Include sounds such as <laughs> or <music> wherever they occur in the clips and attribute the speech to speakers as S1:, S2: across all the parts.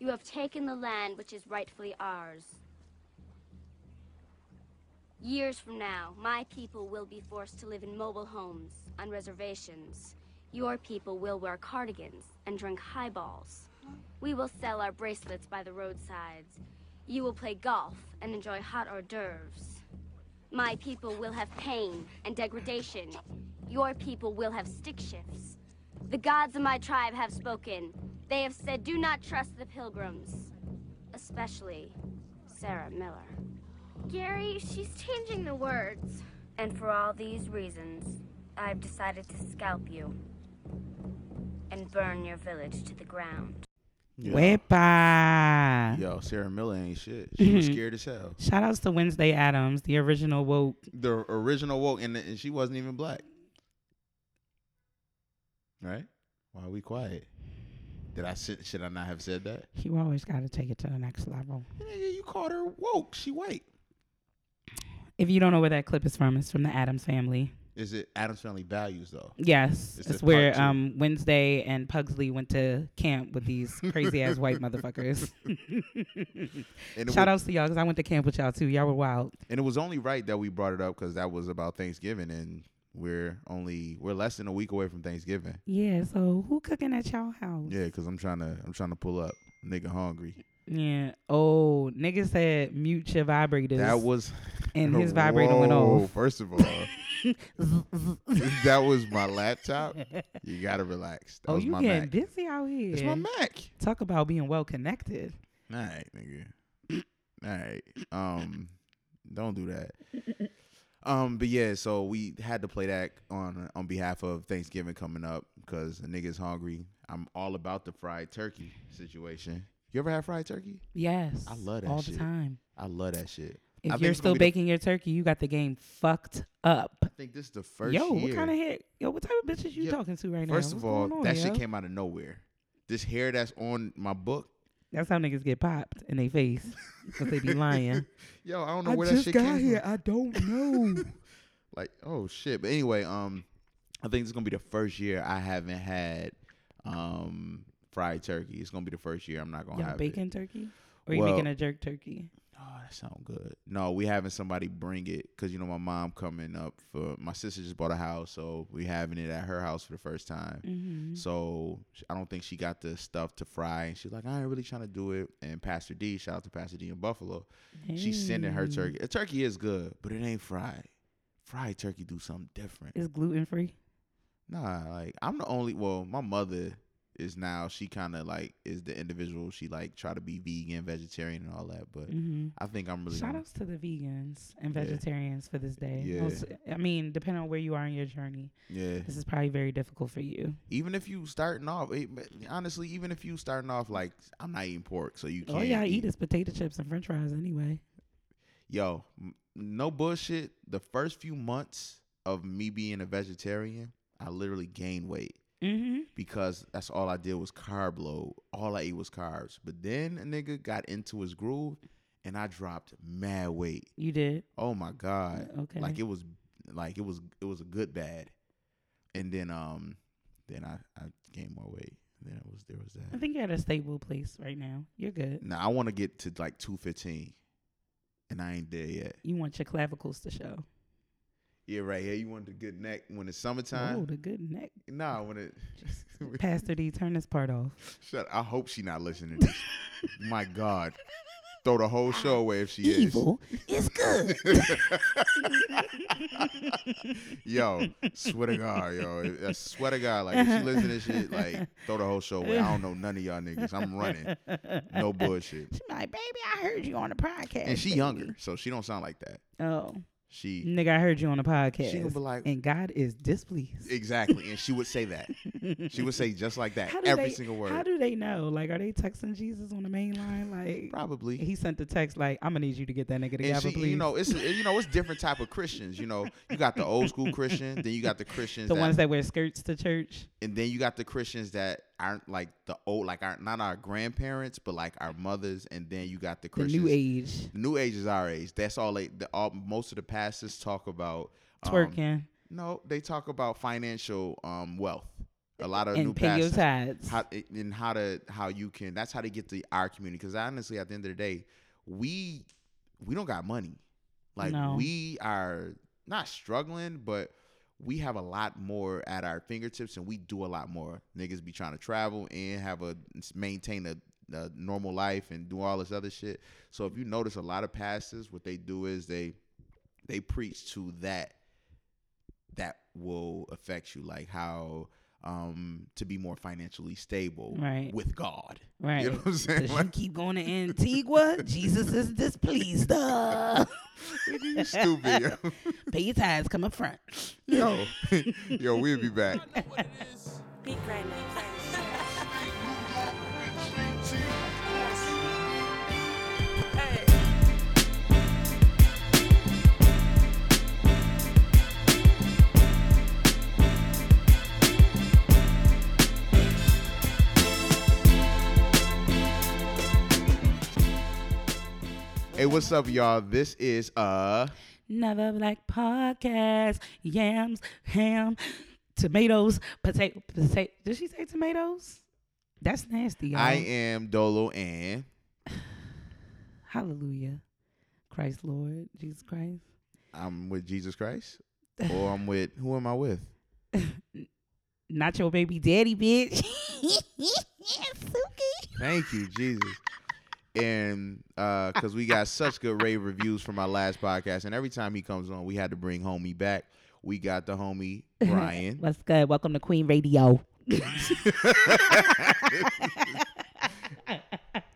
S1: You have taken the land which is rightfully ours. Years from now, my people will be forced to live in mobile homes, on reservations. Your people will wear cardigans and drink highballs. We will sell our bracelets by the roadsides. You will play golf and enjoy hot hors d'oeuvres. My people will have pain and degradation. Your people will have stick shifts. The gods of my tribe have spoken. They have said, do not trust the pilgrims, especially Sarah Miller.
S2: Gary, she's changing the words.
S1: And for all these reasons, I've decided to scalp you and burn your village to the ground.
S3: Yeah.
S4: Wepa.
S3: Yo, Sarah Miller ain't shit. She
S4: <laughs>
S3: was scared as hell.
S4: Shout outs to Wednesday Adams, the original woke.
S3: The original woke, and, and she wasn't even black. Right? Why are we quiet? Did I sit, should I not have said that?
S4: You always got to take it to the next level.
S3: Nigga, you called her woke. She white.
S4: If you don't know where that clip is from, it's from the Adams family.
S3: Is it Adam's Family Values though?
S4: Yes,
S3: It's
S4: it's,
S3: the part
S4: where
S3: two.
S4: um, Wednesday and Pugsley went to camp with
S3: <laughs>
S4: these crazy ass white motherfuckers. <laughs>
S3: And it,
S4: Shout
S3: was,
S4: outs to y'all because I went to camp with y'all too. Y'all were wild.
S3: and it was only right that we brought it up because that was about Thanksgiving, and we're only we're less than a week away from Thanksgiving.
S4: Yeah. So who cooking at y'all house?
S3: Yeah, because I'm trying to I'm trying to pull up. Nigga hungry.
S4: Yeah. Oh, nigga said mute your vibrators.
S3: That <laughs>
S4: <laughs>
S3: was
S4: and
S3: <laughs>
S4: his vibrator went
S3: Whoa,
S4: off.
S3: First of all, <laughs> that was my laptop. You gotta relax. That
S4: oh,
S3: was
S4: you
S3: my
S4: getting
S3: Mac.
S4: busy out here.
S3: It's my Mac.
S4: Talk about being well connected.
S3: All right, nigga. All right. Um, don't do that. Um, but yeah, so we had to play that on on behalf of Thanksgiving coming up because the nigga's hungry. I'm all about the fried turkey situation. You ever had fried turkey?
S4: Yes.
S3: I love that
S4: all
S3: shit.
S4: the time.
S3: I love that shit. I
S4: If
S3: think
S4: you're
S3: it's gonna
S4: still
S3: be the-
S4: baking your turkey, you got the game fucked up.
S3: I think this is the first
S4: yo,
S3: year.
S4: what kind of hair? Yo, what type of bitches you
S3: Yeah.
S4: talking to right now?
S3: First
S4: What's
S3: of all,
S4: going on,
S3: that
S4: yo?
S3: shit came out of nowhere. This hair that's on my book.
S4: That's how niggas get popped in their face because
S3: <laughs>
S4: they be lying.
S3: Yo, I don't know where that shit came from. <laughs>
S4: I <laughs> don't know.
S3: like oh shit but anyway um i think it's gonna be the first year i haven't had um fried turkey it's gonna be the first year i'm not gonna
S4: Y'all
S3: have it
S4: bacon turkey? Or you
S3: Well-
S4: making a jerk turkey?
S3: oh that sounds good no we having somebody bring it because you know my mom coming up for my sister just bought a house so we having it at her house for the first time
S4: Mm-hmm.
S3: so sh- I don't think she got the stuff to fry, and she's like, "I ain't really trying to do it." And Pastor D, shout out to Pastor D in Buffalo, she's sending her turkey. A turkey is good, but it ain't fried. Fried turkey do something different.
S4: It's gluten free.
S3: Nah, like I'm the only. Well, my mother is now. She kind of like is the individual. She like try to be vegan, vegetarian, and all that. But
S4: Mm-hmm.
S3: I think I'm really.
S4: Shout
S3: gonna-
S4: outs to the vegans and
S3: Yeah.
S4: vegetarians for this day.
S3: Yeah.
S4: Also- I mean, depending on where you are in your journey,
S3: yeah.
S4: this is probably very difficult for you.
S3: Even if you starting off, it, but honestly, even if you starting off like I'm not eating pork, so you can't.
S4: All y'all Oh, eat is potato chips and french fries anyway.
S3: Yo, m- no bullshit. The first few months of me being a vegetarian, I literally gained weight.
S4: Mm-hmm.
S3: because that's all I did was carb load. All I ate was carbs. But then a nigga got into his groove and I dropped mad weight.
S4: You did.
S3: Oh my god.
S4: Okay.
S3: Like it was like it was it was a good bad. And then um then I I gained more weight. Then it was there was
S4: I
S3: that.
S4: think you're at a stable place right now. You're good.
S3: Now I want to get to like 215 and I ain't there yet.
S4: You want your clavicles to show.
S3: Yeah, right here you want the good neck when it's
S4: Oh,
S3: summertime.
S4: the good
S3: <laughs>
S4: neck.
S3: Nah, when it
S4: Jesus. Pastor D, turn this part off.
S3: Shut I hope she not listening to this. my god. Throw the whole show away if she is.
S4: is good.
S3: yo,
S4: <laughs>
S3: swear to God, yo, I swear to God, like if she listen to this shit, like throw the whole show away. I don't know none of y'all niggas. I'm <laughs>
S4: <laughs>
S3: running, no bullshit.
S4: She's like, baby, I heard you on the podcast.
S3: And she
S4: baby."
S3: younger, so she don't sound like that.
S4: Oh,
S3: She
S4: nigga, I heard you on the podcast.
S3: she gonna be like
S4: and God is displeased.
S3: exactly, and she would say that.
S4: <laughs>
S3: She would say just like that every
S4: they,
S3: single word.
S4: How do they know? Like, are they texting Jesus on the main line? Like,
S3: Probably.
S4: he sent the text like, "I'm gonna need you to get that nigga
S3: and
S4: together,
S3: she,
S4: please."
S3: you know, it's you know, it's different type of Christians. You know, you got the old school Christian, then you got the Christians
S4: the
S3: that
S4: ones that wear skirts to church.
S3: and then you got the Christians that aren't like the old, like our not our grandparents, but like our mothers, and then you got the
S4: The
S3: Christians.
S4: new age
S3: New age is our age. That's all they. The, all most of the pastors talk about um,
S4: twerking.
S3: No, they talk about financial um, wealth. a lot of new
S4: and pay your
S3: pastors
S4: tithes.
S3: how it- and how to how you can that's how they get to our community because honestly at the end of the day we we don't got money like
S4: No.
S3: we are not struggling but we have a lot more at our fingertips and we do a lot more niggas be trying to travel and have a maintain a, a normal life and do all this other shit so if you notice a lot of pastors what they do is they they preach to that that will affect you like how um to be more financially stable
S4: Right.
S3: with god
S4: right.
S3: you know what i'm saying
S4: <laughs> Does you
S3: like <laughs>
S4: keep going to Antigua? Jesus is displeased. <laughs> Uh,
S3: you stupid
S4: <laughs>
S3: yo.
S4: pay your tithes, come up front.
S3: yo <laughs> yo we'll be back
S1: Pete Grinder.
S3: hey what's up y'all this is uh
S4: Another Black Podcast. Yams, ham, tomatoes, potato, potato. Did she say tomatoes? That's nasty. Y'all.
S3: I am dolo and
S4: Hallelujah. Christ Lord, Jesus Christ.
S3: i'm with jesus christ or i'm with who am i with
S4: Not your baby daddy, bitch.
S3: thank you jesus and uh because we got such good rave reviews from our last podcast and every time he comes on we had to bring homie back we got the
S4: <laughs>
S3: homie brian
S4: What's good? Welcome to Queen Radio.
S3: <laughs>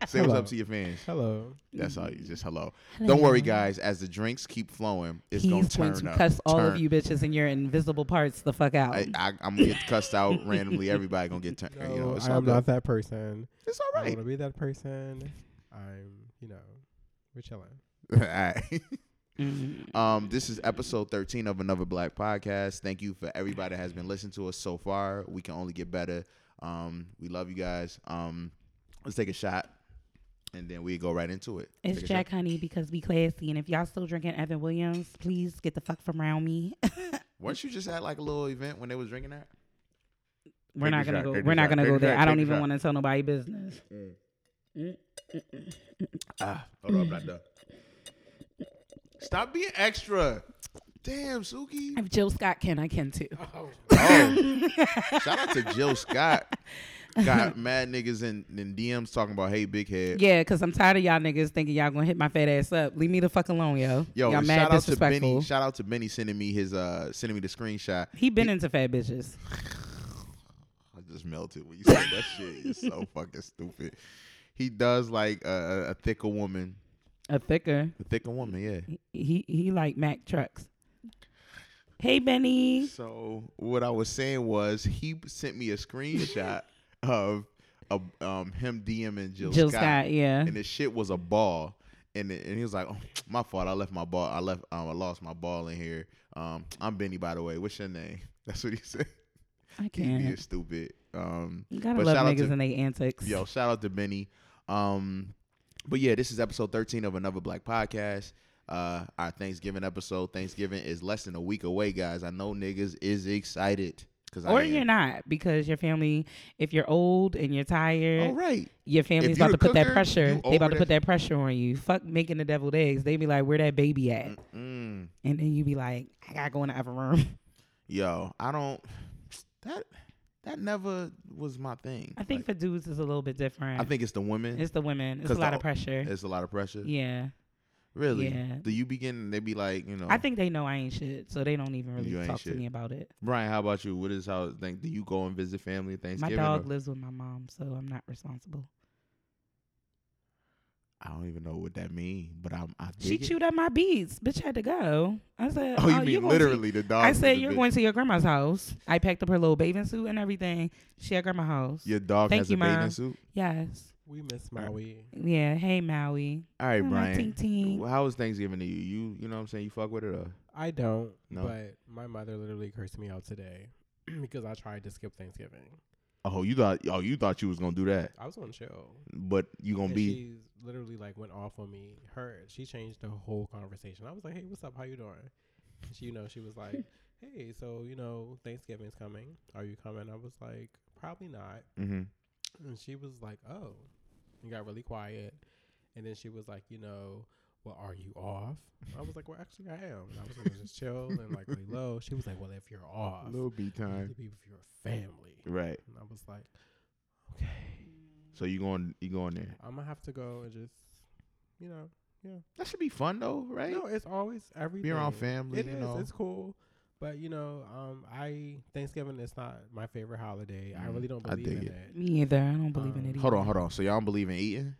S3: say what's
S5: Hello.
S3: up to your fans
S5: Hello.
S3: That's all. You just hello. <laughs> Don't worry, guys. As the drinks keep flowing, it's gonna
S4: He's
S3: turn
S4: going to
S3: up.
S4: cuss all of
S3: Turn.
S4: you bitches in your invisible parts the fuck out.
S3: I, I, I'm gonna get cussed out randomly. Everybody gonna get turned. you
S5: <laughs>
S3: know, it's
S5: I
S3: all
S5: am not
S3: good.
S5: that person.
S3: It's all
S5: I
S3: right.
S5: want to be that person. I'm, you know, we're chilling.
S3: <laughs> all right.
S4: Mm.
S3: Um, this is episode 13 of another Black podcast. Thank you for everybody that has been listening to us so far. We can only get better. Um, we love you guys. Um, let's take a shot, and then we go right into it.
S4: It's
S3: Take a
S4: Jack
S3: shot.
S4: Honey because we classy. And if y'all still drinking Evan Williams, please get the fuck from around me. <laughs>
S3: Weren't you just at like a little event when they was drinking that?
S4: We're
S3: Take
S4: not
S3: the
S4: gonna
S3: shot,
S4: go.
S3: take the
S4: We're not
S3: shot,
S4: gonna
S3: take
S4: go
S3: the shot,
S4: there. I
S3: take
S4: don't
S3: the
S4: even
S3: shot.
S4: want to tell nobody business.
S3: Ah, hold on, I'm not done. Stop being extra. Damn, Suki.
S4: If Jill Scott can, I can too.
S3: Oh.
S4: <laughs>
S3: Shout out to Jill Scott. Got mad niggas in, in DMs talking about hey big head.
S4: Yeah, because I'm tired of y'all niggas thinking y'all gonna hit my fat ass up. Leave me the fuck alone, yo.
S3: Yo,
S4: y'all
S3: and
S4: mad
S3: shout out to Benny.
S4: disrespectful.
S3: Shout out to Benny sending me his uh sending me the screenshot.
S4: he been into fat bitches.
S3: I just melted when you said
S4: <laughs>
S3: that shit. It's so fucking stupid. He does like a, a- a thicker woman.
S4: A thicker.
S3: A thicker woman, yeah.
S4: He he like Mack trucks. Hey Benny.
S3: So what I was saying was he sent me a
S4: <laughs>
S3: screenshot of a, um him DMing Jill,
S4: Jill Scott, yeah.
S3: and the shit was a ball. And, it- and he was like, oh, "My fault. I left my ball. I left. Um, I lost my ball in here. Um, I'm Benny, by the way. What's your name? <laughs> That's what he said.
S4: I
S3: He
S4: can't.
S3: is stupid. Um,
S4: You gotta
S3: but
S4: love
S3: shout out
S4: niggas
S3: to-
S4: and they antics.
S3: yo, shout out to Benny. Um, but yeah, this is episode 13 of another Black Podcast. Uh, our Thanksgiving episode. Thanksgiving is less than a week away, guys. I know niggas is excited because
S4: or
S3: I am.
S4: you're not because your family. If you're old and you're tired,
S3: All right.
S4: your family's
S3: you
S4: about
S3: the
S4: to put that
S3: cooker, you
S4: pressure. They
S3: over
S4: about to put
S3: that-
S4: that pressure on you. Fuck making the deviled eggs. They be like, "Where that baby at?"
S3: Mm,
S4: And then you be like, "I gotta go in the other room."
S3: yo, I don't. That that never was my thing.
S4: I think
S3: Like,
S4: for dudes it's a little bit different.
S3: I think it's the women.
S4: it's the women. It's
S3: 'cause
S4: a lot
S3: the-
S4: of pressure.
S3: It's a lot of pressure.
S4: Yeah,
S3: Really?
S4: yeah.
S3: Do you begin? They be like, you know.
S4: I think they know I ain't shit, so they don't even
S3: You
S4: really
S3: ain't
S4: talk
S3: shit.
S4: to me about it.
S3: Brian, how about you? What is how? Think, do you go and visit family at
S4: My
S3: Thanksgiving?
S4: dog
S3: or-
S4: lives with my mom, so I'm not responsible.
S3: I don't even know what that means, but I'm. I
S4: She
S3: dig it.
S4: chewed up my beads. Bitch had to go. I said,
S3: <laughs> Oh, you mean
S4: gonna see-
S3: literally the dog?
S4: I
S3: is
S4: said
S3: the
S4: you're
S3: bit-
S4: going to your grandma's house. I packed up her little bathing suit and everything. She at grandma's house.
S3: Your dog
S4: Thank
S3: has
S4: you,
S3: a bathing
S4: Mom.
S3: suit.
S4: Yes.
S5: We miss Maui.
S4: Yeah. Hey Maui.
S3: All right,
S4: Hi, my ting
S3: Brian.
S4: ting.
S3: Well, How was Thanksgiving to you? You, you know what I'm saying? You fuck with it or?
S5: I don't,
S3: No.
S5: but my mother literally cursed me out today <clears throat> because I tried to skip Thanksgiving.
S3: Oh, you thought? Oh, you thought you was gonna do that,
S5: I was on chill.
S3: but you gonna
S5: And
S3: be?
S5: she literally like went off on me.
S3: <laughs>
S5: Her she changed the whole conversation. I was like, "Hey, what's up? How you doing?" And she, you know, she was like, hey, so you know Thanksgiving's coming. Are you coming? I was like, probably not.
S3: Mm-hmm.
S5: And she was like, oh, and got really quiet. And then she was like, you know, well, are you off? I was like, well, actually, I am. And I was gonna just chill and like lay
S3: <laughs>
S5: low. She was like, well, if you're off,
S3: Little B
S5: you need
S3: time.
S5: to be with your family.
S3: Right.
S5: And I was like, okay,
S3: So you going you going there?
S5: I'm gonna have to go and just, you know,
S3: That should be fun though, right?
S5: no, it's always everything.
S3: be around family.
S5: It
S3: you
S5: is.
S3: know.
S5: It's cool. But you know, um, I Thanksgiving is not my favorite holiday. I
S3: Mm,
S5: really don't
S3: I
S5: believe
S3: dig
S5: in
S3: it.
S5: it.
S4: Me either. I don't believe in
S5: Um,
S4: it. Either.
S3: Hold on, hold on. So y'all don't believe in eating?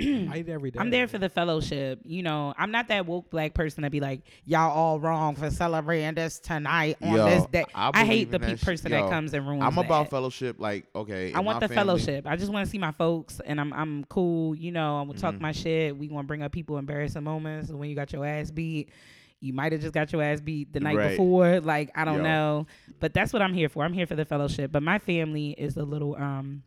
S5: I eat every day.
S4: I'm there for the fellowship. You know, I'm not that woke black person to be like, y'all all wrong for celebrating this tonight on
S3: Yo,
S4: this day.
S3: I
S4: I,
S3: believe
S4: hate the
S3: in
S4: pe-
S3: that sh-
S4: person
S3: yo,
S4: that comes and ruins
S3: I'm about
S4: that.
S3: fellowship. Like, okay.
S4: I
S3: in
S4: want
S3: my
S4: the
S3: family-
S4: fellowship. I just want to see my folks, and I'm I'm cool. You know, I'm gonna talk
S3: Mhm.
S4: my shit. We gonna bring up people embarrassing moments. And when you got your ass beat, you might have just got your ass beat the night
S3: Right.
S4: before. Like I don't
S3: Yo.
S4: know, but that's what I'm here for. I'm here for the fellowship. But my family is a little um.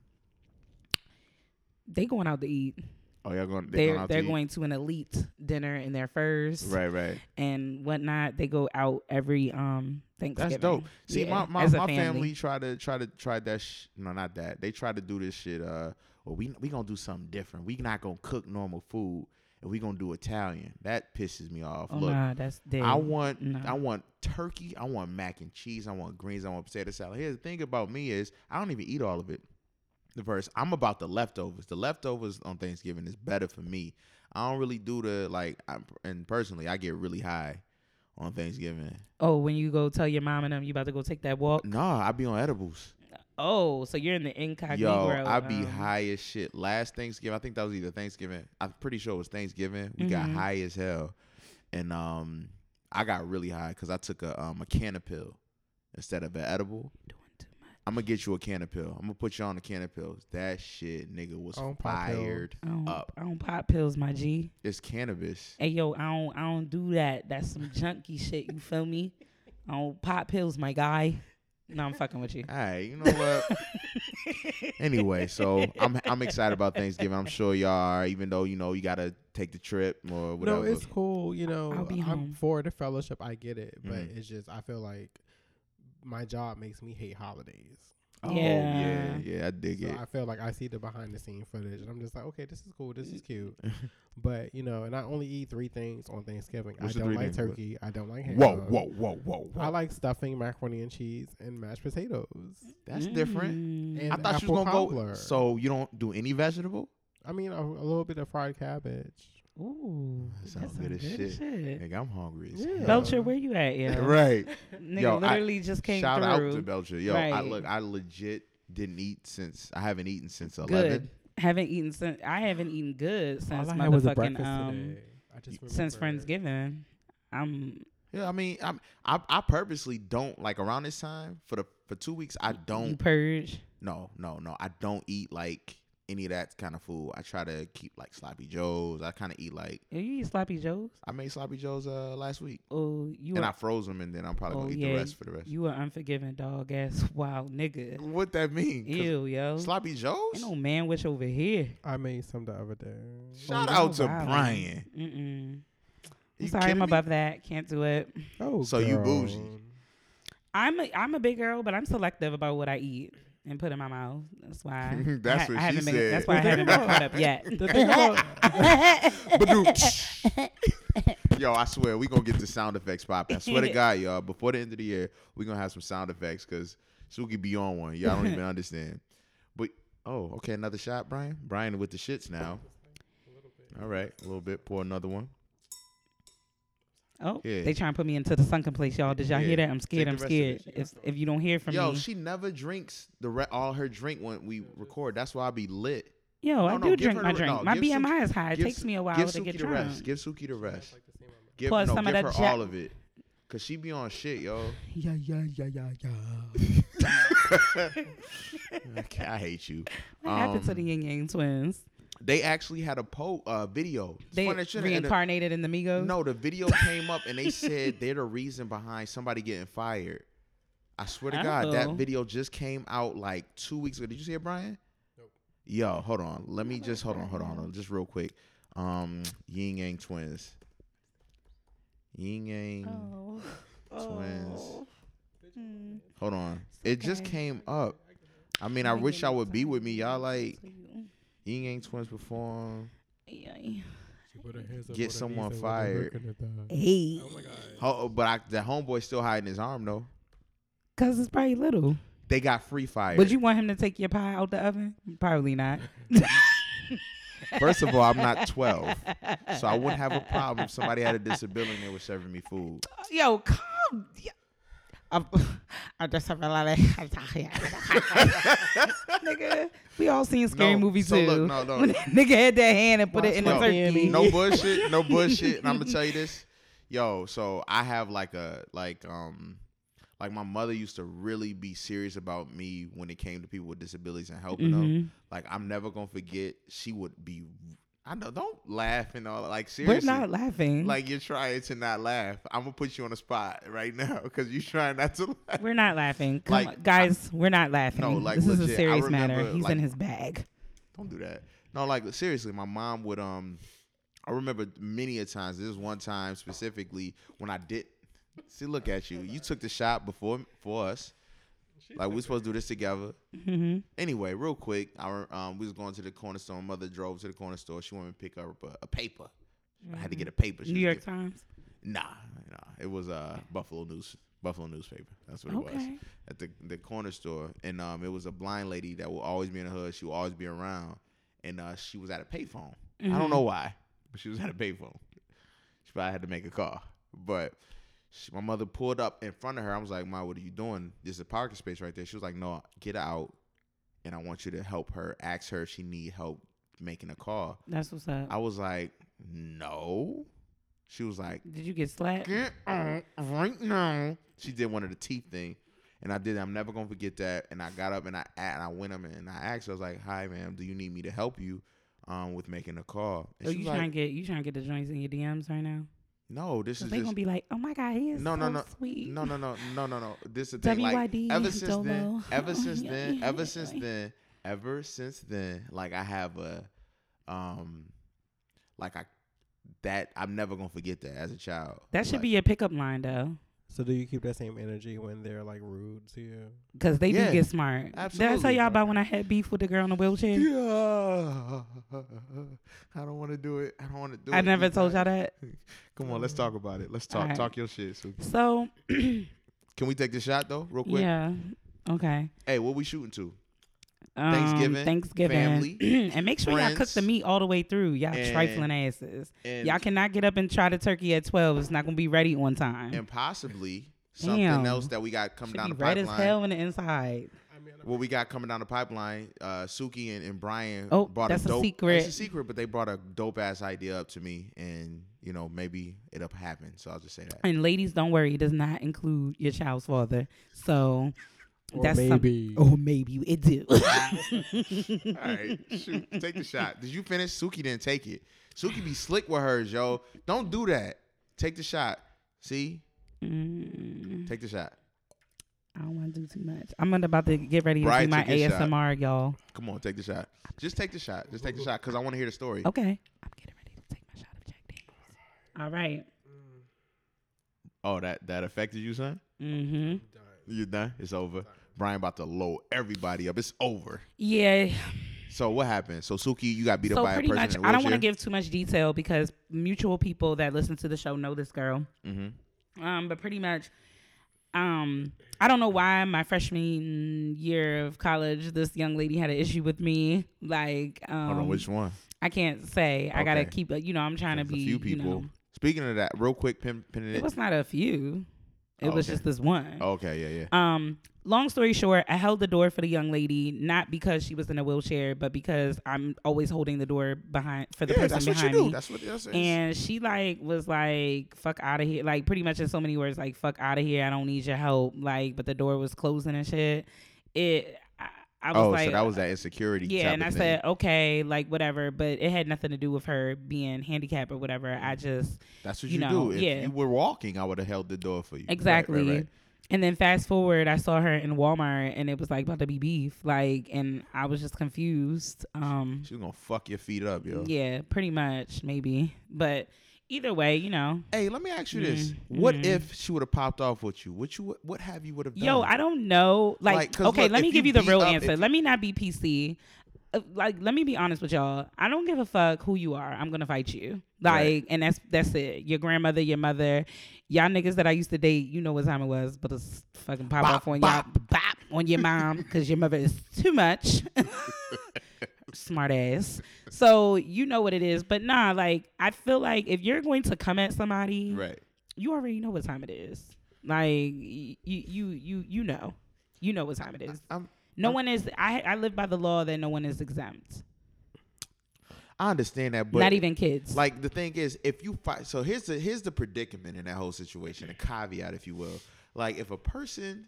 S4: They going out to eat.
S3: Oh, y'all going? They're,
S4: They're
S3: going out
S4: they're
S3: to eat?
S4: going to an elite dinner in their furs
S3: Right, right.
S4: and whatnot. They go out every um Thanksgiving.
S3: That's dope. See,
S4: Yeah,
S3: my, my,
S4: as a
S3: my family tried to try to try that. Sh- no, not that. They tried to do this shit. Uh, well, we we gonna do something different. We not gonna cook normal food, and we gonna do Italian. That pisses me off.
S4: Oh
S3: Look,
S4: nah, that's dead.
S3: I want
S4: No.
S3: I want turkey. I want mac and cheese. I want greens. I want potato salad. Here's the thing about me is I don't even eat all of it. The first I'm about the leftovers. The leftovers on Thanksgiving is better for me. I don't really do the like. i and personally, I get really high on Thanksgiving.
S4: Oh, when you go tell your mom and them you about to go take that walk.
S3: Nah, I be on edibles.
S4: Oh, so you're in the incognito.
S3: Yo, I be
S4: um,
S3: high as shit. Last Thanksgiving, I think that was either Thanksgiving. I'm pretty sure it was Thanksgiving. We got
S4: Mhm.
S3: high as hell, and um, I got really high because I took a um a can of pill instead of an edible.
S4: doing too much.
S3: I'm gonna get you a can of pill. I'm gonna put you on the can of pills. That shit, nigga, was
S5: I don't pop pills.
S3: fired
S4: I don't,
S3: up.
S4: I don't pop pills, my G.
S3: It's cannabis.
S4: Hey yo, I don't I don't do that. That's some junky shit. You feel me? I don't pop pills, my guy. No, I'm fucking with you.
S3: All right, you know what?
S4: <laughs>
S3: anyway, so I'm I'm excited about Thanksgiving. I'm sure y'all are, even though you know you gotta take the trip or whatever.
S5: No, it's cool. You know,
S4: I'll be
S5: I'm
S4: home.
S5: for the fellowship. I get it, but
S3: Mhm.
S5: it's just I feel like my job makes me hate holidays.
S3: oh yeah,
S4: Yeah.
S3: yeah, I dig
S5: So
S3: it.
S5: I feel like I see the behind the scene footage, and I'm just like, okay, this is
S3: <laughs>
S5: cool. This is cute. but you know, and I only eat three things on Thanksgiving.
S3: What's the
S5: I don't
S3: three
S5: like
S3: things? What-
S5: turkey. I don't like ham.
S4: uh,
S3: Whoa, whoa, whoa, whoa, whoa.
S5: I like stuffing, macaroni and cheese, and mashed potatoes.
S3: That's different.
S4: Mm.
S5: And
S3: I thought you was
S5: apple
S3: gonna go.
S5: cobbler.
S3: So you don't do any vegetable?
S5: I mean, a, a little bit of fried cabbage.
S4: Ooh,
S3: That
S4: that
S3: sounds
S4: sounds good as shit.
S3: Nigga, I'm hungry. as
S5: Yeah.
S3: hell.
S4: Belcher, where you at, yo?
S3: Right.
S4: Nigga
S3: Yo, I-
S4: literally just <laughs> came
S3: Shout
S4: through.
S3: out to Belcher. Yo, I
S4: Right.
S3: look. I legit didn't eat since. I haven't eaten since
S4: good.
S3: eleven.
S4: Haven't eaten since I haven't eaten good since
S5: All I had was a
S4: motherfucking
S5: breakfast
S4: um
S5: today. I just
S4: since
S5: remembered.
S4: Friendsgiving. I'm
S3: Yeah, I mean, I'm, I I purposely don't like around this time for the for two weeks. I
S4: you
S3: don't.
S4: purge.
S3: No, no, no. I don't eat like any of that kind of food. I try to keep like sloppy joes. I kind of eat like
S4: You eat sloppy joes?
S3: I made sloppy joes uh last week,
S4: Oh, you
S3: and
S4: a-
S3: I froze them, and then I'm probably
S4: Oh,
S3: gonna eat
S4: yeah.
S3: the rest for the rest.
S4: <laughs> You an unforgiving dog ass <laughs> wild nigga.
S3: what that mean? 'Cause
S4: Ew, yo.
S3: Sloppy joes.
S4: Ain't no man wish over here.
S5: I made some the other day.
S3: Shout
S4: Oh,
S3: out
S4: y'all
S3: to
S4: wild.
S3: Brian.
S4: Mm-mm.
S3: You
S4: I'm sorry,
S3: kidding
S4: I'm
S3: me?
S4: above that. Can't do it.
S5: Oh,
S3: So you bougie.
S5: girl.
S4: I'm a, I'm a big girl, but I'm selective about what I eat and put in my mouth.
S3: <laughs>
S4: That's why.
S3: That's
S4: I,
S3: what
S4: I
S3: she
S4: haven't been,
S3: said.
S4: That's why I haven't been caught up yet.
S5: The thing about
S3: <laughs> Ba-doom. <laughs> yo, I swear we gonna get the sound effects popping. I swear
S4: <laughs>
S3: to God, y'all. Before the end of the year, we gonna have some sound effects because Suki be on one. Y'all
S4: <laughs>
S3: don't even understand. But oh, okay, another shot, Brian. Brian with the shits now. All right, a little bit. Pour another one.
S4: <laughs> Oh,
S3: Yeah.
S4: they trying to put me into the sunken place, y'all. Did y'all
S3: Yeah.
S4: hear that? I'm
S3: Take
S4: scared.
S3: the
S4: I'm
S3: rest of
S4: scared.
S3: it.
S4: If if you don't hear from
S3: Yo,
S4: me,
S3: she never drinks the re- all her drink when we record. That's why I be lit.
S4: yo, I
S3: Oh, no,
S4: do
S3: no, give
S4: drink
S3: her
S4: my
S3: the-
S4: drink.
S3: no,
S4: my
S3: give
S4: BMI is high. It
S3: Give
S4: takes
S3: Su-
S4: me a while
S3: give
S4: to
S3: Suki
S4: get
S3: the
S4: drunk.
S3: rest. Give Suki the rest. Give,
S4: Plus
S3: no,
S4: some of
S3: give
S4: that
S3: her
S4: Jack-
S3: all of it. Cause she be on shit, yo.
S5: Yeah, yeah, yeah, yeah, yeah.
S3: Okay, I hate you.
S4: <laughs> What happened to
S3: Um,
S4: the Yin Yang twins?
S3: They actually had a po uh, video. It's
S4: They
S3: funny that shit, and the-
S4: reincarnated in the Migos.
S3: No, the video came up and they said they're the reason behind somebody getting fired. I swear to God, that
S4: Oh.
S3: video just came out like two weeks ago. Did you see it, Brian? Yo, hold on. Let me just hold on, hold on, hold on, just real quick. Um, Yin Yang Twins. Yin Yang
S4: Oh.
S3: Twins.
S4: Mm,
S3: Hold on. It just
S4: okay.
S3: came up. I mean, I
S4: Let me
S3: wish
S4: get
S3: y'all
S4: my
S3: would be with me. Y'all
S4: time
S3: like
S4: to you.
S3: Ying Yang Twins perform.
S4: Yeah.
S5: She put her hands up
S3: Get
S5: on her
S3: someone
S5: knees and wasn't
S3: fired.
S5: looking at the-
S4: Hey.
S5: Oh my god.
S3: Ho- but I, the homeboy's still hiding his arm though.
S4: Cause it's probably little.
S3: They got free fire.
S4: Would you want him to take your pie out the oven? Probably not.
S3: First of all, I'm
S4: <laughs>
S3: not 12, so I wouldn't have a problem if somebody had a disability and they was serving me food.
S4: Yo, come. Yeah. I'm, <laughs> I'm just having a lot of <laughs> nigga. We all seen scary
S3: No,
S4: movie
S3: so
S4: too.
S3: look, no, no.
S4: When that nigga had that hand and put it
S5: Watch
S4: in the
S3: No,
S4: turkey.
S3: Oh. no bullshit, no bullshit. And I'm gonna tell you this, yo. So I have like a like um like my mother used to really be serious about me when it came to people with disabilities and helping
S4: Mm-hmm.
S3: them. Like I'm never gonna forget. She would be. I know. Don't laugh and all. Like
S4: We're
S3: seriously.
S4: not laughing.
S3: like you're trying to not laugh. I'm gonna put you on the spot right now because you're trying not to laugh. <laughs>
S4: we're not laughing. Come
S3: Like,
S4: on, guys, we're not laughing.
S3: No, like,
S4: this is
S3: legit,
S4: a
S3: I
S4: serious matter.
S3: remember,
S4: He's
S3: like-
S4: in his bag.
S3: Don't do that. No, like seriously, my mom would um I remember many a times, this is one time specifically when I did see look at you. You took the shot before for us. Like we supposed to do this together.
S4: hmm
S3: Anyway, real quick, I re- um we was going to the corner store. My mother drove to the corner store. She wanted me to pick up a, a paper. I had to get a paper. She
S4: Mm-hmm. New
S3: was
S4: York
S3: giving-
S4: Times.
S3: Nah, nah. It was uh Buffalo News Buffalo newspaper. That's what it was
S4: Okay.
S3: at the the corner store, and um, it was a blind lady that would always be in the hood. She would always be around, and uh, she was at a payphone. I don't know why, but she was at a payphone. She probably had to make a call, but. She, my mother pulled up in front of her. I was like, "Ma, what are you doing? There's a parking space right there." She was like, "No, get out, and I want you to help her. Ask her if she need help making a call."
S4: That's what's up.
S3: I was like, "No." She was like,
S4: Did you get slapped?
S3: get on right now. She did one of the teeth thing, and I did. I'm never gonna forget that. And I got up and I a- and I went up and I asked. her, I was like, "Hi, ma'am. Do you need me to help you um, with making a call?" And
S4: Oh,
S3: she
S4: you
S3: was
S4: trying
S3: like,
S4: to get you trying to get the joints in your DMs right now?
S3: "No, this
S4: So
S3: is
S4: they
S3: just
S4: gonna be like, oh my god, he is
S3: no,
S4: so
S3: no, no,
S4: sweet.
S3: <laughs> no, no, no, no, no, no. This is the thing. Like
S4: WYD,
S3: ever since then,
S4: Dolo.
S3: ever since
S4: <laughs> Yeah,
S3: then,
S4: yeah,
S3: ever
S4: yeah,
S3: since
S4: yeah.
S3: then, ever since then, like I have a, um, like I, that I'm never gonna forget that as a child.
S4: That should
S3: Like,
S4: be your pickup line though,
S5: So do you keep that same energy when they're like rude to you?
S4: because they
S3: Yeah,
S4: do get smart. Did I tell
S3: absolutely,
S4: y'all
S3: bro.
S4: about when I had beef with the girl in the wheelchair?
S3: Yeah. I don't want to do it. I don't want to do it.
S4: I never
S3: You
S4: told y'all
S3: guys-
S4: that.
S3: Come on, let's talk about it. Let's talk.
S4: Alright.
S3: Talk your shit. So,
S4: So
S3: can we take the shot though, real quick?
S4: yeah, okay.
S3: Hey, what we shooting to?
S4: Um,
S3: Thanksgiving,
S4: Thanksgiving,
S3: family,
S4: <clears throat> and make sure y'all cook
S3: friends,
S4: the meat all the way through. Y'all
S3: and-
S4: trifling asses.
S3: And,
S4: Y'all cannot get up and try the turkey at twelve. It's not gonna be ready on time.
S3: and possibly something
S4: Damn.
S3: else that we got coming
S4: Should
S3: down
S4: be
S3: the
S4: red as
S3: pipeline.
S4: hell on the inside.
S5: I mean,
S3: What we got coming down the pipeline? Uh, Suki and, and Brian
S4: Oh,
S3: brought
S4: that's
S3: a
S4: a
S3: dope.
S4: secret.
S3: It's a secret, but they brought a dope ass idea up to me, and you know maybe it'll happen. So I'll just say that.
S4: And ladies, don't worry, it does not include your child's father. So
S5: Or
S4: that's some-
S5: maybe.
S4: oh, maybe it do. <laughs>
S3: All right, shoot, take the shot. Did you finish? Suki didn't take it. Suki be slick with hers, yo. Don't do that. Take the shot. See,
S4: Mm,
S3: take the shot.
S4: I don't want to do too much. I'm about to get ready to
S3: Brian
S4: do my
S3: took his shot.
S4: ASMR, y'all.
S3: Come on, take the shot. Just take the shot. Just take the shot, cause I want to hear the story.
S4: Okay, I'm getting ready to take my shot of Jack Daniels. All right.
S3: Oh, that that affected you, son.
S4: Mm-hmm.
S3: You done? It's over. Brian about to low everybody up. It's over.
S4: Yeah.
S3: So what happened? So Suki, you got beat up
S4: so
S3: by a
S4: pretty
S3: person.
S4: much, I don't want to give too much detail because mutual people that listen to the show know this girl.
S3: hmm
S4: Um, but pretty much, um, I don't know why my freshman year of college, this young lady had an issue with me. Like, um,
S3: Hold on, which one?
S4: I can't say. I gotta
S3: Okay.
S4: keep. You know, I'm trying to
S3: There's
S4: be.
S3: a few
S4: You
S3: people.
S4: know,
S3: Speaking of that, real quick, pin, pinning it.
S4: it was not a few. It
S3: Oh,
S4: was
S3: okay.
S4: just this one.
S3: okay, yeah, yeah.
S4: Um, long story short, I held the door for the young lady not because she was in a wheelchair, but because I'm always holding the door behind for the
S3: yeah,
S4: person
S3: that's what you
S4: behind
S3: do.
S4: me.
S3: That's what that's it's-
S4: and she like was like fuck out of here like pretty much in so many words like fuck out of here i don't need your help like but the door was closing and shit it i, I was
S3: oh,
S4: like
S3: so that was that insecurity.
S4: yeah
S3: type
S4: and
S3: of
S4: i
S3: thing.
S4: said okay like whatever but it had nothing to do with her being handicapped or whatever
S3: Mm-hmm.
S4: i just
S3: That's what you,
S4: you know,
S3: do. If
S4: yeah.
S3: you were walking, I would have held the door for you. Right, right,
S4: exactly
S3: right.
S4: and then fast forward i saw her in walmart and it was like about to be beef like and i was just confused um
S3: She was gonna fuck your feet up, yo.
S4: Yeah, pretty much, maybe. But Either way, you know.
S3: Hey, let me ask you this:
S4: Mhm.
S3: What
S4: Mhm.
S3: if she would have popped off with you? What you what have you would have done?
S4: Yo, I don't know.
S3: Like,
S4: Like,
S3: 'cause
S4: okay,
S3: look,
S4: let me
S3: if
S4: give
S3: you
S4: you the
S3: beat
S4: real
S3: up-
S4: answer.
S3: if
S4: Let me not be PC. Uh, Like, let me be honest with y'all. I don't give a fuck who you are. I'm gonna fight you. Like,
S3: Right.
S4: and that's that's it. Your grandmother, your mother, y'all niggas that I used to date. You know what time it was, but it's fucking pop
S3: Bop,
S4: off on
S3: bop.
S4: y'all, bop on your mom because your mother is too much. <laughs> Smart ass. So you know what it is, but nah. Like, I feel like if you're going to come at somebody,
S3: Right.
S4: you already know what time it is. Like you, you, you, you know, you know what time it is.
S3: I'm,
S4: No one is. I I live by the law that no one is exempt.
S3: I understand that, but
S4: Not even kids.
S3: Like the thing is, if you fight, so here's the here's the predicament in that whole situation, a caveat, if you will. Like if a person,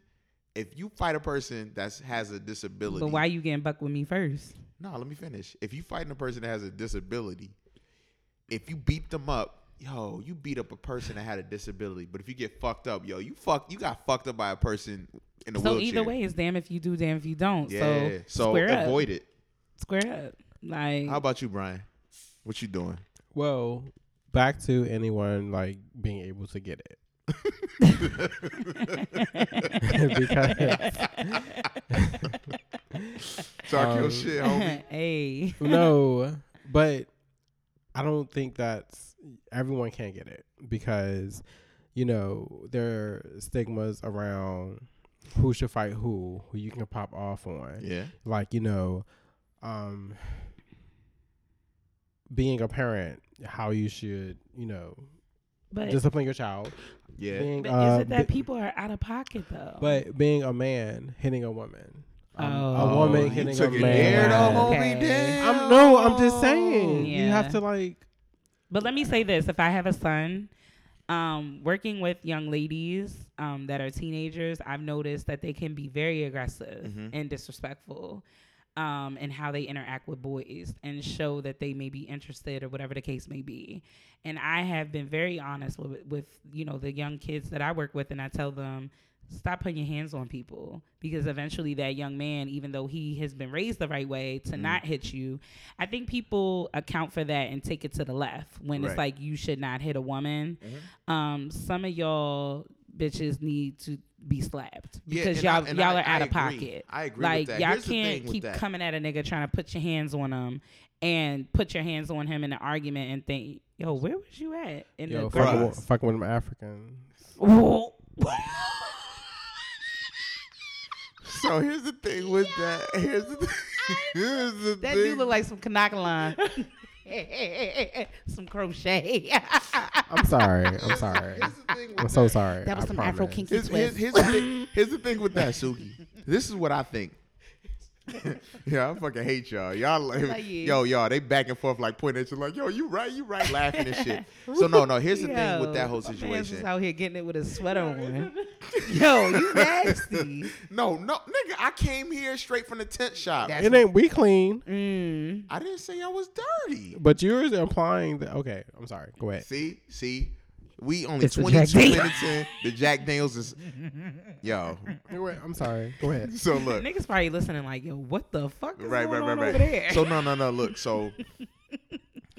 S3: if you fight a person that has a disability,
S4: but why you getting bucked with me first?
S3: No, let me finish. If you fighting a person that has a disability, if you beat them up, yo, you beat up a person that had a disability. But if you get fucked up, yo, you fuck, you got fucked up by a person in a
S4: So
S3: wheelchair.
S4: either way, it's damn if you do, damn if you don't.
S3: yeah.
S4: So,
S3: So,
S4: square
S3: avoid it.
S4: up. Square up. Like <laughs>
S3: How about you, Brian? What you doing?
S5: Well, back to anyone like being able to get <laughs> it. because
S3: Talk your
S5: Um,
S3: shit,
S5: <laughs>
S3: homie.
S4: <laughs> hey.
S5: no, but I don't think that's everyone can't get it because you know there are stigmas around who should fight who, who you can pop off on.
S3: Yeah.
S5: like you know um being a parent how you should you know
S4: But,
S5: discipline your child
S3: Yeah.
S5: being,
S4: but
S5: uh,
S4: is it that
S5: bi-
S4: people are out of pocket though?
S5: but being a man hitting a woman Um,
S4: Oh.
S5: a
S4: Oh,
S5: woman
S4: you
S5: hitting
S3: took
S5: a
S3: it there,
S5: man
S3: though, homie.
S4: Okay.
S3: Damn.
S5: I'm, no i'm just saying you
S4: Yeah.
S5: have to like
S4: But let me say this: if I have a son, um, working with young ladies um, that are teenagers, I've noticed that they can be very aggressive
S3: Mhm.
S4: and disrespectful um, in how they interact with boys and show that they may be interested or whatever the case may be. And I have been very honest with, with you know the young kids that I work with, and I tell them. Stop putting your hands on people because eventually that young man, even though he has been raised the right way to not hit you, I think people account for that and take it to the left when
S3: Right.
S4: it's like you should not hit a woman. Um, some of y'all bitches need to be slapped
S3: Yeah,
S4: because
S3: and I-
S4: y'all
S3: and
S4: y'all
S3: I-
S4: are out
S3: I
S4: of
S3: agree.
S4: pocket.
S3: I agree with
S4: Like
S3: that.
S4: y'all
S3: Here's the thing
S4: can't
S3: with
S4: keep
S3: that.
S4: coming at a nigga trying to put your hands on him and put your hands on him in an argument and think, yo, where was you at in
S5: yo,
S4: the
S5: fucking,
S4: girls?
S5: with- fucking with them african
S4: Whoa.
S3: So here's the thing with that. Here's the thing. <laughs> Here's the
S4: <laughs> That
S3: thing.
S4: do look like
S3: <laughs>
S4: some kanakalan. <laughs> some crochet. <laughs>
S5: i'm sorry i'm sorry
S3: Here's the thing with
S5: i'm so sorry
S4: That was
S5: I
S4: some
S5: promise.
S4: Afro kinky <laughs>
S3: Here's, here's,
S4: twist.
S3: here's, the thing, here's the thing with that, Suki. This is what I think. <laughs> yeah, I fucking hate y'all. Y'all, like,
S4: Like you.
S3: yo, y'all, they back and forth like pointing at you, like, yo, you right, you right, laughing and
S4: <laughs>
S3: shit. So no, no. Here's the thing with that whole
S4: my man's just
S3: situation.
S4: out here getting it with a sweater on. <laughs> Yo, you nasty.
S3: No, no, nigga, I came here straight from the tent shop.
S4: That's-
S5: it ain't we clean
S4: Mm.
S3: I didn't say I was dirty.
S5: but you're implying that okay i'm sorry go ahead
S3: See, see, we only
S4: It's the Jack
S3: 22
S4: Daniels.
S3: minutes in. The Jack Daniels is, yo.
S5: Go ahead. i'm sorry go
S4: <laughs>
S5: ahead
S3: So look,
S4: Niggas probably listening like, yo, what the fuck is
S3: right, right,
S4: going
S3: right,
S4: on
S3: right.
S4: over there?
S3: So no, no, no. Look, so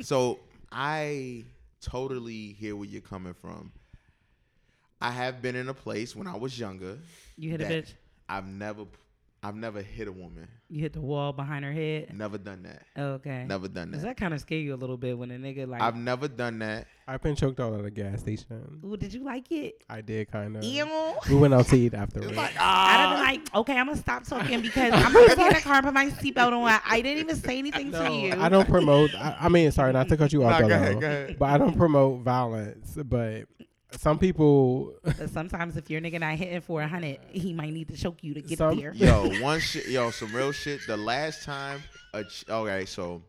S3: so I totally hear where you're coming from. I have been in a place when I was younger.
S4: <laughs> you hit a
S3: that
S4: bitch.
S3: I've never, I've never hit a woman.
S4: You hit the wall behind her head.
S3: Never done that.
S4: Okay.
S3: Never done
S4: Does
S3: that.
S4: that kind of scare you a little bit when a nigga like,
S3: I've never done that.
S5: <laughs> I've been choked out at a gas station.
S4: ooh, did you like it?
S5: I did kind
S3: Uh,
S5: of.
S4: Ew.
S5: We went out to eat afterwards.
S4: I'd
S5: uh,
S4: have been like, okay, I'm gonna stop
S3: <laughs>
S4: talking because I'm gonna get in the car and put my seatbelt on. I didn't even say anything to you.
S5: I don't promote. I, I mean, sorry, not to cut you
S3: Nah,
S5: off,
S3: go
S5: Dolo,
S3: ahead, go ahead.
S5: but I don't promote violence. But some people, <laughs>
S4: But sometimes if your nigga not hitting for a hundred, he might need to choke you to get
S5: Some-
S4: there.
S3: Yo, one shit. Yo, some real shit. The last time, a ch- okay, so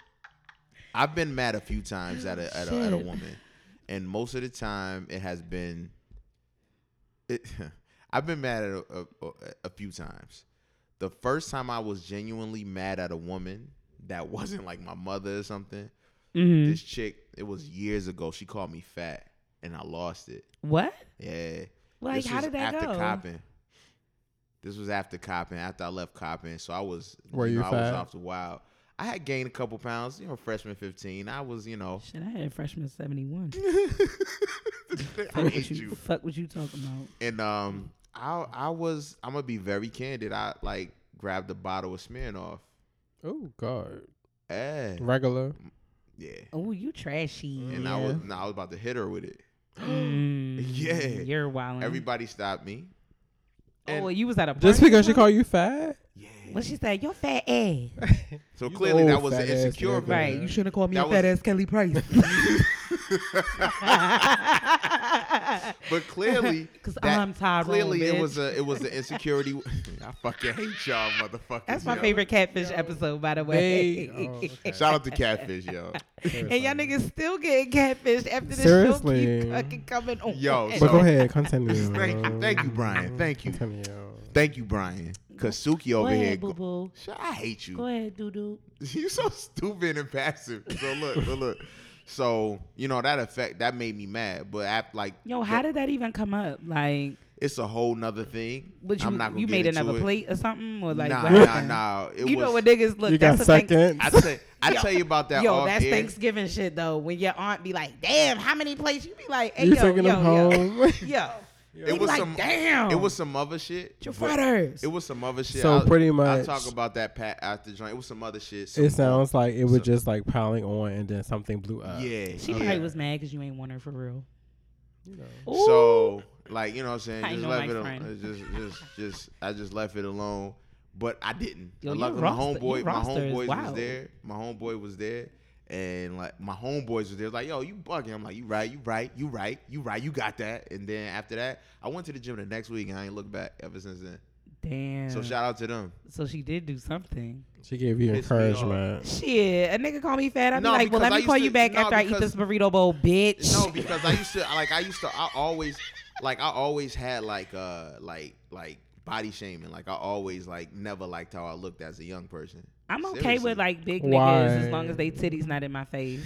S3: I've been mad a few times at a at a, at a
S4: Shit.
S3: woman, and most of the time it has been. It, <laughs> I've been mad at a, a, a, a few times. The first time I was genuinely mad at a woman that <laughs> wasn't like my mother or something.
S4: Mm-hmm.
S3: This chick, it was years ago. She called me fat, and I lost it.
S4: What?
S3: Yeah.
S4: Like, how
S3: was
S4: did that
S3: after
S4: go?
S3: copping. This was after copping, after I left copping. So I was,
S5: Were you
S3: know, I was
S5: fat?
S3: off the wild. I had gained a couple pounds, you know, freshman 15. I was, you
S4: <laughs>
S3: know,
S4: Shit, I had freshman seventy one.
S3: I
S4: Fuck
S3: hate
S4: what you <laughs>
S3: you.
S4: fuck what you talking about.
S3: And um, I I was I'm gonna be very candid. I like grabbed a bottle of Smirnoff.
S5: Oh God.
S3: Eh,
S5: Regular.
S3: yeah.
S4: Oh, you trashy.
S3: And I was and I was about to hit her with it.
S4: Mm-hmm. Mm,
S3: Yeah.
S4: You're wilding.
S3: Everybody stopped me.
S4: oh,
S3: and-
S4: you was at a
S5: Just
S4: party or
S5: because she
S4: something?
S5: called you fat?
S4: <laughs> Well, she said, "Your fat ass."
S3: So
S5: You
S3: clearly
S5: old
S3: that was an
S5: fat ass
S3: insecure.
S5: nigga.
S3: man.
S4: Right. You should have called me
S3: That
S4: a
S3: was-
S4: fat ass Kelly <laughs> Price.
S3: <laughs> But clearly,
S4: <laughs> 'Cause
S3: that-
S4: I'm Tyrone,
S3: Clearly, it
S4: bitch.
S3: was a it was
S4: <laughs>
S3: the insecurity. <laughs> I fucking hate y'all, motherfuckers.
S4: That's my
S3: yo.
S4: favorite catfish episode, by the way. <laughs>
S5: They- oh, okay.
S3: Shout out to Catfish, yo.
S4: And y'all niggas still getting catfished after this show
S5: Seriously.
S4: keep fucking coming on.
S3: Yo,
S4: <laughs>
S5: But
S3: so-
S5: go ahead, continue.
S3: <laughs> Thank you, thank you, Brian. Thank you,
S5: Continue.
S3: thank you, Brian. Kasuki
S4: go
S3: over here.
S4: ahead,
S3: go-
S4: boo boo.
S3: Shit, I hate you.
S4: Go ahead, doo doo.
S3: <laughs> you so stupid and passive. So look, so look. So you know that effect that made me mad. But after like,
S4: Yo, how
S3: the-
S4: did that even come up? Like,
S3: it's a whole nother thing.
S4: what you
S3: I'm not gonna
S4: you
S3: get
S4: made
S3: into
S4: another
S3: it.
S4: plate or something, or like,
S3: nah,
S4: what
S3: nah,
S4: happened?
S3: nah. It
S4: You
S3: was,
S4: know what niggas look.
S5: You got
S4: that's a thing-
S5: seconds.
S3: I tell I
S4: <laughs> Yo.
S3: tell you about that.
S4: Yo,
S3: off
S4: that's
S3: air.
S4: Thanksgiving shit though. When your aunt be like, "Damn, how many plates?" You be like, "Hey,
S5: you
S4: yo,
S5: taking
S4: yo,
S5: them
S4: yo,
S5: home?
S4: <laughs>
S3: <laughs>
S4: yo."
S3: It
S4: He
S3: was
S4: like,
S3: some.
S4: "Damn."
S3: It was some otother shit.
S4: Your
S3: but-
S4: fritters.
S3: It was some other shit.
S5: So
S3: I'll-
S5: pretty
S3: I'll
S5: much-
S3: talk about that pat after joint. It was some other shit. some-
S5: It sounds like it was
S3: So-
S5: just like piling on, and then something blew up.
S3: Yeah.
S4: She
S3: yeah.
S4: probably was mad because you ain't want her for real.
S5: You know.
S4: Ooh.
S3: So like you know what I'm saying,
S4: I
S3: just
S4: know
S3: left
S4: my
S3: it alone.
S4: friend.
S3: Just just just I just left it alone. But I didn't.
S4: Yo,
S3: I
S4: your
S3: left it. my
S4: roster-
S3: homeboy.
S4: your
S3: My
S4: roster is
S3: homeboys was
S4: wild.
S3: there. My homeboy was there. And like my homeboys was there, like, yo, you bugging. I'm like, you right, you right, you right, you right, you got that. And then after that, I went to the gym the next week and I ain't looked back ever since then.
S4: damn.
S3: So
S4: So,
S3: shout out to them.
S4: she did do something.
S5: She gave you
S3: Pissed me off.
S5: encouragement.
S4: Shit, a nigga call me fat. I'm
S3: No,
S4: like,
S3: because
S4: well, let
S3: I
S4: me
S3: used
S4: call
S3: to-
S4: you back
S3: no,
S4: after I eat
S3: because-
S4: this burrito bowl, bitch. <laughs>
S3: No, because I used to I- like I used to I always like I always had like uh like like body shaming. Like I always like never liked how I looked as a young person.
S4: I'm okay
S3: Seriously.
S4: with like big
S5: Why?
S4: niggas as long as they titties not in my face.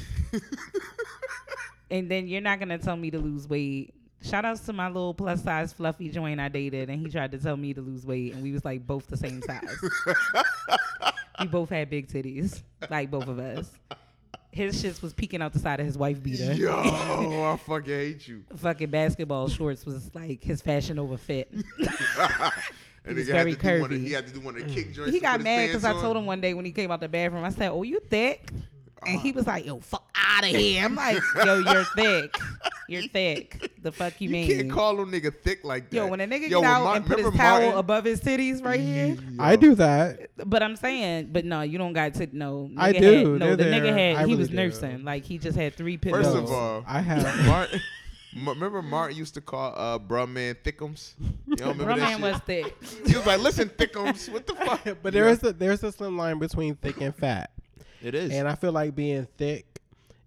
S4: and then you're not gonna tell me to lose weight. Shout outs to my little plus size fluffy joint I dated, and he tried to tell me to lose weight, and we was like both the same size. we both had big titties, like both of us. His shits was peeking out the side of his wife beater.
S3: Yo, I fucking hate you. <laughs>
S4: Fucking basketball shorts was like his fashion over fit.
S3: And
S4: was
S3: nigga had
S4: very
S3: to do one of-
S4: curvy.
S3: He had to do one of the kick joints.
S4: he
S3: to
S4: got
S3: put his
S4: mad
S3: pants
S4: because I
S3: on.
S4: told him one day when he came out the bathroom, I said, "Oh, you thick," and
S3: Ah.
S4: he was like, "Yo, fuck out of here." I'm like, "Yo, you're thick. You're thick. The fuck you,
S3: You
S4: mean?"
S3: can't call a nigga thick like that.
S4: Yo, when a nigga
S3: Yo,
S4: get
S3: when
S4: out
S3: Mar-
S4: and put his
S3: remember
S4: towel
S3: Martin? Mm-hmm.
S4: above his titties right here,
S5: I do that.
S4: but I'm saying, but no, you don't got to. No,
S5: I
S4: nigga
S5: do.
S4: Had, no,
S5: They're
S4: the
S5: there.
S4: nigga had. he
S5: I really
S4: was
S5: do.
S4: nursing. Like he just had three pit
S3: First
S4: bulls.
S3: of all, <laughs>
S5: I have.
S3: Martin. M- Remember Martin used to call uh bruh man thickums. You don't remember
S4: Bro,
S3: that
S4: man
S3: shit?
S4: was thick.
S3: <laughs> he was like, "Listen, thickums, what
S4: <laughs>
S3: the fuck?"
S5: but there is a there's a slim line between thick and fat,
S3: it is.
S5: and I feel like being thick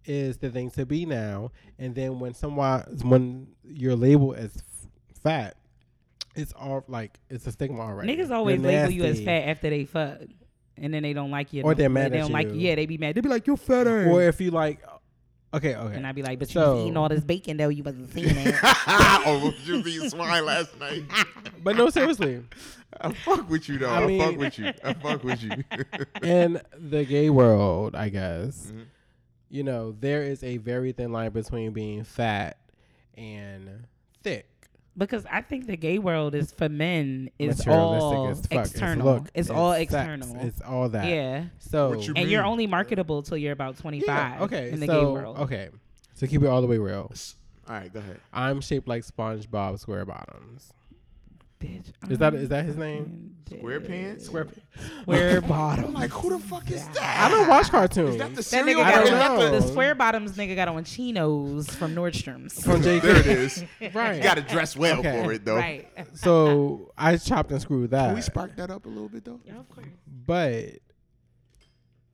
S5: is the thing to be now. And then when someone when you're labeled as f- fat, it's all like it's a stigma already.
S4: Niggas
S5: You're
S4: always label you as
S5: nasty.
S4: fat after they fuck, and then they don't like you.
S5: Or
S4: no-
S5: they're mad
S4: They
S5: at
S4: don't like you.
S5: you.
S4: Yeah, they be mad. They be like, "You're fatter."
S5: Or if you like, okay, okay.
S4: And I'd be like, but you
S5: So-
S4: was eating all this bacon though. You wasn't seeing it.
S3: <laughs> oh, was you being swine last night?
S5: <laughs> but
S4: <laughs>
S5: no, seriously.
S3: <laughs> I fuck with you though. I,
S5: I mean-
S3: fuck with you. I fuck with you. <laughs>
S5: in the gay world, I guess,
S4: Mm-hmm.
S5: you know, there is a very thin line between being fat and thick.
S4: because I think the gay world is for men is
S5: Materialistic
S4: all
S5: as fuck.
S4: external.
S5: look,
S4: it's, all
S5: sex,
S4: external.
S5: It's all that.
S4: yeah.
S5: So
S3: What you
S4: And you're
S3: Mm.
S4: only marketable till you're about 25
S5: yeah, okay.
S4: in the
S5: so,
S4: gay world.
S5: Okay. To keep it all the way real,
S3: All right, go ahead.
S5: I'm shaped like SpongeBob SquareBottoms.
S4: Bitch,
S5: Is that is that
S4: Um,
S5: his name?
S3: Wear pants.
S4: <laughs>
S5: Square.
S4: Square bottom.
S3: I'm like, who the fuck is
S5: <laughs> I
S3: that?
S5: don't watch cartoons.
S3: Is that the
S4: That
S3: cereal?
S4: nigga
S5: I
S4: got
S5: don't
S4: on,
S5: know.
S4: the square bottoms nigga got on chinos from
S3: <laughs>
S4: Nordstrom's.
S5: from JK.
S3: There it is.
S5: <laughs> Right.
S3: You gotta dress well
S5: Okay.
S3: for it though.
S4: right.
S5: So I chopped and screwed that.
S3: Can we spark that up a little bit though?
S4: of course.
S5: but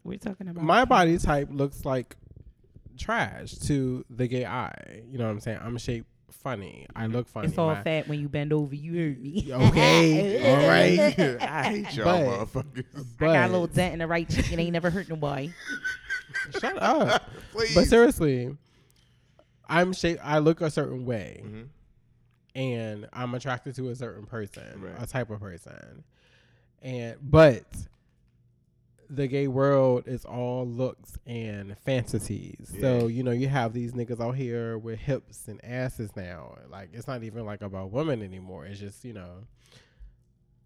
S4: We're talking about
S5: my body type looks like trash to the gay eye. You know what I'm saying? I'm shaped funny. I look
S4: <laughs>
S5: funny.
S4: It's all
S5: My-
S4: fat when you bend over. You heard me.
S5: <laughs>
S4: <laughs>
S5: Okay. all
S3: <laughs>
S5: right.
S3: I hate y'all
S5: <laughs>
S3: motherfuckers.
S5: But
S4: I got a little dent in the right cheek. It ain't never hurt nobody.
S5: shut up.
S3: Please.
S5: But seriously, I'm shaped. I look a certain way,
S3: Mm-hmm,
S5: and I'm attracted to a certain person,
S3: Right.
S5: a type of person, and but the gay world is all looks and fantasies. So, you know, you have these niggas out here with hips and asses now. Like, it's not even like about women anymore. It's just, you know,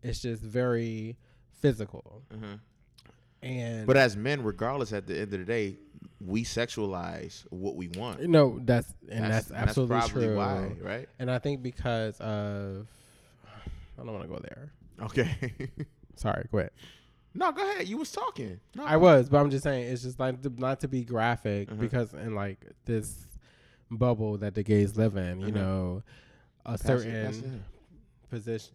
S5: it's just very physical.
S3: Mhm.
S5: And,
S3: But as men, regardless, at the end of the day, we sexualize what we want.
S5: you know, that's, and that's,
S3: and
S5: absolutely
S3: probably
S5: true.
S3: Why, right?
S5: And I think because of, <sighs> I don't want to go there.
S3: Okay. <laughs>
S5: Sorry, quit.
S3: no, go ahead. You was talking. No,
S5: I was, but I'm just saying it's just like to, not to be graphic
S3: Mm-hmm.
S5: because in like this bubble that the gays live in, you
S3: Uh-huh.
S5: know, a
S3: Pass it-
S5: certain
S3: pass it.
S5: position.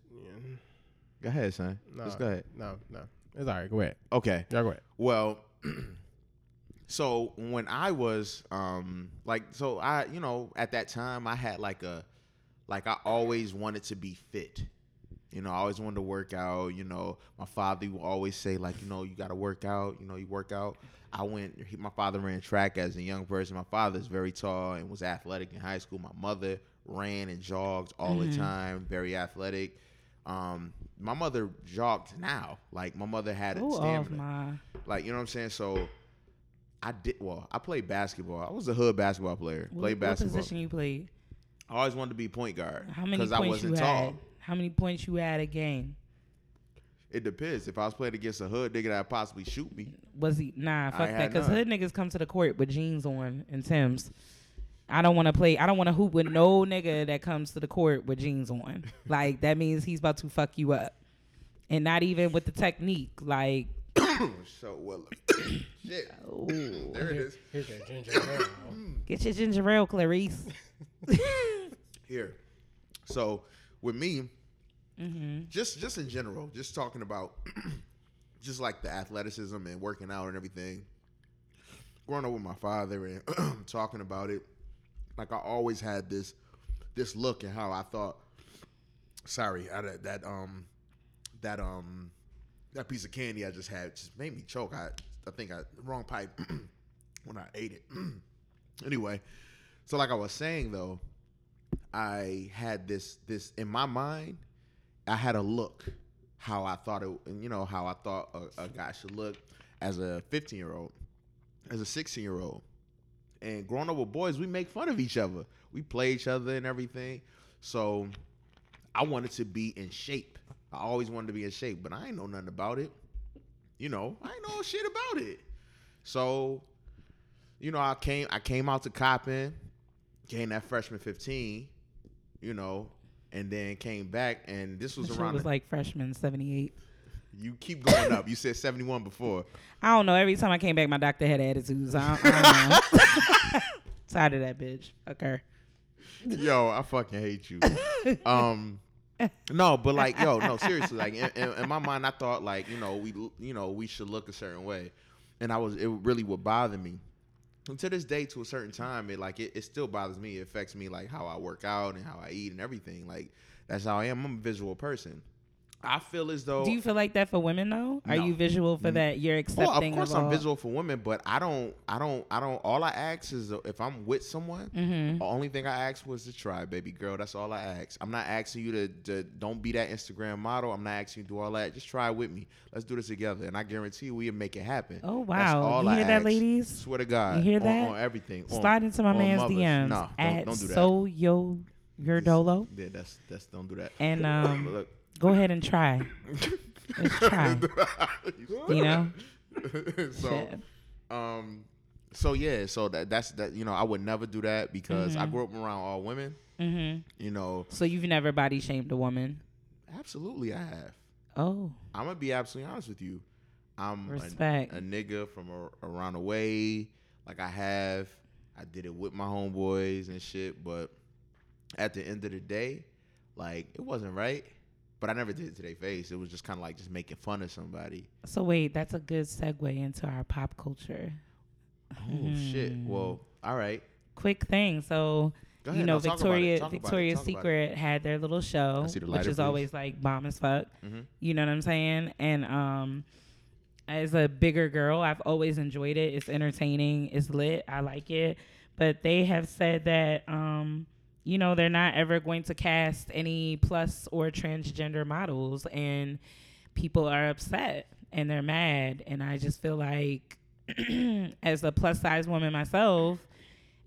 S3: Go ahead, son.
S5: No,
S3: Just go ahead.
S5: No, no, it's all right. Go ahead.
S3: Okay.
S5: Y'all go ahead.
S3: Well, <clears throat> so when I was um like so I you know at that time I had like a like I always wanted to be fit. You know, I always wanted to work out. You know, my father would always say like, you know, you got to work out. You know, you work out. I went. He, my father ran track as a young person. My father's very tall and was athletic in high school. My mother ran and jogged all the
S4: Mm-hmm.
S3: time. Very athletic. Um, my mother jogged now. Like my mother had a
S4: Ooh, off
S3: stamina.
S4: my.
S3: Like, you know what I'm saying? So I did well, I played basketball. I was a hood basketball player. Played
S4: What, what
S3: basketball.
S4: position you played?
S3: I always wanted to be point guard.
S4: How many
S3: I
S4: points you
S3: wasn't
S4: had?
S3: tall.
S4: How many points you had a game?
S3: It depends. If I was playing against a hood nigga that'd possibly shoot
S4: <coughs>
S3: me.
S4: Was he nah? Fuck that.
S3: had
S4: Because
S3: none.
S4: hood niggas come to the court with jeans on and Tim's. I don't want to play. I don't want to hoop with no nigga that comes to the court with jeans on. Like that means he's about to fuck you up, and not even with the technique. Like
S3: So well <coughs> shit.
S4: Oh. ooh.
S3: <coughs> There it is.
S5: Here's your ginger ale.
S4: get your ginger ale, Clarice. <laughs>
S3: Here. So with me, just just in general, just talking about <clears throat> just like the athleticism and working out and everything. Growing up with my father and <clears throat> talking about it, like I always had this this look and how I thought. Sorry, I, that- that um that um that piece of candy I just had just made me choke. I I think I wrong pipe <clears throat> when I ate it. <clears throat> anyway, so like I was saying though, I had this this in my mind. I had a look how I thought it, and you know how I thought a, a guy should look as a 15 year old, as a 16 year old, and growing up with boys, we make fun of each other, we play each other and everything. So I wanted to be in shape. I always wanted to be in shape, but I ain't know nothing about it. You know, I ain't know shit about it. So, you know, I came I came out to Coppin, gained that freshman 15, you know, and then came back and this was
S4: She
S3: around
S4: was
S3: the-
S4: like freshman '78.
S3: you keep going up. You said 71 before.
S4: I don't know. Every time I came back, my doctor had attitudes. I don't, I don't know.
S3: <laughs>
S4: <laughs> Tired of that bitch. Fuck her.
S3: Yo, I fucking hate you. Um no, but like yo, no, seriously, like in, in, in my mind I thought like, you know, we you know, we should look a certain way. And I was it really would bother me. And to this day to a certain time, it like it, it still bothers me. It affects me like how I work out and how I eat and everything. Like that's how I am. I'm a visual person. I feel as though
S4: Do you feel like that for women though? Are
S3: No.
S4: you visual for that? You're accepting.
S3: well, of course, I'm
S4: all-
S3: visual for women, but I don't, I don't, I don't. All I ask is if I'm with someone.
S4: Mm-hmm.
S3: The only thing I asked was to try, baby girl. That's all I asked. I'm not asking you to, to don't be that Instagram model. I'm not asking you to do all that. Just try it with me. Let's do this together, and I guarantee you, we'll make it happen.
S4: Oh,
S3: That's
S4: wow.
S3: all
S4: You
S3: I
S4: hear that,
S3: asked.
S4: ladies?
S3: Swear to God,
S4: You hear
S3: on-
S4: that?
S3: On, everything. On-
S4: Slide into my
S3: on
S4: man's
S3: mothers.
S4: DMs
S3: Nah, don't,
S4: at
S3: don't do that.
S4: So Yo Yerdolo.
S3: yeah, that's that's don't do that. <laughs>
S4: And, um,
S3: look,
S4: Go ahead and try. Let's
S3: <laughs>
S4: try. You know?
S3: so.
S4: Shit.
S3: Um. So yeah. So that that's that. You know, I would never do that because
S4: Mm-hmm.
S3: I grew up around all women. You know,
S4: So you've never body shamed a woman.
S3: absolutely, I have.
S4: Oh,
S3: I'm gonna be absolutely honest with you. I'm a-
S4: Respect.
S3: A, nigga from a, around the way. Like I have, I did it with my homeboys and shit. But at the end of the day, like it wasn't right. But I never did it to their face. It was just kind of like just making fun of somebody.
S4: so wait, that's a good segue into our pop culture.
S3: Oh shit. Well, all right.
S4: Quick thing. So
S3: Go
S4: Mm-hmm. you
S3: ahead.
S4: know,
S3: No, talk about it. Talk
S4: Victoria
S3: about it.
S4: Victoria's
S3: Talk about it.
S4: Secret had their little show,
S3: I see the
S4: which
S3: lighter,
S4: is
S3: please.
S4: always like bomb as fuck.
S3: Mhm.
S4: You know what I'm saying? And um, as a bigger girl, I've always enjoyed it. It's entertaining. It's lit. I like it. But they have said that um, you know, they're not ever going to cast any plus or transgender models, and people are upset. and they're mad. And I just feel like, <clears throat> as a plus size woman myself,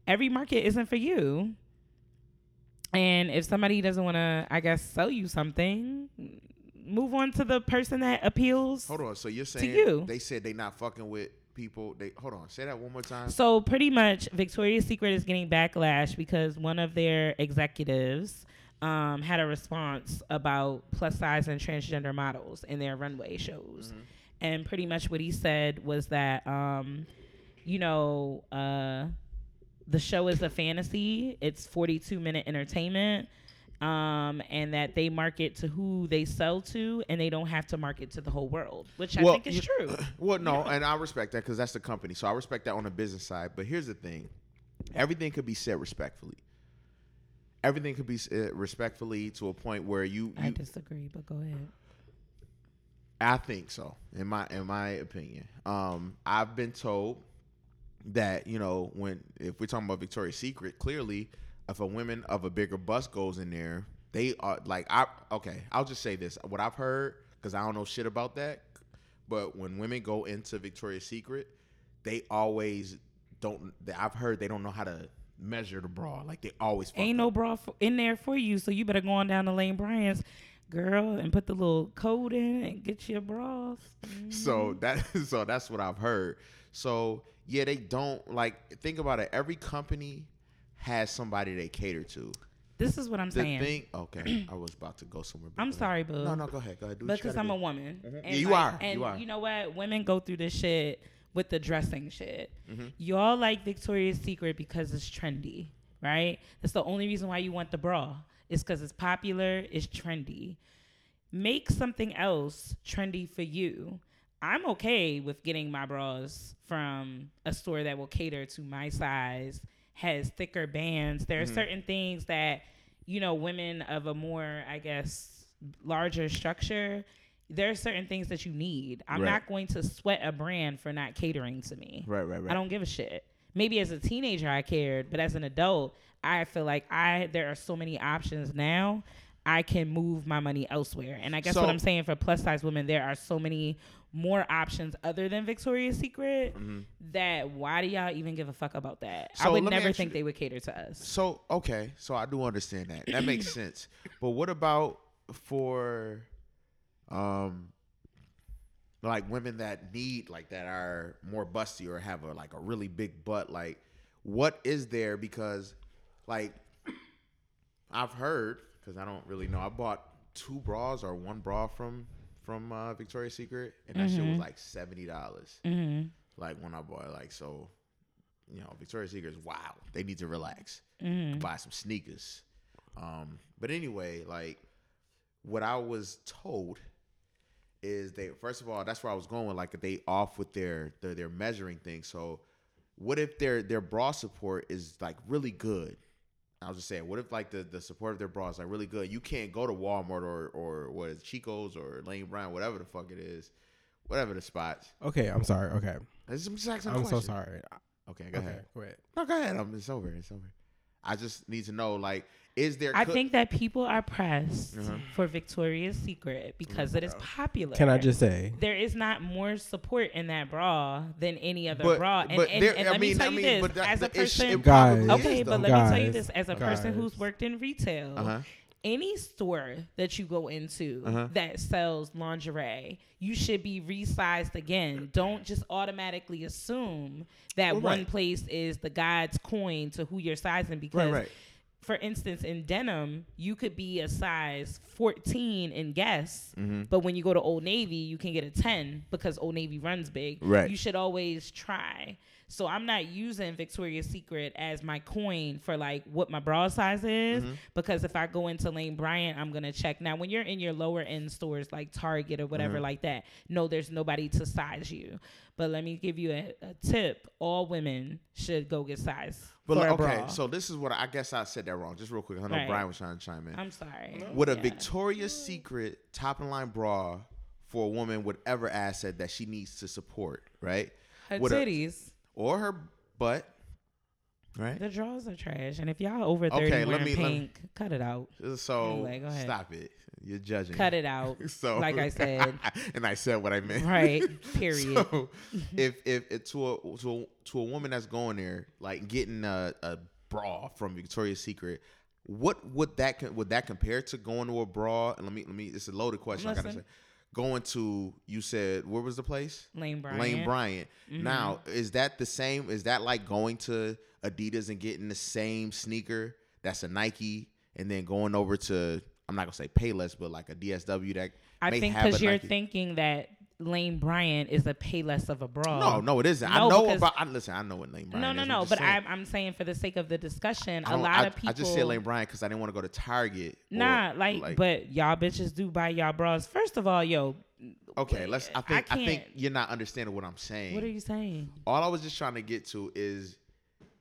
S4: every market isn't for you. And if somebody doesn't want to, I guess, sell you something, move on to the person that appeals.
S3: Hold on. So you're saying
S4: you.
S3: they said they not fucking with people. They hold on. Say that one more time.
S4: So pretty much, Victoria's Secret is getting backlash because one of their executives um, had a response about plus size and transgender models in their runway shows,
S3: Mm-hmm.
S4: and pretty much what he said was that um, you know uh, the show is a fantasy. It's 42 minute entertainment. Um, and that they market to who they sell to, and they don't have to market to the whole world, which I
S3: Well,
S4: think is
S3: you- <clears throat>
S4: true.
S3: <coughs> Well, no, and I respect that because that's the company. So I respect that on the business side. But here's the thing: everything could be said respectfully. Everything could be said respectfully to a point where you.
S4: I
S3: you-
S4: disagree, but go ahead.
S3: I think so. In my in my opinion, um, I've been told that you know when if we're talking about Victoria's Secret, clearly if a woman of a bigger bust goes in there, they are like I okay. I'll just say this: what I've heard because I don't know shit about that, but when women go into Victoria's Secret, they always don't. I've heard they don't know how to measure the bra. Like they always fuck
S4: Ain't
S3: up.
S4: no bra f in there for you, so you better go on down to Lane Bryant's, girl, and put the little code in and get your bras. Mm-hmm.
S3: So that <laughs> so that's what I've heard. So yeah, they don't like think about it. Every company has somebody they cater to.
S4: This is what I'm
S3: The
S4: saying.
S3: thing,
S4: <clears throat>
S3: okay, I was about to go somewhere. but
S4: I'm
S3: go ahead.
S4: sorry, boo.
S3: No, no, go ahead, go ahead. Do what you
S4: because
S3: gotta
S4: I'm a
S3: do.
S4: woman.
S3: Mm-hmm. Yeah, you
S4: like-
S3: are.
S4: And
S3: You are.
S4: know what? Women go through this shit with the dressing shit.
S3: Mm-hmm.
S4: Y'all like Victoria's Secret because it's trendy, right? That's the only reason why you want the bra. It's because it's popular, it's trendy. Make something else trendy for you. I'm okay with getting my bras from a store that will cater to my size, has thicker bands. There are certain things that, you know, women of a more, I guess, larger structure, there are certain things that you need. I'm
S3: Right.
S4: not going to sweat a brand for not catering to me.
S3: Right, right, right.
S4: I don't give a shit. Maybe as a teenager I cared, but as an adult, I feel like I there are so many options now. I can move my money elsewhere. And I guess
S3: So-
S4: what I'm saying for plus size women, there are so many more options other than Victoria's Secret that why do y'all even give a fuck about that?
S3: Mm-hmm.
S4: I
S3: So
S4: would
S3: let me ask
S4: never
S3: you
S4: think
S3: th-
S4: they would cater to us.
S3: So okay, so I do understand that. That makes sense. But what about for, um, like women that need like that are more busty or have a like a really big butt? Like, what is there? Because, like, I've heard because I don't really know. I bought two bras or one bra from from uh, Victoria's Secret, and that shit was like seventy dollars.
S4: Mm-hmm.
S3: Like when I bought it, like so you know, Victoria's Secret is wow. They need to relax,
S4: Mm-hmm.
S5: Mm-hmm.
S3: buy some sneakers. Um, but anyway, like what I was told is they first of all that's where I was going. Like they off with their their, their measuring thing. So what if their their bra support is like really good? I was just saying, what if like the, the support of their bra is like really good? You can't go to Walmart or or what is it, Chico's or Lane Bryant, whatever the fuck it is, whatever the spots.
S5: Okay, I'm sorry. Okay,
S3: This is just asking a
S5: I'm so
S3: question.
S5: sorry.
S3: Okay, go
S5: Okay,
S3: ahead.
S5: go ahead.
S3: No, go ahead. I'm, it's over. It's over. I just need to know, like, is there?
S4: I
S3: cook-
S4: think that people are pressed
S3: Uh-huh.
S4: for Victoria's Secret
S3: Mm-hmm.
S4: because it is popular.
S5: Can I just say?
S4: there is not more support in that bra than any other
S3: but,
S4: bra. And,
S3: but
S4: and,
S3: there-
S4: and
S3: I
S4: let
S3: mean,
S4: me tell
S3: I
S4: you
S3: mean,
S4: this
S3: but that,
S4: as a
S3: but it sh-
S4: person.
S3: it probably
S5: <laughs> Guys.
S4: okay,
S3: is,
S4: but
S3: though.
S4: let me tell you
S5: Guys,
S4: this as a person
S5: guys.
S4: who's worked in retail.
S3: Uh-huh.
S4: Any store that you go into that sells lingerie, you should be resized again. Don't just automatically assume that
S3: Well,
S4: one
S3: right.
S4: place is the God's coin to who you're sizing because
S3: right.
S4: for instance, in denim, you could be a size 14 in Guess,
S3: Mm-hmm.
S4: but when you go to Old Navy, you can get a 10 because Old Navy runs big.
S3: Right.
S4: You should always try. So I'm not using Victoria's Secret as my coin for like what my bra size is
S3: Mm-hmm.
S4: because if I go into Lane Bryant, I'm gonna check. Now, when you're in your lower end stores like Target or
S3: Mm-hmm.
S4: whatever like that, no, there's nobody to size you. But let me give you a, a tip: all women should go get size.
S3: But
S4: for
S3: like,
S4: a
S3: okay,
S4: bra.
S3: so this is what I, I guess I said that wrong. Just real quick, I know
S4: Right.
S3: Brian was trying to chime in.
S4: I'm sorry.
S3: Would a
S4: Yeah.
S3: Victoria's Secret top and line bra for a woman whatever asset that she needs to support, right?
S4: her
S3: Would a-
S4: titties.
S3: or her butt right?
S4: The drawers are trash, and if y'all over
S3: Okay,
S4: thirty
S3: let
S4: wearing
S3: me- let me-
S4: pink, cut it out.
S3: So
S4: Anyway, go ahead.
S3: stop it. You're judging.
S4: Cut
S3: <laughs>
S4: it out. <laughs>
S3: So
S4: like I said,
S3: <laughs> and I said what I meant.
S4: right? Period.
S3: <laughs>
S4: Mm-hmm.
S3: So if if it, to a to a, to a woman that's going there, like getting a, a bra from Victoria's Secret, what would that co- would that compare to going to a bra? And let me let me. It's a loaded question. I gotta
S4: Listen.
S3: say, going to you said where was the place?
S4: Lane Bryant. Mm-hmm.
S3: Lane Bryant. Now is that the same? Is that like going to Adidas and getting the same sneaker that's a Nike, and then going over to I'm not gonna say Payless, but like a DSW that
S4: I
S3: may
S4: think
S3: have
S4: because
S3: a
S4: you're
S3: Nike.
S4: thinking that Lane Bryant is a pay less of a bra.
S3: No, no, it isn't. I
S4: Um, No,
S3: know
S4: because-
S3: about. I, listen, I know what Lane Bryant.
S4: no,
S3: is.
S4: no,
S3: I'm
S4: no.
S3: just
S4: But
S3: saying.
S4: I'm, I'm saying for the sake of the discussion,
S3: I
S4: a
S3: don't-
S4: lot
S3: I-
S4: of people.
S3: I just said Lane Bryant because I didn't want to go to Target. or,
S4: Nah, like, but y'all bitches do buy y'all bras. First of all, yo,
S3: okay, let's. I
S4: I
S3: think I, think
S4: can't-
S3: you're not understanding what I'm saying.
S4: what are you saying?
S3: All I was just trying to get to is,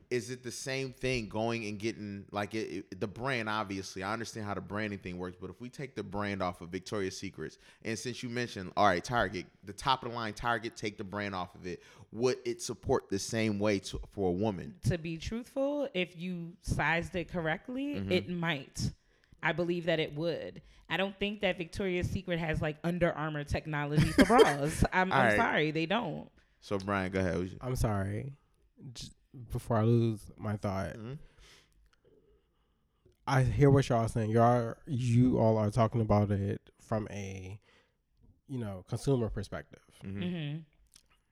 S3: is it the same thing going and getting like it, it- the brand? Obviously, I understand how the branding thing works, but if we take the brand off of Victoria's Secrets, and since you mentioned, all right, Target, the top of the line Target, take the brand off of it, would it support the same way to, for a woman?
S4: to be truthful, if you sized it correctly,
S5: Mm-hmm.
S4: it might. I believe that it would. I don't think that Victoria's Secret has like Under Armour technology for
S5: <laughs>
S4: bras. I'm,
S3: All
S4: I'm
S3: right.
S4: sorry, they don't.
S3: So, Brian, go ahead. What you-
S5: I'm sorry. J- before I lose my thought,
S3: Mhm.
S5: I hear what y'all saying. Y'all, are- you all are talking about it from a, you know, consumer perspective.
S4: hmm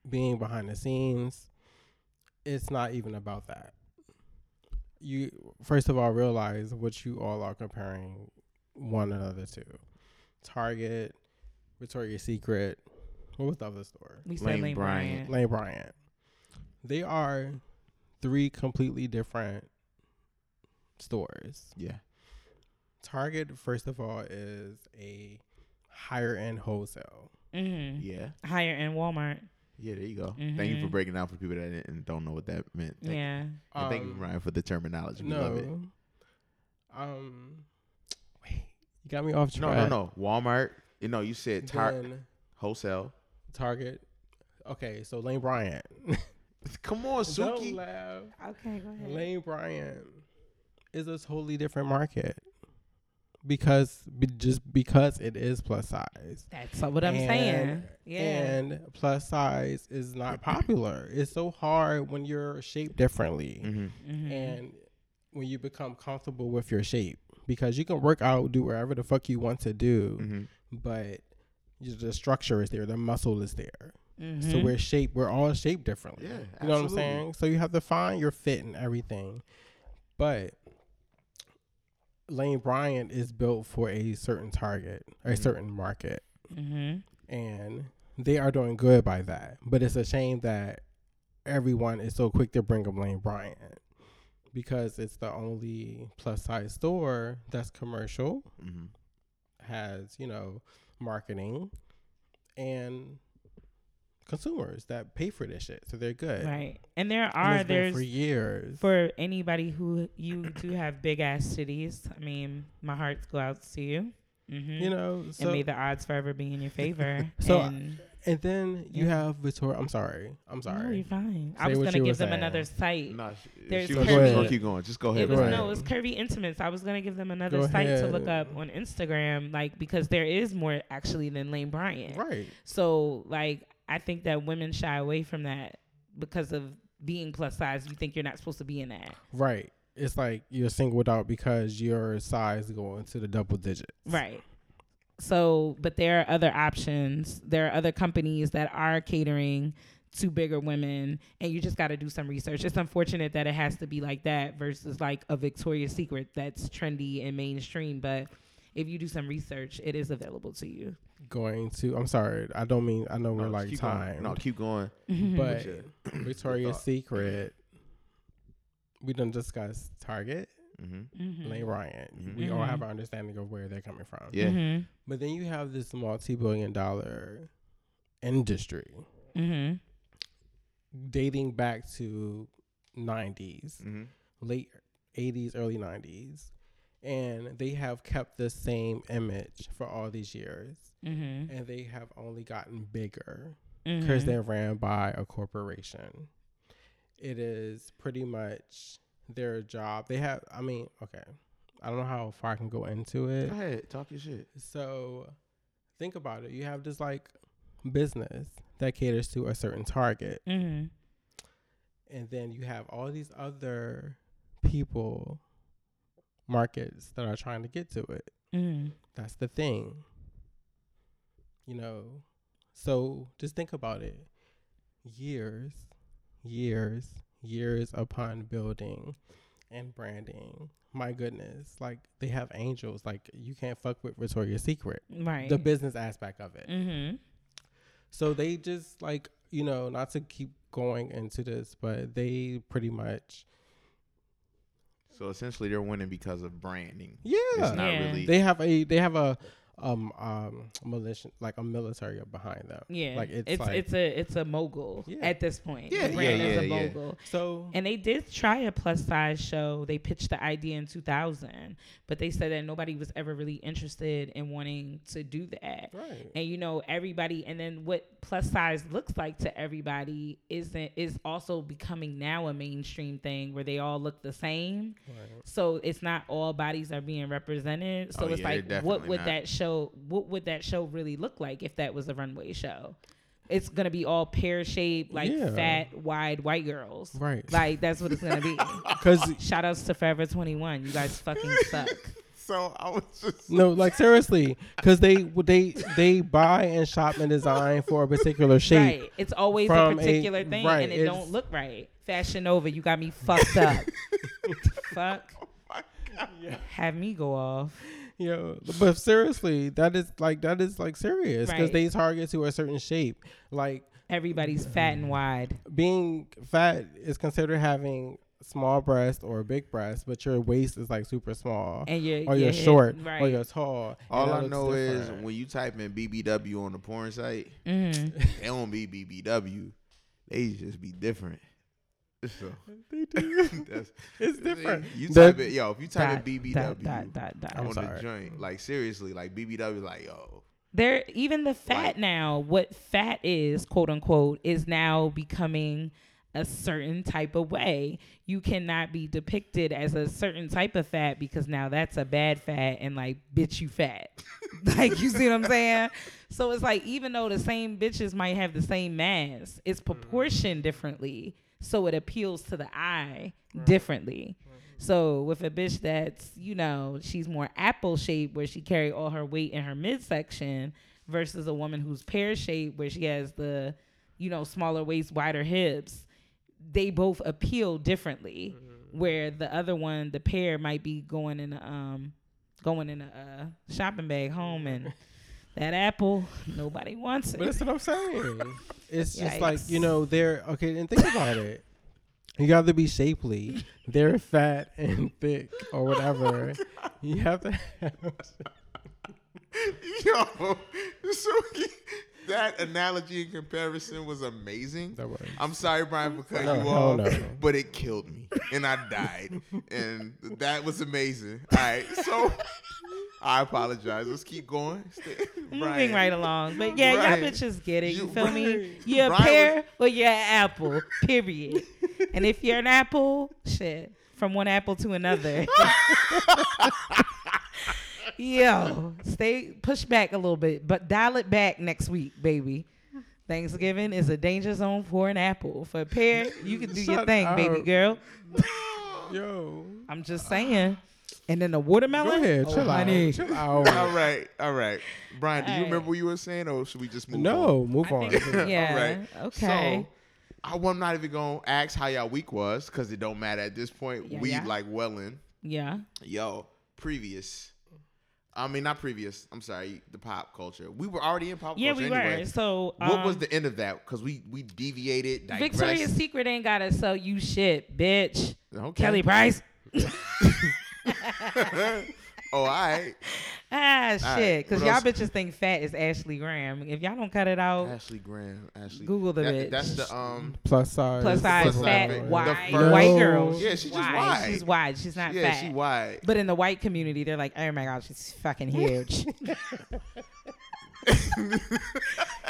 S5: Being behind the scenes, it's not even about that. You first of all realize what you all are comparing one another to. Target, Victoria's Secret. What was the other store?
S4: We said
S3: Lane
S4: Lane,
S3: Bryant.
S4: Bryant.
S5: Lane Bryant. They are three completely different stores.
S3: Yeah.
S5: Target, first of all, is a higher end wholesale.
S4: Mm-hmm.
S3: Yeah.
S4: Higher end Walmart.
S3: Yeah, there you go. Thank you for
S4: Mhm.
S3: breaking down for people that didn't, don't know what that meant. Thank You.
S4: yeah.
S3: And thank you,
S5: Um,
S3: Ryan, for the terminology. We love it.
S5: No. Um, wait, you got me off
S3: No,
S5: track.
S3: no, no. Walmart. You know, you said tar-
S5: Then
S3: wholesale. <laughs>
S5: Target. Okay, so Lane Bryant. <laughs>
S3: Come on,
S5: Don't
S3: Suki.
S5: laugh.
S4: Okay, go ahead.
S5: Lane Bryant is a totally different market because be, just because it is plus size.
S4: That's what I'm saying.
S5: And-
S4: Yeah.
S5: And plus size is not popular. It's so hard when you're shaped differently
S3: Mm-hmm,
S4: Mhm.
S5: and when you become comfortable with your shape because you can work out, do whatever the fuck you want to do,
S3: Mm. mm-hmm,
S5: but you- the structure is there, the muscle is there. So
S4: Mhm.
S5: we're shaped, we're all shaped differently.
S3: Yeah,
S5: you know what I'm
S3: absolutely.
S5: saying? So you have to find your fit and everything. But Lane Bryant is built for a certain target, a certain market
S4: Mhm.
S5: and they are doing good by that. But it's a shame that everyone is so quick to bring up Lane Bryant because it's the only plus size store that's commercial,
S3: Mhm.
S5: has you know marketing, and consumers that pay for this shit, so they're good.
S4: Right. And there
S5: Uh, And
S4: are
S5: it's been
S4: there's
S5: for years?
S4: for anybody who you do have big ass cities, I mean, my hearts go out to you. Mm-hmm.
S5: you know, so
S4: and may the odds forever be in your favor.
S5: <laughs> So,
S4: and
S5: and then you
S4: Yeah.
S5: have Victoria. I'm sorry, I'm
S4: No, you're
S5: sorry.
S4: fine.
S5: uh, Say
S4: I was
S5: what
S4: gonna
S5: you were
S4: give them
S5: saying.
S4: another site.
S3: Nah, she,
S4: There's
S3: she was
S5: Kirby.
S3: she was gonna keep going. Just go
S4: it
S3: ahead.
S4: was
S5: Brian.
S4: no, it was Curvy Intimates. I was gonna give them another
S5: Go
S4: site to
S5: ahead.
S4: look up on Instagram, like because there is more actually than Lane Bryant.
S5: right.
S4: So like I think that women shy away from that because of being plus size. You think you're not supposed to be in that.
S5: Right. It's like you're singled out because your size going to the double digits.
S4: Right. So, but there are other options. There are other companies that are catering to bigger women, and you just got to do some research. It's unfortunate that it has to be like that versus like a Victoria's Secret that's trendy and mainstream, but if you do some research, it is available to you.
S5: Going to I'm sorry, I don't mean I know we're like
S3: keep
S5: time.
S3: Going. No, keep going.
S5: but
S3: Good
S5: Victoria's
S3: thought.
S5: Secret. We done discussed Target,
S3: hmm
S4: Mm-hmm.
S5: Lane Bryant.
S3: Mhm.
S5: We all
S4: Mhm.
S5: have our understanding of where they're coming from.
S3: Yeah.
S4: Mm-hmm.
S5: But then you have this multi billion dollar industry
S4: Mm-hmm.
S5: dating back to nineties.
S3: hmm
S5: late 80s, early 90s. And they have kept the same image for all these years.
S4: Mm-hmm.
S5: And they have only gotten bigger because
S4: Mm-hmm.
S5: they're ran by a corporation. It is pretty much their job. They have, I mean, okay. I don't know how far I can go into it.
S3: Go ahead, talk your shit.
S5: So think about it. You have this like business that caters to a certain target.
S4: Mm-hmm.
S5: and then you have all these other people markets that are trying to get to it
S4: Mm-hmm.
S5: that's the thing you know so just think about it years years years upon building and branding my goodness like they have angels like you can't fuck with Victoria's Secret
S4: Right.
S5: the business aspect of it
S4: Mm-hmm.
S5: so they just like, you know, not to keep going into this, but they pretty much
S3: So essentially, they're winning because of branding. It's
S5: Yeah.
S3: not
S4: Yeah.
S3: really.
S5: They have a they have a um um militia like a military behind them.
S4: Yeah.
S5: Like it's,
S4: it's
S5: like
S4: it's a it's a mogul
S5: Yeah.
S4: at this point.
S3: Yeah,
S4: The brand
S3: yeah,
S4: is a
S3: yeah, yeah.
S4: mogul.
S5: so
S4: And they did try a plus size show. They pitched the idea in 2000, but they said that nobody was ever really interested in wanting to do that.
S5: right.
S4: And you know, everybody and then what plus size looks like to everybody isn't is also becoming now a mainstream thing where they all look the same.
S5: right.
S4: So it's not all bodies are being represented. So
S3: Oh,
S4: it's
S3: yeah, they're
S4: like what
S3: definitely
S4: would
S3: not.
S4: that show what would that show really look like if that was a runway show? It's gonna be all pear shaped, like
S5: Yeah.
S4: fat, wide white girls.
S5: Right.
S4: Like that's what it's gonna be.
S5: Cuz
S4: Shout outs to Forever Twenty One. You guys fucking suck.
S3: <laughs> So I was just.
S5: no, like seriously, cuz they they they buy and shop and design for a particular shape.
S4: Right. It's always a
S5: From a-
S4: particular thing
S5: right,
S4: and it
S5: it's-
S4: don't look right. Fashion Nova, you got me fucked
S5: <laughs>
S4: up. Fuck.
S5: Oh
S4: Have me go off.
S5: Yo, but seriously, that is like that is like serious cuz
S4: Right.
S5: they target to a certain shape. Like
S4: Everybody's fat and wide.
S5: being fat is considered having small breast or big breast, but your waist is like super small,
S4: And your-
S5: or
S4: your
S5: Oh, you're
S4: head-
S5: short, or
S4: right.
S5: you're tall. and
S3: All
S5: that
S3: I
S5: looks
S3: know is
S5: different.
S3: when you type in BBW on the porn site,
S4: Mm.
S3: they don't be BBW. They just be different. So
S5: <laughs> They do.
S3: <laughs> that's,
S5: it's different.
S3: You
S5: The-
S3: type it, yo. If you type
S4: Dot,
S3: in BBW
S4: dot, dot, dot, dot.
S5: I'm
S3: on
S5: sorry.
S3: the joint, like seriously, like BBW, like yo,
S4: There, even the fat
S3: Like-
S4: now, what fat is, quote unquote, is now becoming a certain type of way. You cannot be depicted as a certain type of fat because now that's a bad fat and like, bitch, you fat. <laughs> like, you see what I'm saying? So it's like, even though the same bitches might have the same mass, it's proportioned differently. So it appeals to the eye differently. So with a bitch that's, you know, she's more apple shaped where she carry all her weight in her midsection versus a woman who's pear shaped where she has the, you know, smaller waist, wider hips, they both appeal differently. Where the other one, the pear might be going in a um going in a uh, shopping bag home and that apple, nobody wants
S5: But
S4: it.
S5: that's what I'm saying.
S3: <laughs>
S5: It's just like you
S4: Yikes.
S5: know they're okay. And think about it. You got to be shapely. They're fat and thick or
S3: <laughs>
S5: whatever.
S3: Oh,
S5: you have <laughs> to.
S3: <laughs> yo, so that analogy and comparison was amazing.
S5: That works.
S3: I'm sorry, Brian, for cutting
S5: No,
S3: you
S5: hell
S3: off,
S5: no.
S3: but it killed me, and I died, and that was amazing. All right, so I apologize. Let's keep going. Stay-
S4: Moving right along. But yeah, y'all
S3: Right.
S4: bitches get it. You,
S3: You-
S4: feel me?
S3: right.
S4: You're a
S3: Brian
S4: pear or you're an apple, period. and if you're an apple, shit, from one apple to another. Yo, stay, push back a little bit, but dial it back next week, baby. Thanksgiving is a danger zone for an apple. For a pear, you can do your
S5: Shut
S4: thing, baby
S5: up.
S4: girl.
S5: Yo,
S4: I'm just saying. And then the
S5: go
S4: watermelon.
S5: ahead.
S4: Oh,
S5: chill
S4: honey.
S5: <laughs> out. Chill out.
S3: All right, all right, Brian. Do you
S4: All right.
S3: remember what you were saying, or should we just move? on?
S5: No, move
S4: I
S5: on.
S4: think- yeah.
S3: All right.
S4: Okay.
S3: So, I, am not even gonna ask how y'all week was because it don't matter at this point.
S4: Yeah,
S3: we
S4: yeah.
S3: like well in.
S4: yeah.
S3: Yo, previous. I mean, not previous. I'm sorry. The pop culture. We were already in pop
S4: Yeah,
S3: culture
S4: we were.
S3: anyway.
S4: So
S3: what was
S4: um,
S3: the end of that? Because we we deviated. Digressed.
S4: Victoria's Secret ain't gotta sell you shit, bitch.
S3: Okay.
S4: Kelly Price.
S3: <laughs>
S4: <laughs>
S3: oh, all right.
S4: Ah,
S3: All
S4: shit.
S3: right,
S4: Because
S3: what
S4: y'all
S3: else?
S4: bitches think fat is Ashley Graham. If y'all don't cut it out,
S3: Ashley Graham. Ashley.
S4: Google the
S3: that,
S4: bitch.
S3: That's the um.
S5: Plus size.
S4: plus size,
S3: plus size
S4: fat,
S3: thing. The
S4: wide,
S3: first-
S4: white
S5: No.
S4: girl.
S3: Yeah, she just wide.
S4: She's wide. She's not
S3: yeah,
S4: fat.
S3: she wide.
S4: But in the white community, they're like, oh my God, she's
S3: <laughs>
S4: fucking huge.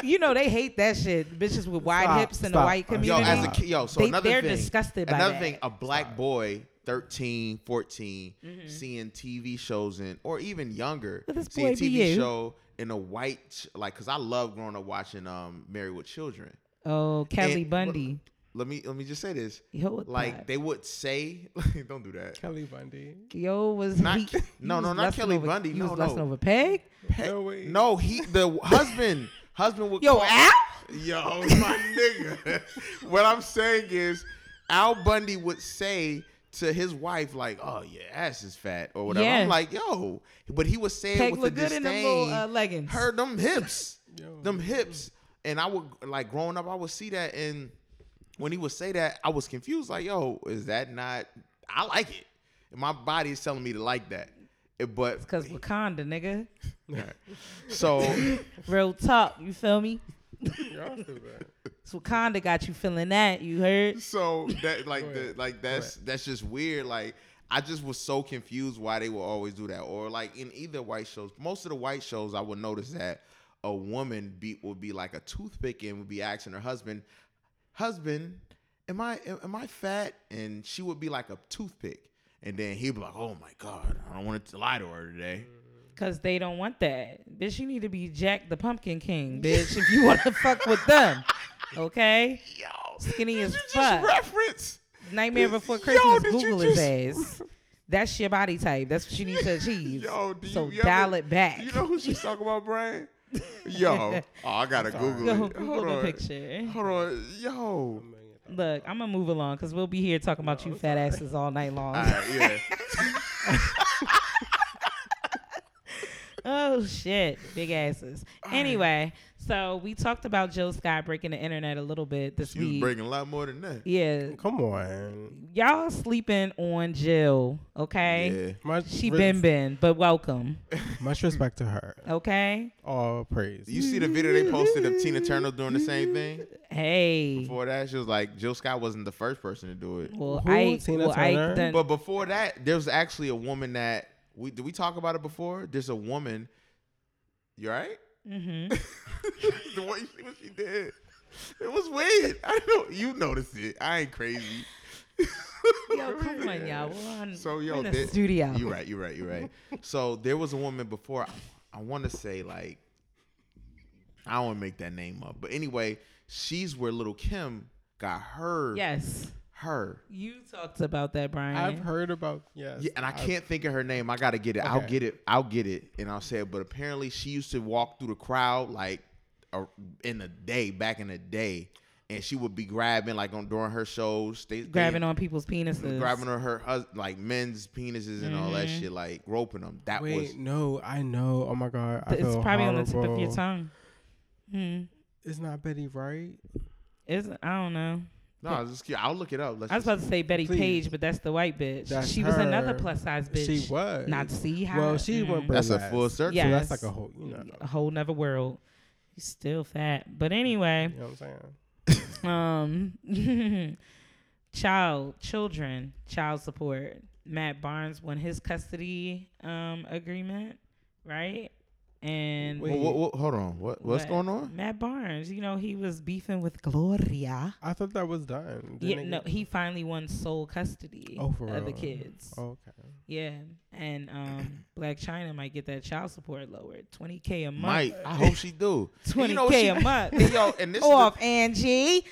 S4: you know, they hate that shit. Bitches with wide
S5: Stop,
S4: hips in the
S5: stop.
S4: white
S5: Yo, as
S4: community.
S3: Yo, as a kid, yo, so
S4: They-
S3: another
S4: they're
S3: thing,
S4: disgusted by
S3: another
S4: that.
S3: thing, a black boy 13, 14, seeing TV shows in, or even younger,
S4: Let Mm-hmm. this
S3: seeing
S4: boy be
S3: TV
S4: you.
S3: show in a white, ch- like, because I love growing up watching um, Married with Children.
S4: Oh, Kelly
S3: And-
S4: Bundy.
S3: Let me let me just say this.
S4: Yo, was
S3: Like
S4: black.
S3: they would say, <laughs> don't do that.
S5: Kelly Bundy.
S4: yo was
S3: Not-
S4: he, he
S3: no, no,
S4: was
S3: not
S4: lusting
S3: Kelly
S4: over-
S3: Bundy.
S4: He
S3: No,
S4: was
S3: no.
S4: lusting over Peg.
S5: No way.
S3: No, he the husband husband would
S4: Yo,
S3: call-
S4: Al.
S3: Yo, my nigga. <laughs> what I'm saying is, Al Bundy would say to his wife, like, "Oh, your ass is fat" or whatever.
S4: Yeah.
S3: I'm like, "Yo," but he was saying
S4: Peg
S3: with a
S4: looked good in
S3: disdain.
S4: them little uh, leggings.
S3: her them hips,
S5: Yo.
S3: them hips, and I would like growing up, I would see that, and when he would say that, I was confused. Like, "Yo, is that not? I like it. And my body is telling me to like that." It- But <laughs>
S4: Cause Wakanda, nigga. <laughs>
S3: so
S4: Real talk, you feel me?
S5: Y'all stupid.
S4: It's Wakanda got you feeling that. You heard?
S3: so that like
S5: <laughs> Go
S3: the
S5: ahead.
S3: like that's that's just weird like i just was so confused why they will always do that or like in either white shows most of the white shows i would notice that a woman be would be like a toothpick and would be asking her husband husband am i am, am i fat and she would be like a toothpick and then he'd be like oh my god i don't want to lie to her today
S4: Mm. Cause they don't want that. Bitch, you need to be Jack the Pumpkin King, bitch, if you want to <laughs> fuck with them. Okay?
S3: yo
S4: Skinny
S3: did
S4: as
S3: you
S4: fuck.
S3: just reference
S4: Nightmare
S3: This-
S4: Before
S3: yo,
S4: Christmas.
S3: did you
S4: Google his ass. That's your body type. That's what you need to
S3: <laughs>
S4: achieve.
S3: Yo, do you,
S4: so
S3: you ever-
S4: dial it back.
S3: You know who she's talking about,
S4: <laughs>
S3: Brian? Yo, oh, I gotta Google
S4: Go
S3: it.
S4: Google
S3: Hold
S4: the
S3: on,
S4: picture.
S3: hold on, yo.
S4: Look, I'm gonna move along because we'll be here talking about you fat asses all night long.
S3: All right,
S4: <laughs>
S3: yeah.
S4: Oh shit, big asses. Anyway, so we talked about Jill Scott breaking the internet a little bit this
S3: She was
S4: week.
S3: breaking a lot more than that.
S4: yeah,
S5: Come on.
S4: y'all sleeping on Jill, okay?
S3: Yeah.
S5: Much
S4: She
S5: res-
S4: been been, but welcome,
S5: Much respect to her.
S4: okay?
S5: All praise.
S3: You
S4: Mm-hmm.
S3: see the video they posted of Tina Turner doing the same thing?
S4: Hey,
S3: Before that, she was like, Jill Scott wasn't the first person to do it.
S4: well,
S5: Who,
S4: I
S5: Tina
S4: well, Ike
S5: Turner?
S4: done,
S3: But before that, there was actually a woman that we did we talk about it before? There's a woman. You all right?
S4: Mhm.
S3: <laughs> the way you see what she did. It was weird. I don't know. You noticed it. I ain't crazy.
S4: yo,
S3: <laughs>
S4: come on, y'all. We're on,
S3: So
S4: we're
S3: yo,
S4: in the
S3: there-
S4: studio.
S3: You right, you right, you right. so there was a woman before. I, I want to say like, I don't want to make that name up, but anyway, she's where Little Kim got her.
S4: Yes,
S3: her.
S4: you talked about that, Brian.
S5: I've heard about yes.
S3: Yeah, and I
S5: I've-
S3: can't think of her name. I gotta get it. I'll
S5: Okay.
S3: get it. I'll get it, and I'll say it. But apparently, she used to walk through the crowd like a, in the day, back in the day, and she would be grabbing like on during her shows. They,
S4: grabbing
S3: they,
S4: on people's penises.
S3: grabbing on her hus- like men's penises and all that
S4: Mm-hmm.
S3: shit, like groping them. That
S5: Wait,
S3: was
S5: no, I know. Oh my god, I
S4: It's
S5: feel
S4: probably on the tip of your
S5: horrible.
S4: tongue. Hmm.
S5: It's not Betty Wright.
S4: Is I don't know.
S3: No, I was just curious. I'll look it up. Let's
S4: I was
S3: just-
S4: about to say Betty
S5: Please.
S4: Page, but that's the white bitch.
S5: That's
S4: she was another
S5: her.
S4: plus size bitch.
S5: She was.
S4: Not see how. mm-hmm.
S5: Well, she went.
S3: that's a
S5: burlesque.
S3: full circle.
S4: Yeah.
S5: So that's
S4: Yes.
S5: like a whole, you know.
S4: a whole nother world. He's still fat, but anyway,
S5: You know what I'm saying?
S4: um, <laughs> child, children, child support. Matt Barnes won his custody um agreement, right? And
S5: Wait,
S3: Wha- wha- wha- hold on. What what's
S4: what?
S3: going on?
S4: Matt Barnes, you know, he was beefing with Gloria.
S5: I thought that was done. Didn't
S4: Yeah,
S5: it
S4: no,
S5: get-
S4: he finally won sole custody
S5: Oh, for
S4: of the
S5: real?
S4: kids.
S5: Oh, okay.
S4: Yeah,
S3: <clears throat>
S4: and um, Black China might get that child support lowered, twenty k a month,
S3: Mike, I hope she
S4: <laughs>
S3: do. And
S4: twenty
S3: you know what
S4: k
S3: she-
S4: a month.
S3: And <laughs> yo, and this is
S4: Go
S3: the,
S4: off, Angie.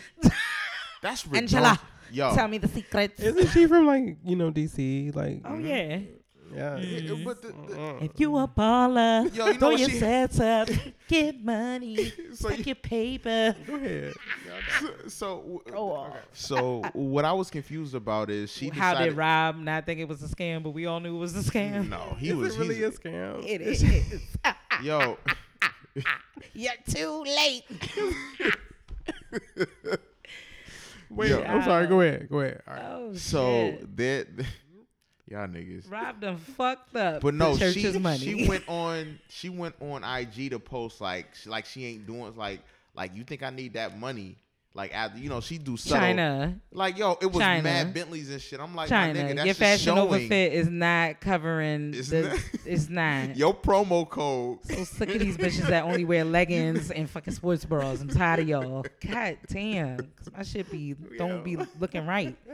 S3: that's ridiculous.
S4: Angela,
S3: Yo,
S4: tell me the secrets.
S5: Isn't she from like you know DC? Like
S3: Mm-hmm.
S4: oh yeah,
S5: yeah.
S3: it- it- but the-
S5: Oh,
S3: the-
S4: if you a baller,
S3: Uh, mm-hmm. Yo, you know
S4: throw
S3: what
S4: your
S3: she- <laughs>
S4: sets up, get money,
S3: So
S4: take
S3: you-
S4: your paper.
S5: Go ahead.
S3: <laughs> so
S4: Go off.
S3: so what I was confused about is she
S4: How
S3: decided.
S4: did Rob not think it was a scam? But we all knew it was a
S3: <laughs>
S4: scam.
S3: no, he
S5: Is
S3: was
S5: it really
S3: he's-
S5: a
S3: <laughs>
S5: scam?
S4: It is.
S5: <laughs>
S3: yo. <laughs>
S4: You're too late.
S5: Wait,
S3: Yo.
S5: I'm sorry. Go ahead. Go ahead. All right.
S4: Oh
S3: So
S4: shit.
S3: that <laughs> y'all niggas.
S4: Rob done fucked up.
S3: But no,
S4: the church's
S3: she
S4: money. <laughs>
S3: she went on she went on IG to post like she, like she ain't doing like like you think I need that money like after you know she do subtle
S4: China.
S3: like yo it was
S4: China.
S3: mad Bentleys and shit I'm like
S4: China,
S3: my nigga that's
S4: your
S3: just
S4: fashion
S3: showing
S4: over fit is not covering.
S3: It's
S4: the,
S3: not.
S4: <laughs> It's not.
S3: your promo code
S4: So sick of these bitches that only wear leggings and fucking sports bras. I'm tired of y'all. God damn, 'Cause my shit be don't be looking right. <laughs>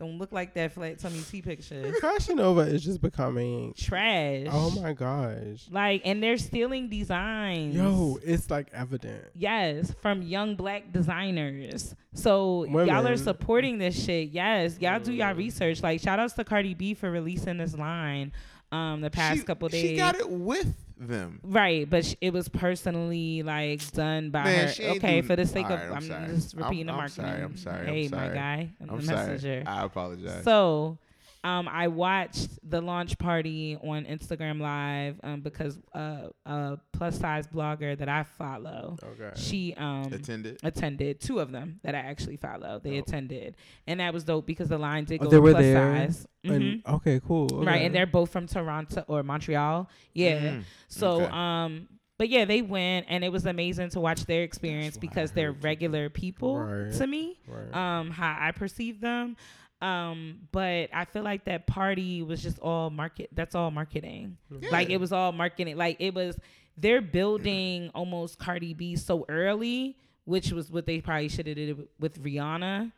S4: Don't look like that flat tummy T picture.
S5: Cashinova is just becoming.
S4: Trash.
S5: Oh my gosh.
S4: Like, and they're stealing designs.
S5: Yo, it's like evident.
S4: Yes, from young black designers. So y'all are
S5: Women.
S4: supporting this shit. Yes, y'all do y'all research. Like shout outs to Cardi B for releasing this line um the past
S3: she,
S4: couple days.
S3: She got it with them.
S4: Right, but sh- it was personally like done by
S3: Man, she
S4: her.
S3: ain't
S4: Okay,
S3: do-
S4: for the sake
S3: Alright,
S4: of
S3: I'm
S4: I'm,
S3: sorry.
S4: just
S3: I'm-
S4: repeating the
S3: I'm
S4: marketing.
S3: sorry, I'm sorry, I'm
S4: Hey, my
S3: sorry.
S4: guy,
S3: I'm
S4: the
S3: sorry.
S4: messenger.
S3: I apologize.
S4: So, um, I watched the launch party on Instagram Live um, because uh, a plus size blogger that I follow,
S5: Okay.
S4: she um
S3: Attended.
S4: attended two of them that I actually follow. They attended, and that was dope because the line did go
S5: Oh, they
S4: to
S5: were
S4: plus
S5: there?
S4: size. Mhm.
S5: And, okay, cool.
S4: Right,
S5: okay. Mm,
S4: and they're both from Toronto or Montreal. Yeah.
S3: Mhm.
S4: So,
S3: Okay.
S4: um, but yeah, they went, and it was amazing to watch their experience
S5: what I
S4: because they're
S5: heard.
S4: regular people
S5: Right.
S4: to me.
S5: Right.
S4: Um, how I perceive them. Um, but I feel like that party was just all market. That's all marketing. Um, Like it was all marketing. Like it was they're building almost Cardi B so early, which was what they probably should have did with Rihanna.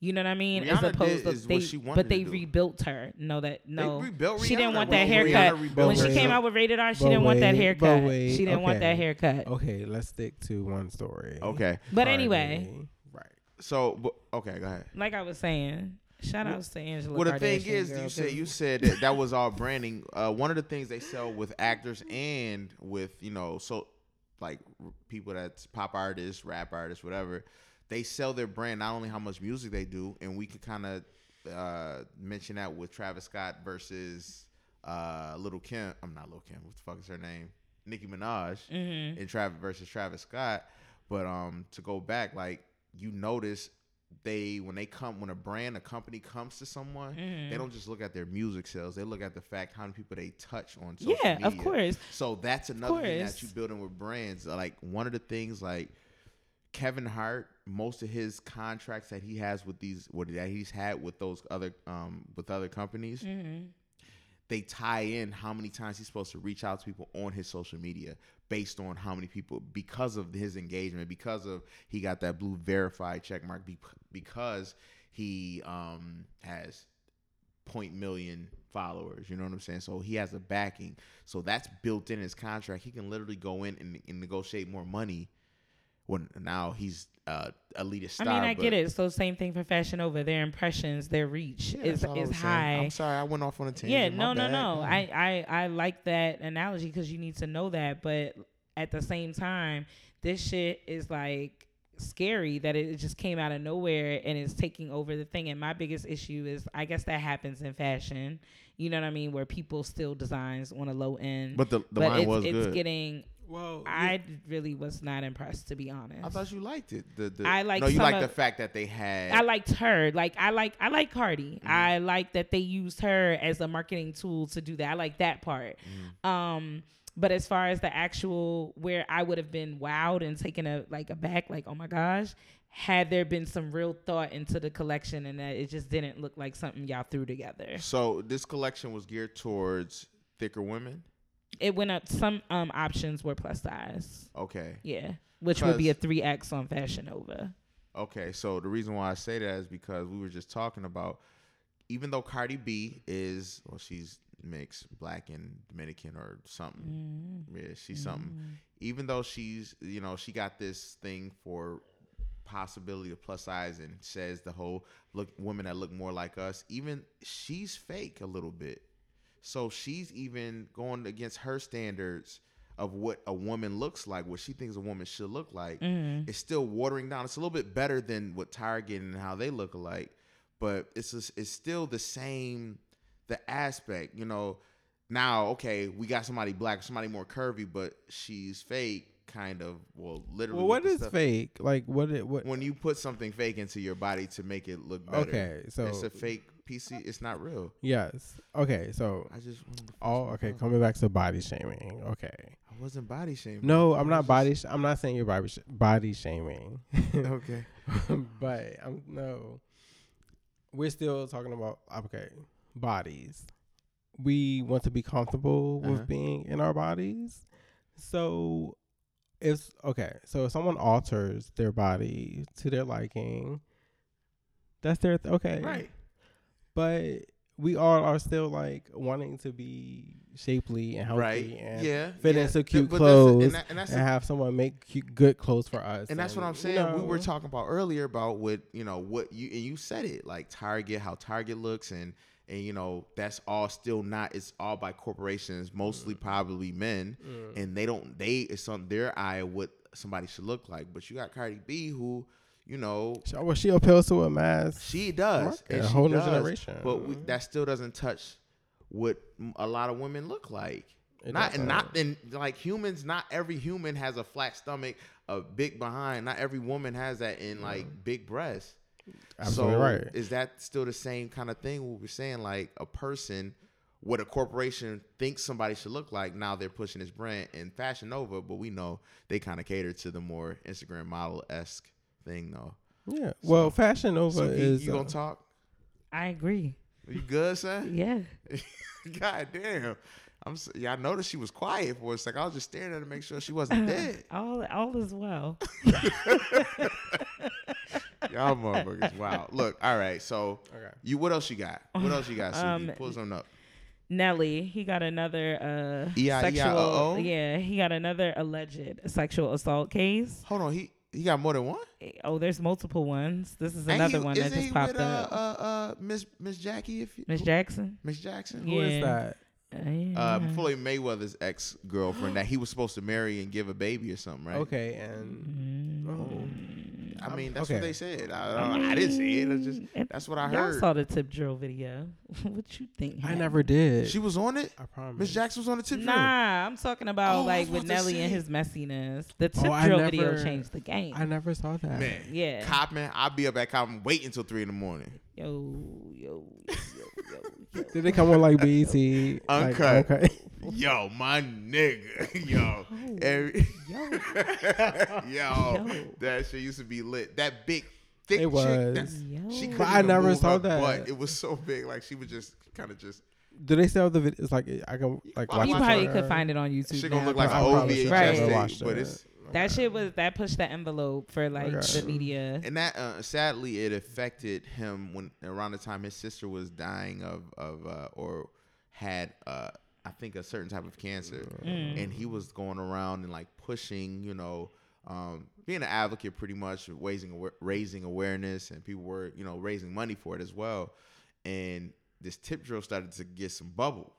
S4: You know what I mean? As
S3: Rihanna did-
S4: opposed
S3: is
S4: to
S3: what
S4: they,
S3: she wanted
S4: but they
S3: to do.
S4: rebuilt her. No, that no,
S3: rebuilt
S4: she didn't
S3: Rihanna.
S4: want
S3: Well,
S4: that haircut.
S3: Rihanna rebuilt
S4: When she
S5: her.
S4: came out with Rated R, she
S5: But
S4: didn't want that
S5: wait,
S4: haircut.
S5: but wait,
S4: She didn't want that
S5: okay.
S4: haircut.
S5: okay, let's stick to one story.
S3: Okay.
S4: But anyway,
S5: Cardi. Right.
S3: So, but, okay, go ahead.
S4: like I was saying, shout outs to Angela.
S3: Well, the thing
S4: Kardashian,
S3: is,
S4: girl,
S3: you said
S4: 'cause-
S3: you said that that was all branding. Uh, one of the things they sell with actors and with you know so like r- people that's pop artists, rap artists, whatever. They sell their brand not only how much music they do, and we could kind of uh, mention that with Travis Scott versus uh, Little Kim. I'm not Little Kim. What the fuck is her name? Nicki Minaj
S4: Mm-hmm.
S3: and Travis versus Travis Scott. But um, to go back, like you notice they when they come when a brand a company comes to someone
S4: Mm-hmm.
S3: they don't just look at their music sales they look at the fact how many people they touch on social
S4: Yeah, of
S3: media.
S4: course.
S3: so that's another thing that
S4: course.
S3: you building with brands like one of the things like Kevin Hart, most of his contracts that he has with these, what that he's had with those other, um, with other companies,
S4: Mm-hmm.
S3: they tie in how many times he's supposed to reach out to people on his social media based on how many people because of his engagement, because of he got that blue verified check mark, be- because he um, has point million followers. You know what I'm saying? So he has a backing. So that's built in his contract. He can literally go in and, and negotiate more money. When now he's uh, elitist
S4: I
S3: star.
S4: mean, I get
S3: but-
S4: it. So same thing for Fashion Over. Their impressions, their reach
S3: Yeah,
S4: is
S3: that's all I
S4: is
S3: was saying.
S4: high.
S3: I'm sorry, I went off on a tangent.
S4: Yeah,
S3: my
S4: no, no,
S3: bad.
S4: no. I, I, I like that analogy because you need to know that. But at the same time, this shit is like scary that it just came out of nowhere and it's taking over the thing. And my biggest issue is, I guess that happens in fashion. You know what I mean? Where people still designs on a low end,
S3: But the, the line
S4: it's,
S3: was
S4: it's
S3: good.
S4: getting.
S5: Well,
S4: I really was not impressed, to be honest.
S3: I thought you liked it. The, the,
S4: I like
S3: No, you
S4: some
S3: like
S4: of-
S3: the fact that they had.
S4: I liked her. Like I like I like Cardi. I like that they used her as a marketing tool to do that. I like that part. Um but as far as the actual where I would have been wowed and taken a like a back like oh my gosh had there been some real thought into the collection and that it just didn't look like something y'all threw together.
S3: So this collection was geared towards thicker women.
S4: It went up some um options were plus size.
S3: Okay.
S4: Yeah. Which would be a
S3: Because-
S4: 3x on Fashion Nova.
S3: Okay, so the reason why I say that is because we were just talking about even though Cardi B is well, she's mixed, black and Dominican or something.
S4: Mm.
S3: Yeah, she's
S4: Mm-hmm.
S3: something. Even though she's you know, she got this thing for possibility of plus size and says the whole look women that look more like us, even she's fake a little bit. So she's even going against her standards of what a woman looks like, what she thinks a woman should look like. It's still watering down. It's a little bit better than what Target and how they look alike, but it's just, it's still the same the aspect, you know. Now, okay, we got somebody black, somebody more curvy, but she's fake, kind of. Well, literally.
S5: well, what
S3: with the
S5: is
S3: stuff-
S5: fake? Like, what? It, what?
S3: When you put something fake into your body to make it look better.
S5: Okay, so
S3: it's a fake PC. It's not real.
S5: yes. Okay, so
S3: I just wanted to-
S5: oh, okay. Coming back to body shaming. Okay.
S3: I wasn't body shaming.
S5: No, I'm
S3: I
S5: not
S3: was
S5: body. Sh- I'm not saying you're body sh- body shaming,
S3: just- Okay.
S5: <laughs> but I'm no. We're still talking about okay bodies. We want to be comfortable
S3: Uh-huh.
S5: with being in our bodies, so it's okay. So if someone alters their body to their liking, that's their th- okay.
S3: Right.
S5: but we all are still like wanting to be shapely and healthy
S3: Right.
S5: and
S3: Yeah,
S5: fit
S3: yeah.
S5: into
S3: Th-
S5: cute
S3: but that's- and
S5: clothes and,
S3: that- and that's the-
S5: have someone make cute, good clothes for us.
S3: And that's what I'm
S5: you
S3: saying. We were
S5: know.
S3: talking about earlier about what you know what you and you said it like Target, how Target looks, and and you know that's all still not. It's all by corporations,
S5: Mm.
S3: mostly probably men, and they don't. They it's on their eye of what somebody should look like. But you got Cardi B, who you know
S5: She- Well, she appeals to a mass.
S3: she does,
S5: Market,
S3: and
S5: a
S3: she
S5: whole new
S3: does,
S5: generation.
S3: But we, that still doesn't touch what m- a lot of women look like.
S5: It
S3: not and not
S5: doesn't.
S3: in like humans. Not every human has a flat stomach, a big behind. Not every woman has that in like big breasts.
S5: Absolutely
S3: so
S5: right.
S3: Is that still the same kind of thing? What we're saying, like a person, what a corporation thinks somebody should look like. Now they're pushing this brand and Fashion Nova, but we know they kind of cater to the more Instagram model esque thing, though.
S5: Yeah. Well, Fashion Nova
S3: So you,
S5: is
S3: you
S5: uh,
S3: gonna talk?
S4: I agree.
S3: You good, son? <laughs>
S4: Yeah.
S3: God damn. I'm s yeah, I noticed she was quiet for a second. I was just staring at her to make sure she
S4: <laughs>
S3: wasn't dead.
S4: All all is well.
S3: Y'all motherfuckers. Wow. Look, all right. So
S5: Okay.
S3: you what else you got? What else you got, Suki?
S4: Um,
S3: Pull something up.
S4: Nelly, he got another uh
S3: E-I-E-I-O-O?
S4: sexual Yeah, he got another alleged sexual assault case.
S3: Hold on, he he got more than one?
S4: Oh, there's multiple ones. This is
S3: Ain't
S4: another
S3: he-
S4: one that
S3: isn't
S4: just
S3: he
S4: popped
S3: with, uh,
S4: up.
S3: Uh uh Miss Miss Jackie if you
S4: Miss Jackson?
S3: Miss Jackson?
S5: who is
S4: Yeah.
S5: that?
S4: Uh, yeah.
S3: Uh, Floyd Mayweather's ex girlfriend that he was supposed to marry and give a baby or something, right?
S5: Okay,
S4: Mm-hmm. Mm.
S5: and oh,
S3: I mean, that's
S5: okay.
S3: what they said. I, I, I didn't say it. I just
S4: Mm. And
S3: that's what I
S4: Y'all
S3: heard.
S4: saw the tip drill video. <laughs> what you think?
S5: I
S4: happened?
S5: never did.
S3: She was on it.
S5: I promise.
S3: Miss Jackson was on the tip. drill.
S4: Nah, I'm talking about
S3: Oh, I
S4: like
S3: was
S4: with
S3: about to
S4: Nelly and
S3: say. Oh,
S4: his messiness. The tip
S5: I
S4: drill video
S5: never-
S4: changed the game.
S5: I never saw that.
S3: Man,
S4: Yeah.
S3: Copping, I'll be up at Coppin waiting until three in the morning.
S5: <laughs>
S4: Yo, yo, yo,
S3: <laughs>
S4: yo, yo.
S5: Did it come on like BET? Like,
S3: Uncut.
S5: okay. <laughs>
S3: Yo, my nigga, yo, every,
S4: yo.
S3: <laughs> yo,
S4: Oh, Yo.
S3: that shit used to be lit. That big, thick
S5: It
S3: chick, that,
S5: was.
S4: Yo.
S3: she couldn't
S5: But I
S3: even
S5: never
S3: move
S5: saw
S3: her
S5: that.
S3: butt. It was so big, like she was just kind of just.
S5: Do they sell the vid- It's like I can like
S3: You
S5: watch.
S4: You
S3: watch
S4: probably
S3: her.
S4: could find it on YouTube.
S3: She gonna
S4: now,
S3: look like
S4: but-
S3: an
S5: I
S3: old
S5: probably
S3: VHS
S4: should have
S3: tape,
S5: watched
S3: but
S5: it.
S3: it's
S4: that shit was that pushed the envelope
S3: Oh
S4: for like
S5: Okay.
S4: the media.
S3: and that uh, sadly it affected him when around the time his sister was dying of of uh, or had uh, I think a certain type of cancer, and he was going around and like pushing, you know, um, being an advocate pretty much, raising awar- raising awareness, and people were you know raising money for it as well, and this tip drill started to get some bubble,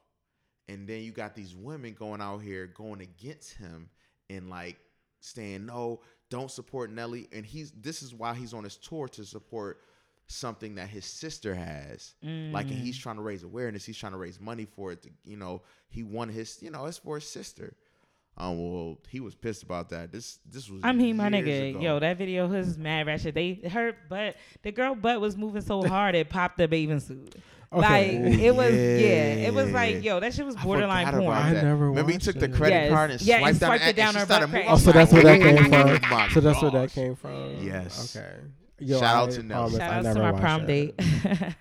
S3: and then you got these women going out here going against him and like saying no don't support nelly and he's this is why he's on his tour to support something that his sister has like
S4: Mm.
S3: and he's trying to raise awareness he's trying to raise money for it to, you know he won his you know it's for his sister um well he was pissed about that this this was
S4: I mean, my
S3: years
S4: nigga,
S3: ago.
S4: yo, that video was mad ratchet. They her butt, the girl butt was moving so hard it popped the bathing suit.
S5: Okay.
S4: Like it was, yeah. it was
S3: Oh, Yeah.
S4: like, yo, that shit was
S3: I
S4: borderline
S3: forgot
S4: porn.
S3: about
S5: I
S3: that.
S5: never
S3: Remember, he
S5: watched
S3: took the
S5: it.
S3: credit
S4: Yes.
S3: card and
S4: Yeah, and
S3: swiped,
S4: swiped it down
S3: and she
S4: her
S3: started
S4: butt
S3: moving. Oh
S4: crack.
S5: Oh, so that's where that came from.
S3: My
S5: so that's where that
S3: gosh.
S5: came from.
S3: Yes.
S5: Okay.
S3: Shout out to Nelly.
S5: promise
S4: Shout
S5: I
S4: out to
S5: never
S4: my
S5: watched
S4: prom
S5: it.
S4: date.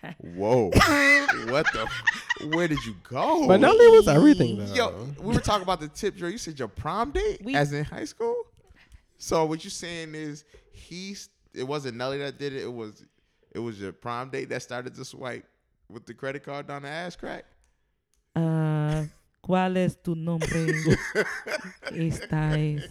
S4: <laughs>
S3: Whoa. what the? f- Where did you go?
S5: But Nelly was everything though.
S3: Yo, we were talking about the tip drill. You said your prom date,
S4: We-
S3: as in high school. So what you saying is he's? It wasn't Nelly that did it. It was, it was your prom date that started to swipe with the credit card down the ass crack.
S4: uh, ¿Cuál es tu nombre? Esta es,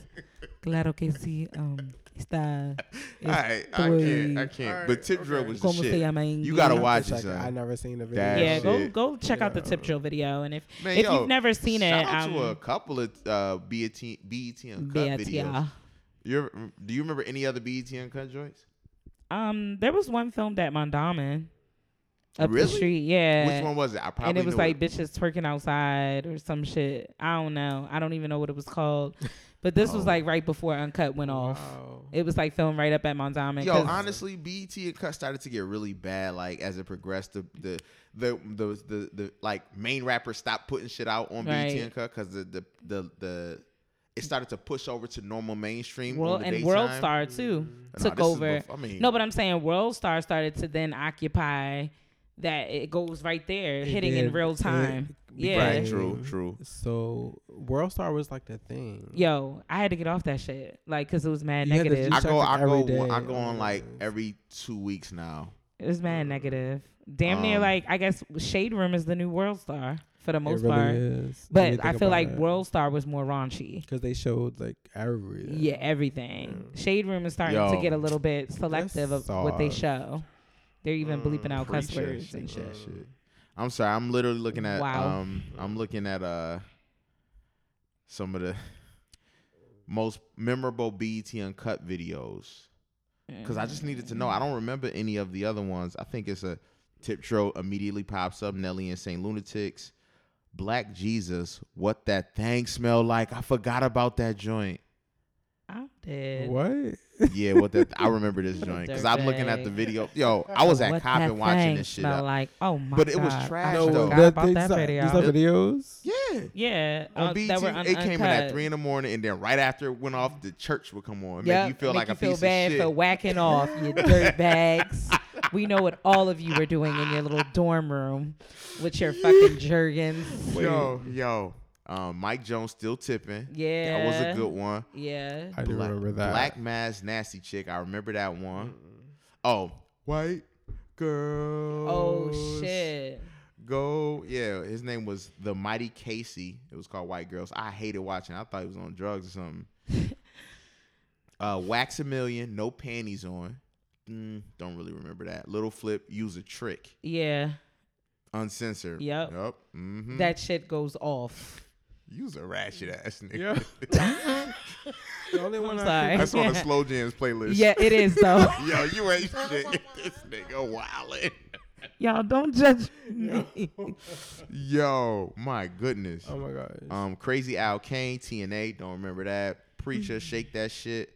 S4: claro que sí. Um, esta.
S3: All right, I can't, I can't. but tip drill was the
S4: Como se
S3: shit.
S4: llama en
S3: You gotta
S4: inglés?
S3: watch
S5: It's
S3: it,
S5: like, I
S3: son.
S5: never seen the video.
S3: uh, That
S4: Yeah, go
S3: shit.
S4: go check out the tip drill video, and if
S3: Man,
S4: if
S3: yo,
S4: you've never seen
S3: shout
S4: it,
S3: out
S4: um,
S3: to a couple of uh, BET, BET Uncut
S4: BET,
S3: videos.
S4: yeah.
S3: You're, do you remember any other E BET Uncut joints?
S4: Um, there was one filmed at Mondamin up
S3: Really?
S4: the street. Yeah.
S3: Which one was it? I probably
S4: and it was
S3: knew
S4: like bitches twerking outside or some shit. I don't know. I don't even know what it
S3: <laughs>
S4: was called. But this was
S3: Oh.
S4: like right before Uncut went off. It was like filmed right up at Mondamin.
S3: Yo,
S4: 'cause-
S3: honestly, BET and Cut started to get really bad. Like as it progressed, the the the the, the, the like main rappers stopped putting shit out on BET
S4: Right.
S3: and Cut because the, the the the it started to push over to normal mainstream.
S4: World
S3: on the
S4: and
S3: daytime. Mm.
S4: World Star too
S3: Nah,
S4: took
S3: this is
S4: over.
S3: bef- I mean-
S4: no, but I'm saying World Star started to then occupy that it goes right there, hitting in
S5: did.
S4: real
S5: It
S4: time. yeah.
S3: Right,
S5: Yeah.
S3: true, true.
S5: So World Star was like the thing.
S4: Yo, I had to get off that shit, like, cause it was mad
S5: You had to
S4: negative.
S3: I
S5: check
S3: go,
S5: it
S3: I
S5: every
S3: go,
S5: day.
S3: I go on
S5: Oh,
S3: like
S5: yes.
S3: every two weeks now.
S4: It was mad negative. Damn near
S3: Um,
S4: like I guess Shade Room is the new World Star for the most
S5: it really
S4: part.
S5: is. When you
S4: But I
S5: think
S4: feel
S5: about
S4: like
S5: it.
S4: World Star was more raunchy.
S5: because they showed like everything.
S4: Yeah, everything. Shade Room is starting to
S3: Yo.
S4: get a little bit selective of what they
S5: soft.
S4: show. They're even bleeping out cuss
S3: Mm, preacher
S4: words and shit.
S3: shit. I'm sorry. I'm literally looking at.
S4: Wow.
S3: Um, I'm looking at uh some of the most memorable BET uncut videos because I just needed to know. I don't remember any of the other ones. I think it's a Tip Tro immediately pops up. Nelly and Saint Lunatics, Black Jesus. What that thing smell like? I forgot about that joint.
S4: I'm dead.
S5: What?
S3: Yeah, what that? I remember
S4: <laughs>
S3: this joint because I'm looking at the
S4: Dirtbag.
S3: video. Yo, I was at
S4: What
S3: cop
S4: that
S3: and watching
S4: thing
S3: this shit.
S4: smell
S3: up.
S4: like? Oh my
S3: But it was
S4: God, I
S3: trash,
S4: forgot
S3: though.
S5: that-
S4: about
S5: these
S4: that
S5: are-
S4: video.
S5: These are videos.
S3: Yeah.
S4: yeah,
S3: on
S4: uh,
S3: BET,
S4: that were un-
S3: it came in at
S4: uncut.
S3: three in the morning, and then right after it went off, the church would come on. It
S4: Yep,
S3: made you feel
S4: make
S3: like
S4: you
S3: a
S4: feel
S3: piece
S4: bad
S3: of
S4: for
S3: shit.
S4: whacking off, you dirt bags. We know what all of you were doing in your little dorm room with your fucking jergens.
S3: yo, yo, um, Mike Jones still tipping.
S4: Yeah,
S3: that was a good one.
S4: Yeah,
S5: I do remember that.
S3: Black Mass Nasty Chick. I remember that one. Oh, white girl.
S4: Oh shit.
S3: Go. Yeah, his name was the Mighty Casey. It was called White Girls. I hated watching. I thought he was on drugs or
S4: <laughs>
S3: something. uh, Wax a Million, no panties on. Mm, don't really remember that. Little Flip, use a trick.
S4: Yeah.
S3: Uncensored.
S4: Yep.
S3: Yep. Mm-hmm.
S4: That shit goes off.
S3: Use a ratchet ass
S5: Yeah.
S3: nigga.
S5: the only <laughs>
S4: <laughs> I'm
S5: one I
S3: <laughs>
S4: sorry.
S3: That's
S4: <laughs>
S3: on the Slow Jams playlist.
S4: Yeah, it is though.
S3: <laughs>
S4: <laughs>
S3: Yo, you ain't shit. <laughs> This nigga wildin'.
S4: Y'all don't judge me.
S3: Yo, my goodness.
S5: Oh my gosh.
S3: Um, Crazy Al Kane, TNA, don't remember that.
S4: Mm-hmm.
S3: Preacher, shake that shit.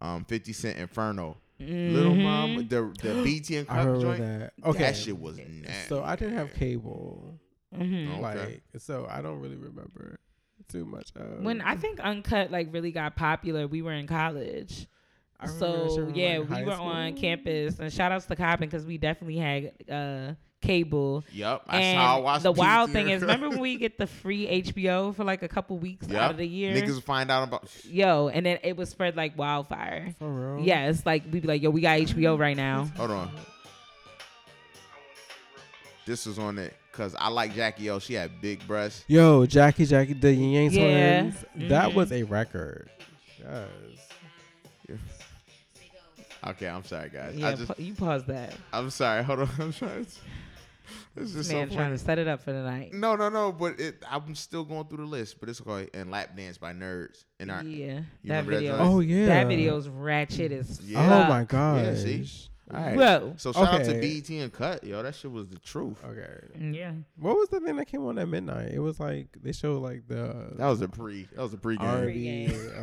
S3: Um, Fifty Cent Inferno,
S4: Mm-hmm.
S3: Little Mama, the
S4: <gasps>
S3: the BT and
S5: I
S3: Cup
S5: remember
S3: joint.
S5: that. Okay.
S3: That shit was nasty.
S5: so I didn't have cable.
S4: Mhm.
S3: Okay.
S5: Like so, I don't really remember too much. Of.
S4: When I think Uncut like really got popular, we were in college.
S5: I remember that shit
S4: So
S5: from,
S4: yeah,
S5: like,
S4: we
S5: high
S4: were on
S5: school.
S4: campus, and shout outs to Coppin because we definitely had uh, cable.
S3: Yup, that's
S4: And
S3: how I watched
S4: the
S3: BET.
S4: wild thing
S3: <laughs>
S4: is, remember when we get the free HBO for like a couple weeks
S3: Yup.
S4: out of the year?
S3: Niggas find out about.
S4: Yo, and then it was spread like wildfire.
S5: For
S3: Uh-huh.
S5: real.
S4: Yeah, it's like we'd be like, yo, we
S3: <laughs>
S4: got HBO right now.
S3: Hold on. This was on it because I like Jackie O. She had big breasts.
S5: Yo, Jackie, Jackie, the Yin Yang
S4: Yeah.
S5: Twins. That
S4: Mhm.
S5: was a record. Yes.
S3: Okay, I'm sorry, guys. I
S4: Yeah,
S3: just,
S4: pa- you pause that.
S3: I'm sorry. Hold on. <laughs> I'm trying. to- This is
S4: This
S3: so
S4: man
S3: funny.
S4: trying to set it up for the night.
S3: No, no, no. But it, I'm still going through the list. But it's called and lap dance by nerds. And our,
S4: yeah, that
S3: remember that
S4: video.
S3: joint?
S5: Oh, yeah.
S4: that video's ratchet as
S3: Yeah.
S5: Oh
S4: fuck.
S5: my gosh.
S3: Yeah, see? All right.
S4: Whoa.
S3: So shout out to
S5: Okay.
S3: BET and Cut, yo. That shit was the truth.
S5: Okay.
S4: Mm, Yeah.
S5: What was the thing that came on at midnight? It was like they showed like the
S3: That was a pre. That was a pregame.
S5: Alright. Yeah,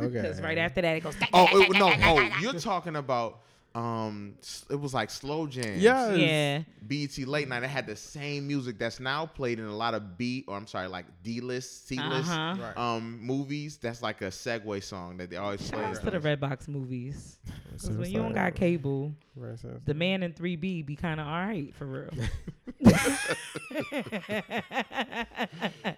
S4: <laughs> Because
S5: okay.
S4: right after that, it goes.
S3: Oh it, no! Oh, you're talking about um. s- It was like slow jams.
S5: yes.
S4: Yeah.
S3: BET late night. It had the same music that's now played in a lot of B or I'm sorry, like D list, C list
S4: Uh-huh.
S5: Right.
S3: um movies. That's like a segue song that they always
S4: Shout
S3: play.
S4: outs to the Redbox movies. Because when you don't got cable, the man in 3B be kind of all right for real.
S3: <laughs>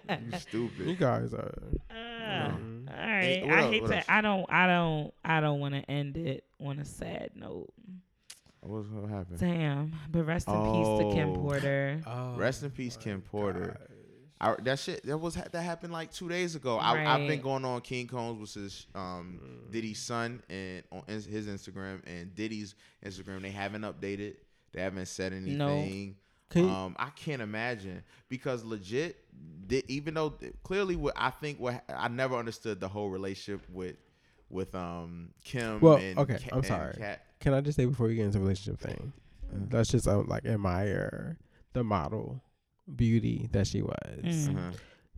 S3: You stupid.
S4: <laughs>
S5: You guys are.
S3: Uh,
S4: Ah, all right.
S3: Any- what
S4: I
S3: else-
S4: hate
S3: what
S4: to.
S3: else?
S4: I don't. I don't. I don't want to end it on a sad note.
S3: What's gonna happen?
S4: Damn. But rest in peace to Kim
S3: Oh.
S4: Porter.
S5: Oh,
S3: Rest in peace, Kim Porter. I, that shit that was that happened like two days ago. I, I've been
S4: Right.
S3: going on King Combs, which is um, Diddy's son, and on ins- his Instagram and Diddy's Instagram. They haven't updated. They haven't said anything.
S5: Can you-
S3: Um, I can't imagine because legit, di- even though clearly what I think what I never understood the whole relationship with with um Kim.
S5: Well,
S3: and
S5: okay,
S3: Ka-
S5: I'm
S3: and
S5: sorry.
S3: Kat.
S5: Can I just say before you get into the relationship thing,
S3: uh,
S5: let's just um, like admire the model beauty that she was.
S4: Mm.
S3: Uh-huh.
S5: Mm-hmm.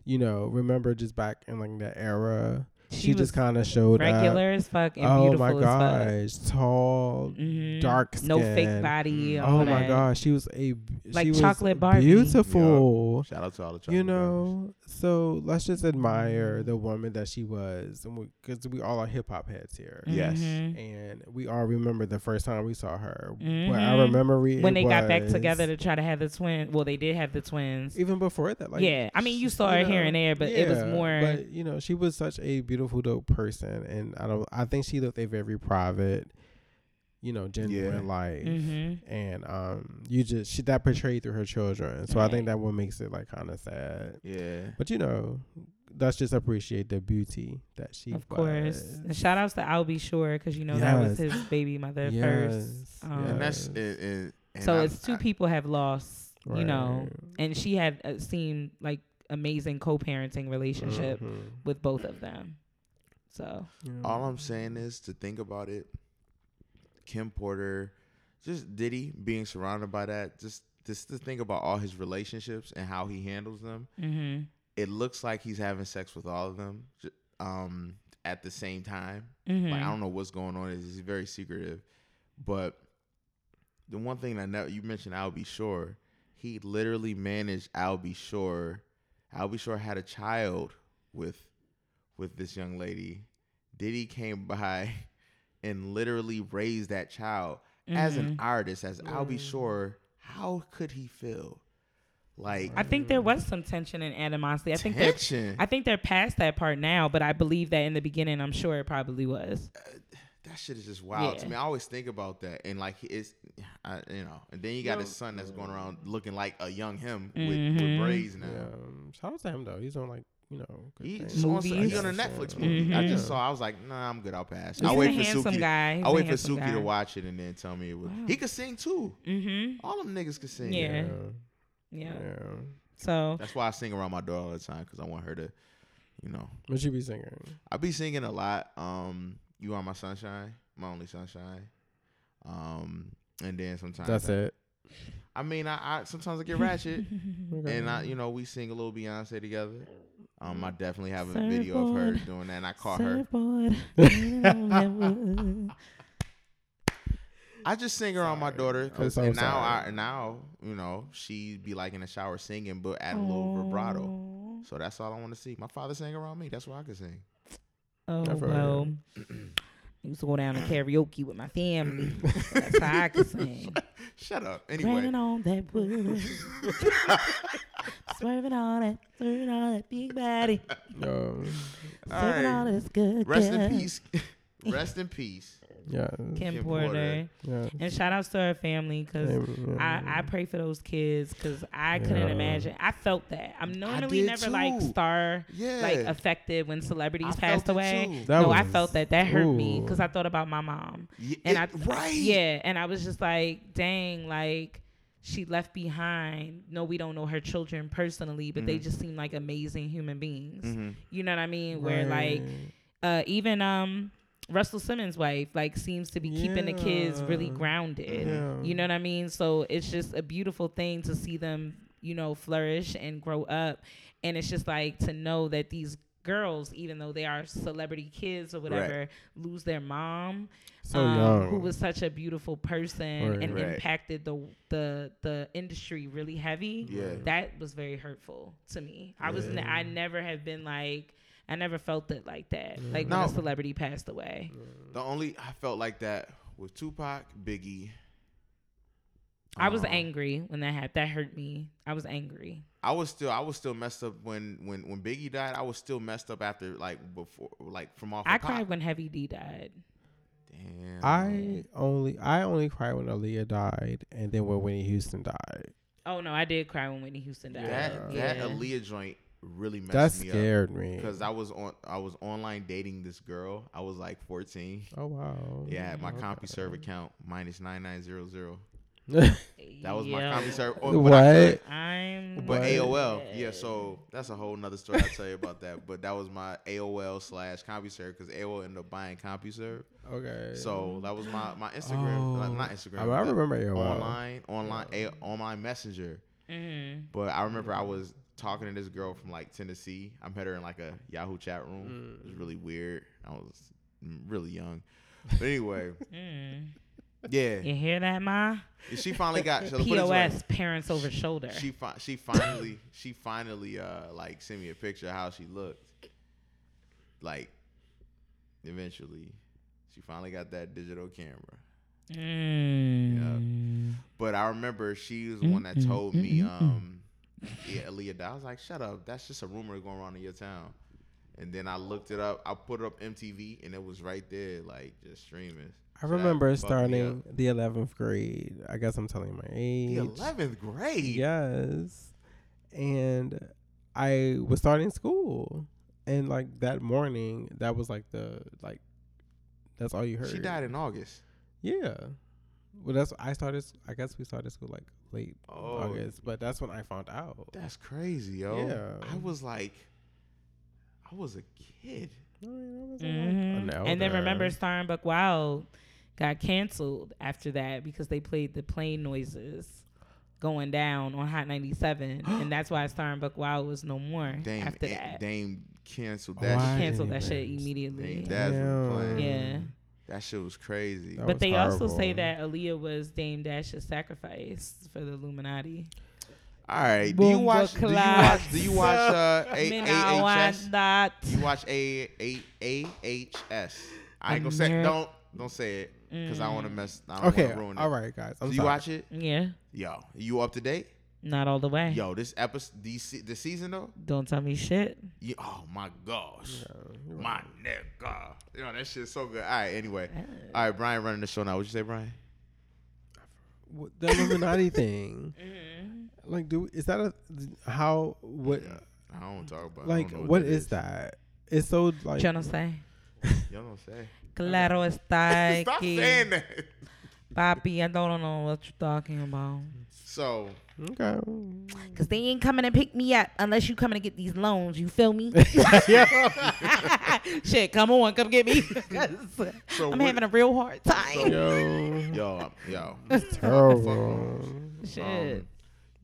S5: You know, remember just back in like that era, she,
S4: She was
S5: just kind of showed up.
S4: Regular as fuck and
S5: oh
S4: beautiful
S5: my
S4: as fuck.
S5: gosh, tall,
S4: Mhm.
S5: dark
S4: No fake
S5: skin.
S4: body. all
S5: Oh my
S4: that.
S5: gosh, she was a b-
S4: Like
S5: she was
S4: Chocolate Barbie.
S5: beautiful.
S3: Shout out to all the
S5: You
S3: Chocolate Brothers.
S5: know, so let's just admire the woman that she was, because we, all are hip hop heads here,
S3: Yes.
S4: Mhm.
S5: and we all remember the first time we saw her. Where
S4: Mhm.
S5: our memory
S4: When
S5: it
S4: they got back
S5: was-
S4: together to try to have the twin. Well, they did have the twins.
S5: even before that, like
S4: yeah. I mean, you
S5: she-
S4: saw her
S5: you
S4: here
S5: know,
S4: and there, but it was
S5: yeah,
S4: more.
S5: But you know, she was such a beautiful, dope person, and I don't. I think she lived a very private, you know, gender
S6: Yeah.
S5: in life.
S4: Mm-hmm.
S5: And um, you just she that portrayed through her children, so I
S4: Right.
S5: think that what makes it like kind of sad.
S6: Yeah.
S5: But you know, let's just appreciate the beauty that she.
S4: Of course.
S5: was.
S4: And shout outs to Albie Shore because you know that was
S5: Yes.
S4: his baby mother
S5: Yes,
S4: first. Um,
S5: yes.
S3: And that's and, and, and
S4: so
S3: I-
S4: it's two
S3: I-
S4: people have lost, you know,
S5: Right.
S4: and she had uh, seemed like amazing co-parenting relationship
S5: Mhm.
S3: Mm-hmm.
S4: with both of them. So
S5: Yeah.
S3: All I'm saying is to think about it. Kim Porter, just Diddy being surrounded by that. Just just to think about all his relationships and how he handles them.
S4: mm-hmm.
S3: It looks like he's having sex with all of them, j- um, at the same time.
S4: Mm-hmm.
S3: Like I don't know what's going on. It's it's very secretive. But the one thing that never you mentioned Albie Shore, he literally managed Albie Shore. Albie Shore had a child with with this young lady. Diddy came <laughs> by and literally raised that child as an
S4: Mm-hmm.
S3: artist, as Albie Shore. How could he feel? Like
S4: I think there was some tension and animosity. I think they're-
S3: tension.
S4: I think they're past that part now, but I believe that in the beginning, I'm sure it probably was.
S3: that shit is just wild to
S4: Yeah.
S3: me. I always think about that, and like it's, I, you know, and then you got his son that's going around looking like a young him with, with
S4: Mhm.
S3: braids now.
S5: Yeah. um, Shout out to him though. He's on like you know. good
S3: He
S5: things.
S3: just on, some- he
S4: Movies.
S3: on a Netflix movie. I just
S5: Mhm.
S3: saw. I was like, nah, I'm good. I'll pass.
S4: Mm-hmm. He's
S3: I
S4: a
S3: wait for
S4: handsome
S3: Suki.
S4: guy. He's
S3: I
S4: a
S3: wait for
S4: handsome
S3: Suki to
S4: guy.
S3: watch it and then tell me it was.
S4: Wow.
S3: He could sing too.
S4: Mm-hmm.
S3: All them niggas could sing.
S4: Yeah.
S5: Yeah.
S4: Yeah.
S5: yeah.
S4: So
S3: That's why I sing around my daughter all the time because I want her to, you know,
S5: What you be singing?
S3: I be singing a lot. Um, you are my sunshine, my only sunshine. Um, and then sometimes
S5: That's
S3: I-
S5: it.
S3: I mean, I, I sometimes I
S4: <laughs>
S3: get ratchet,
S5: Okay.
S3: and I, you know, we sing a little Beyonce together. Um, I definitely have a video of her
S4: Surfboard.
S3: doing that, and I caught her. <laughs>
S4: Surfboard, leaning on that wood.
S3: I just sing around my daughter because
S5: I'm so
S3: and now,
S5: sorry.
S3: I, and now, you know, she be like in the shower singing, but add a little vibrato.
S4: Oh.
S3: So that's all I want to see. My father sang around me. That's why I can sing.
S4: Oh
S5: I've heard
S4: well. I <clears throat> used to go down to karaoke with
S3: <laughs>
S4: my family. That's how I could sing.
S3: Shut up.
S4: Raining
S3: Anyway,
S4: on
S3: <laughs>
S4: that wood. Swerving on it. Swerving on that big body.
S5: Um,
S3: <laughs> All right.
S4: Swerving on this good
S3: rest in
S4: girl.
S3: peace. <laughs> rest in peace.
S5: yeah.
S4: Kim,
S3: Kim
S4: Porter.
S3: Porter.
S5: Yeah.
S4: And shout outs to her family because I, I pray for those kids because I couldn't
S5: Yeah.
S4: imagine. I felt that. I'm normally
S3: did
S4: never like
S3: too.
S4: star
S3: Yeah.
S4: like affected when celebrities
S3: I
S4: passed
S3: felt it
S4: away.
S3: too.
S5: That
S4: no, I
S5: was-
S4: felt that. That hurt me
S5: Ooh.
S4: because I thought about my mom.
S3: Yeah,
S4: And
S3: it-
S4: I
S3: right.
S4: Yeah, and I was just like, dang, like she left behind. No, we don't know her children personally, but
S3: Mm-hmm.
S4: they just seem like amazing human beings. You know what I mean? Where like uh even um Russell Simmons' wife like seems to be keeping the kids really
S5: Yeah.
S4: grounded.
S5: Yeah.
S4: You know what I mean? So it's just a beautiful thing to see them, you know, flourish and grow up. And it's just like to know that these girls, even though they are celebrity kids or whatever, lose their mom,
S5: So
S4: um,
S5: young.
S4: who was such a beautiful person
S5: Right.
S4: and
S3: Right.
S4: impacted the the the industry really heavy.
S3: Yeah.
S4: That was very hurtful to me. I was ne-
S5: Yeah.
S4: I never have been like I never felt it like that. Like
S3: No.
S4: when a celebrity passed away.
S3: The only I felt like that with Tupac, Biggie.
S4: I was
S3: Um,
S4: angry when that happened. That hurt me. I was angry.
S3: I was still I was still messed up when when when Biggie died. I was still messed up after like before like from off. of
S4: I
S3: Pac.
S4: cried when Heavy D died.
S3: Damn.
S5: I only I only cried when Aaliyah died, and then when Winnie Houston died.
S4: Oh no, I did cry when Whitney Houston died.
S3: that
S4: yeah.
S3: that Aaliyah joint really messed
S5: That
S3: me
S5: scared me.
S3: because I was on I was online dating this girl. I was like 14.
S5: Oh wow.
S3: Yeah, I had my
S4: Oh,
S5: Okay.
S3: CompuServe <laughs> account minus 9900.
S5: that
S3: That was
S4: Yeah.
S3: my CompuServe. Oh, but I could-
S5: what?
S4: I'm
S3: But
S5: What?
S3: AOL, yeah. So that's a whole nother story I'll tell you about that. But that was my AOL slash CompuServe because AOL ended up buying CompuServe.
S5: Okay.
S3: So that was my my Instagram, like,
S5: Oh.
S3: not Instagram.
S5: I, I
S3: but
S5: remember AOL.
S3: online, online, A- online messenger.
S4: Mhm.
S3: But I remember I was talking to this girl from like Tennessee. I met her in like a Yahoo chat room. It was really
S5: Mm.
S3: weird. I was really young. But
S5: <laughs>
S3: anyway,
S4: Mm.
S3: yeah.
S4: You hear that, Ma?
S3: She finally got so to put it this way,
S4: POS parents over shoulder.
S3: she fi- she finally she finally uh like sent me a picture of how she looked. Like eventually she finally got that digital camera.
S4: Mm.
S3: But I remember she was the one that told me um yeah, Aaliyah died. I was like, "Shut up. That's just a rumor going around in your town." And then I looked it up. I put up MTV and it was right there like just streaming.
S5: I remember
S3: fucked me up.
S5: starting the 11th grade. I guess I'm telling you my age.
S3: The eleventh grade.
S5: Yes. And I was starting school. And like that morning, that was like the like that's all you heard.
S3: She died in August.
S5: Yeah. Well that's I started s- I guess we started school like late
S3: Oh.
S5: August. But that's when I found out.
S3: That's crazy, yo.
S5: Yeah.
S3: I was like, I was a kid.
S5: I mean, I was, like,
S4: Mhm.
S5: an
S4: And then
S5: elder.
S4: remember Starbuck Wild got canceled after that because they played the plane noises going down on
S3: <gasps>
S4: Hot 97, and that's why Starbuck Wild was no more
S3: Dame,
S4: after
S3: eh,
S4: that.
S3: Dame canceled
S5: Why
S3: that.
S4: She
S3: shit.
S4: canceled that
S5: didn't
S4: shit
S5: they?
S4: immediately.
S3: Dame Daz was playing.
S4: yeah.
S3: That shit was crazy.
S5: That
S4: But
S5: was
S4: they also say
S5: horrible.
S4: that Aaliyah was Dame Dash's sacrifice for the Illuminati.
S3: All right. Do you
S4: Boomba
S3: watch? Do you
S4: claps.
S3: watch? Do you watch? Uh, a-
S4: <laughs> Men, I
S3: AHS?
S4: want that.
S3: You watch a a a h s. I ain't gonna say
S4: Ameri-
S3: don't don't say it because I don't want to mess. I don't
S5: Okay.
S3: want to ruin it.
S5: All right, guys. I'm
S3: Do you
S5: sorry.
S3: watch it?
S4: Yeah,
S3: Yo, you up to date?
S4: not all the way.
S3: Yo, this episode, this the season though.
S4: Don't tell me shit.
S3: You, oh my gosh, my nigga. Yo, that shit's so good. All right, anyway. All right, Brian running the show now. What you say, Brian?
S5: W- the Illuminati
S3: <laughs>
S5: thing. Like, do is that a how? What
S3: I don't wanna talk about. it. I
S5: like
S3: don't know
S5: what
S3: that
S5: is that? It's so like
S4: Yo no sé.
S3: Y'all don't say.
S4: Claro
S3: <laughs>
S4: está
S3: Stop
S4: que-
S3: saying that. <laughs>
S4: Papi, I don't know what you're talking about.
S3: So
S5: okay.
S4: <laughs> Cause they ain't coming to pick me up unless you coming to get these loans. You
S3: <laughs>
S4: feel me? <laughs> Shit, come on, come
S3: <laughs>
S4: get me. <laughs> 'Cause
S3: So
S4: I'm
S3: what-
S4: having a real hard time.
S5: Yo,
S3: <laughs> yo um, yo.
S5: terrible.
S3: um,
S4: Shit.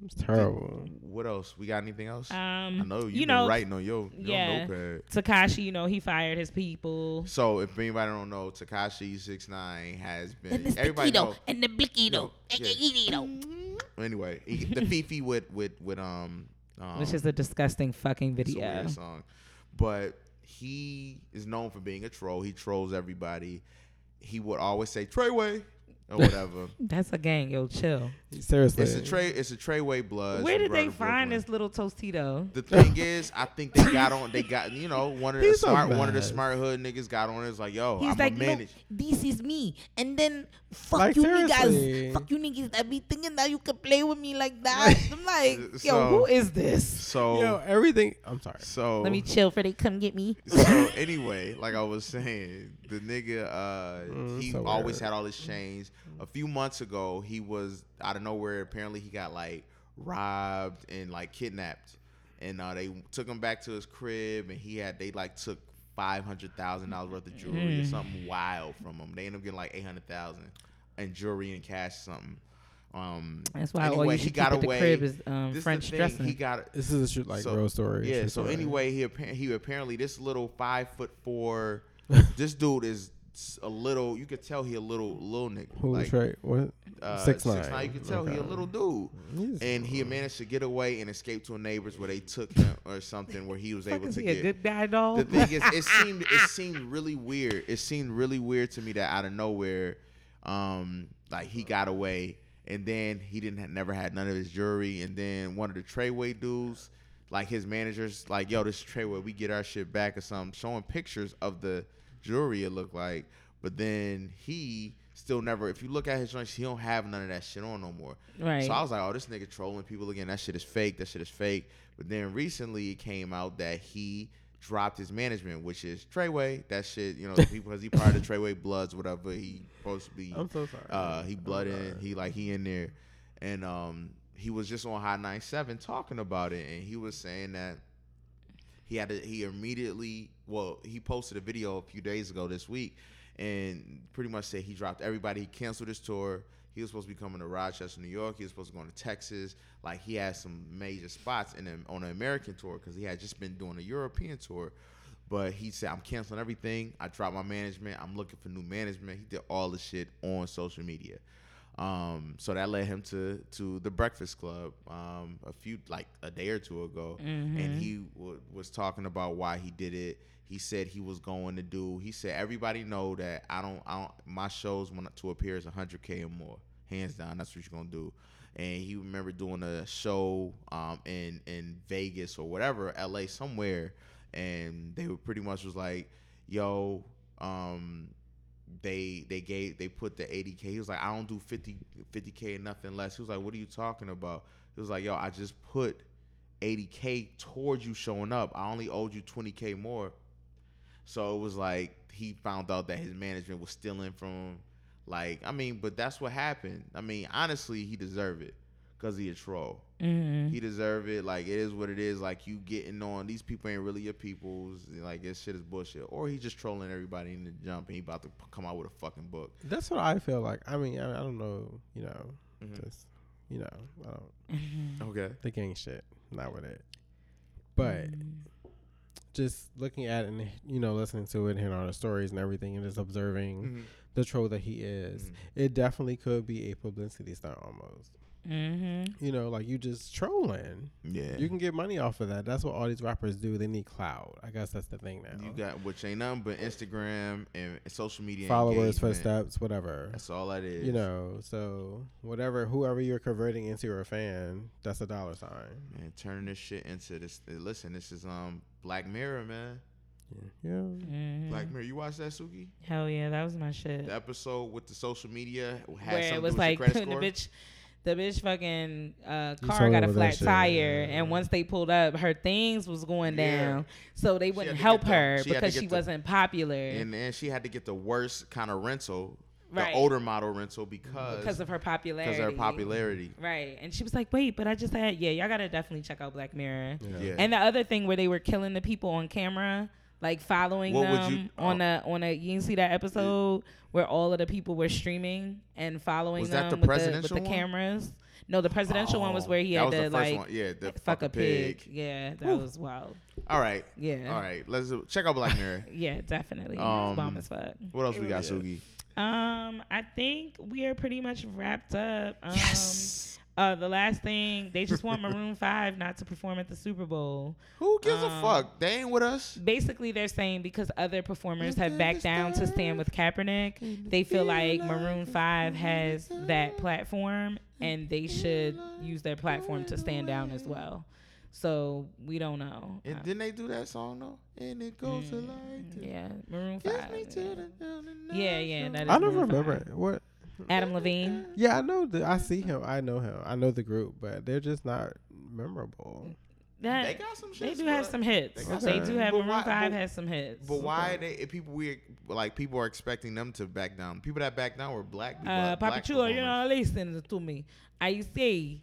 S5: It's terrible.
S3: What else? We got anything else?
S4: Um,
S3: I know you,
S4: you
S3: been
S4: know,
S3: writing on your, your
S4: yeah.
S3: notepad.
S4: Takashi, you know, he fired his people.
S3: So if anybody don't know, Takashi six nine has
S4: And
S3: been
S4: this
S3: everybody know.
S4: Taquito, and the Blickito,
S3: Yeah. Mm-hmm.
S4: and the Eatito.
S3: Anyway, he-
S4: <laughs>
S3: the Fifi with with with um, um
S4: Which is a disgusting fucking
S3: it's a
S4: video.
S3: weird song, but he is known for being a troll. He trolls everybody. He would always say Treyway
S4: <laughs>
S3: or whatever.
S4: That's a gang, yo, chill.
S5: Seriously,
S3: it's a Trey. It's a Treyway blood.
S4: Where
S3: It's
S4: did
S3: from
S4: they
S3: Brooklyn,
S4: find
S3: Brooklyn.
S4: this little Tostito?
S3: The
S4: <laughs>
S3: thing is, I think they got on. They got you know one of the
S5: He's a
S3: smart one of the
S5: mess.
S3: smart hood niggas got on. It's like yo,
S7: He's
S3: Oh, I'm
S7: like,
S3: a
S7: no,
S3: manage.
S7: this is me. And then, fuck
S5: Like,
S7: you
S5: seriously.
S7: niggas. Fuck you niggas that be thinking that you can play with me like that. I'm
S3: <laughs>
S7: like,
S3: Uh,
S4: Yo,
S3: so, Oh.
S4: who is this?
S3: so
S5: yo, everything. I'm sorry.
S3: so
S4: Let me chill for they come get me.
S5: <laughs>
S3: so anyway, like I was saying, the nigga uh
S5: Mm,
S3: he
S5: so
S3: always
S5: weird.
S3: had all his chains. A few months ago, he was out of nowhere. Apparently, he got like robbed and like kidnapped, and uh, they took him back to his crib, and he had they like took. Five hundred thousand dollars worth of jewelry
S5: Mm.
S3: or something wild from him. They end up getting like eight hundred thousand in jewelry and cash, something. Um,
S4: That's why all
S3: anyway,
S4: you
S3: he
S4: should keep
S3: got
S4: at the
S3: away.
S4: crib is
S3: this
S4: um,
S3: is the
S4: French
S3: thing,
S4: dressing.
S3: He got
S5: This is a true, like real story.
S3: yeah.
S5: true
S3: So
S5: story.
S3: anyway, he appa- he apparently this little five foot four.
S5: <laughs>
S3: this dude is s- a little. You could tell he a little little nigga.
S5: who
S3: like,
S5: was right? What
S3: uh,
S5: six nine?
S3: You could tell he a
S5: Okay.
S3: little dude.
S5: He's-
S3: And he managed to get away and escape to a neighbor's where they took him or something where he was able
S4: Is
S3: to
S4: he a
S3: get.
S4: good guy,
S3: the
S4: dog?
S3: thing is, it seemed it seemed really weird. It seemed really weird to me that out of nowhere, um, like he got away, and then he didn't ha never had none of his jewelry, and then one of the Treyway dudes, like his managers, like yo, this Treyway, we get our shit back or something, showing pictures of the jewelry it looked like, but then he still never. If you look at his joints, he don't have none of that shit on no more.
S4: Right.
S3: So I was like, oh, this nigga trolling people again. That shit is fake. That shit is fake. But then recently it came out that he dropped his management, which is Treyway. That shit, you know, because he part of the Treyway Bloods, whatever he supposed to be.
S5: I'm so sorry.
S3: Uh, he blood in. He like he in there, and um, he was just on High 97 talking about it, and he was saying that he had to, he immediately well he posted a video a few days ago this week, and pretty much said he dropped everybody. He canceled his tour. He was supposed to be coming to Rochester, New York. He was supposed to go to Texas. Like he had some major spots in the, on the American tour because he had just been doing a European tour. But he said, I'm canceling everything. I dropped my management. I'm looking for new management. He did all the shit on social media. Um, so that led him to to the Breakfast Club um, a few like a day or two ago, and he w- was talking about why he did it. He said he was going to do. He said everybody know that I don't. I don't. My shows when to appear is 100k or more, hands down. That's what you're gonna do. And he remember doing a show um, in in Vegas or whatever, LA somewhere, and they were pretty much was like, "Yo, um, they they gave they put the 80k. He was like, I don't do 50 50k and nothing less. He was like, What are you talking about? He was like, Yo, I just put 80k towards you showing up. I only owed you 20k more. So it was like he found out that his management was stealing from him. Like, I mean, but that's what happened. I mean, honestly, he deserved it because he a troll.
S4: Mm-hmm.
S3: He deserved it. Like it is what it is. Like you getting on these people ain't really your peoples. Like this shit is bullshit. Or he just trolling everybody in the jump and he about to p- come out with a fucking book.
S5: That's what I feel like. I mean, I, I don't know, you know,
S3: Mm-hmm.
S5: just you know, I don't
S4: Mm-hmm.
S3: Okay.
S5: think ain't shit. Not with it. But just looking at it and you know, listening to it and hearing all the stories and everything and just observing
S3: Mm-hmm.
S5: the troll that he is, it definitely could be a publicity stunt almost.
S4: Mm-hmm.
S5: You know, like you just trolling.
S3: Yeah.
S5: You
S3: You,
S5: can get money off of that. That's what all these rappers do. They need clout. I guess that's the thing now.
S3: got which ain't nothing but Instagram and social media
S5: followers,
S3: engagement.
S5: footsteps, whatever.
S3: That's all that is.
S5: You know, so whatever, whoever you're converting into your fan, that's a dollar sign.
S3: Man, turning this shit into this. Listen, this is um Black Mirror, man.
S4: Mm-hmm.
S5: Yeah.
S3: Black Mirror, you watch that Suki?
S4: Hell yeah, that was my shit.
S3: The episode with the social media had
S4: Where
S3: something
S4: it
S3: to
S4: was
S3: do with
S4: like <laughs>
S3: your
S4: the
S3: credit score.
S4: bitch, the bitch fucking uh,
S5: You
S4: car
S5: told
S4: got
S5: her
S4: a
S5: that
S4: flat
S5: shit,
S4: tire,
S5: yeah.
S4: and once they pulled up, her things was going
S3: Yeah.
S4: down, so they
S3: had
S4: wouldn't
S3: to
S4: help
S3: get the- she
S4: her
S3: had to
S4: because
S3: get
S4: she
S3: the-
S4: wasn't popular
S3: and then she had to get the worst kind of rental,
S4: Right.
S3: the older model rental because
S4: because of her popularity.
S3: because of her popularity.
S4: Right, and she was like, "Wait, but I just had yeah, y'all gotta definitely check out Black Mirror."
S3: Yeah.
S4: And the other thing where they were killing the people on camera, like following
S3: What would
S4: them
S3: you- oh.
S4: on a on a you didn't see that episode where all of the people were streaming and following
S3: Was that
S4: them
S3: the
S4: with,
S3: presidential
S4: the,
S3: one?
S4: with the cameras. No, the presidential one was
S3: Oh,
S4: where he
S3: that
S4: had
S3: was
S4: to
S3: the first
S4: like
S3: one. Yeah, the
S4: fuck,
S3: fuck
S4: a
S3: a pig.
S4: pig. Yeah, that was wild.
S3: All right.
S4: Yeah.
S3: All right. Let's do- check out
S4: <laughs>
S3: Black Mirror.
S4: Yeah, definitely.
S3: Um,
S4: it's bomb as fuck.
S3: What else we got, Sugi?
S4: Um, I think we are pretty much wrapped up. Um, Uh, the last thing they just want Maroon Five not to perform at the Super Bowl.
S3: Who gives a
S4: Um,
S3: fuck? They ain't with us.
S4: basically they're saying because other performers have backed down to stand with Kaepernick, they feel like Maroon 5 has that platform and they should use their platform to stand down as well. So we don't know. Um,
S3: And didn't they do that song though? And it goes to like this.
S4: Mm, yeah, Maroon 5.
S3: Kiss me
S4: yeah.
S3: to the down and out.
S4: Yeah, yeah, that is
S5: I don't
S4: Maroon
S5: remember
S4: 5.
S5: it. what.
S4: Adam Levine.
S5: Yeah, I know. The, I see him. I know him. I know the group, but they're just not memorable.
S4: That,
S3: They
S4: they,
S3: got some shit.
S4: do have
S3: but-
S4: some hits.
S3: They
S4: They,
S3: got
S5: some-
S4: do have
S3: But
S4: Maroon
S3: why-
S4: 5
S3: but-
S4: has some hits.
S3: But why they if people we like people are expecting them to back down? People that back down were black people.
S4: Uh,
S3: like,
S4: Papa
S3: black
S4: Chulo, you
S3: performers.
S4: know, listen to me. I
S3: <laughs>
S4: say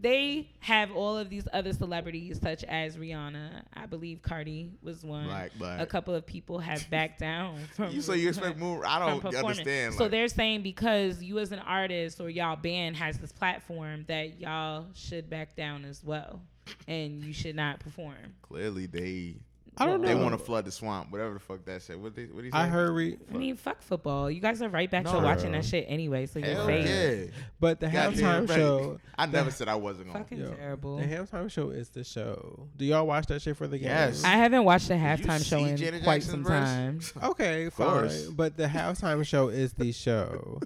S4: they have all of these other celebrities, such as Rihanna. I believe Cardi was one.
S3: Black, black.
S4: A couple of people have backed
S3: <laughs>
S4: down. From
S3: You so you
S4: <laughs>
S3: expect more? I
S4: from
S3: don't
S4: performing.
S3: understand.
S4: So
S3: like-
S4: they're saying because you as an artist or y'all band has this platform that y'all should back down as well, and you should not perform.
S3: Clearly, they
S5: I don't know.
S3: they want to flood the swamp, whatever the fuck that said. What they what he
S5: I
S3: say?
S5: heard we,
S4: I mean, fuck football. You guys are right back
S3: No.
S4: to watching that shit anyway. So you're
S3: Hell yeah!
S4: safe.
S5: but the
S3: Goddamn
S5: halftime
S3: right.
S5: show.
S3: I never said I wasn't going.
S4: Fucking
S5: Yo,
S4: terrible.
S5: The halftime show is the show. Do y'all watch that shit for the game?
S3: Yes.
S4: I haven't watched a
S3: Did you
S4: halftime
S3: see
S4: show in
S3: Janet
S4: quite
S3: Jackson's
S4: some
S3: verse?
S4: time.
S5: Okay,
S3: course. <laughs>
S5: fine. But the halftime show is the show.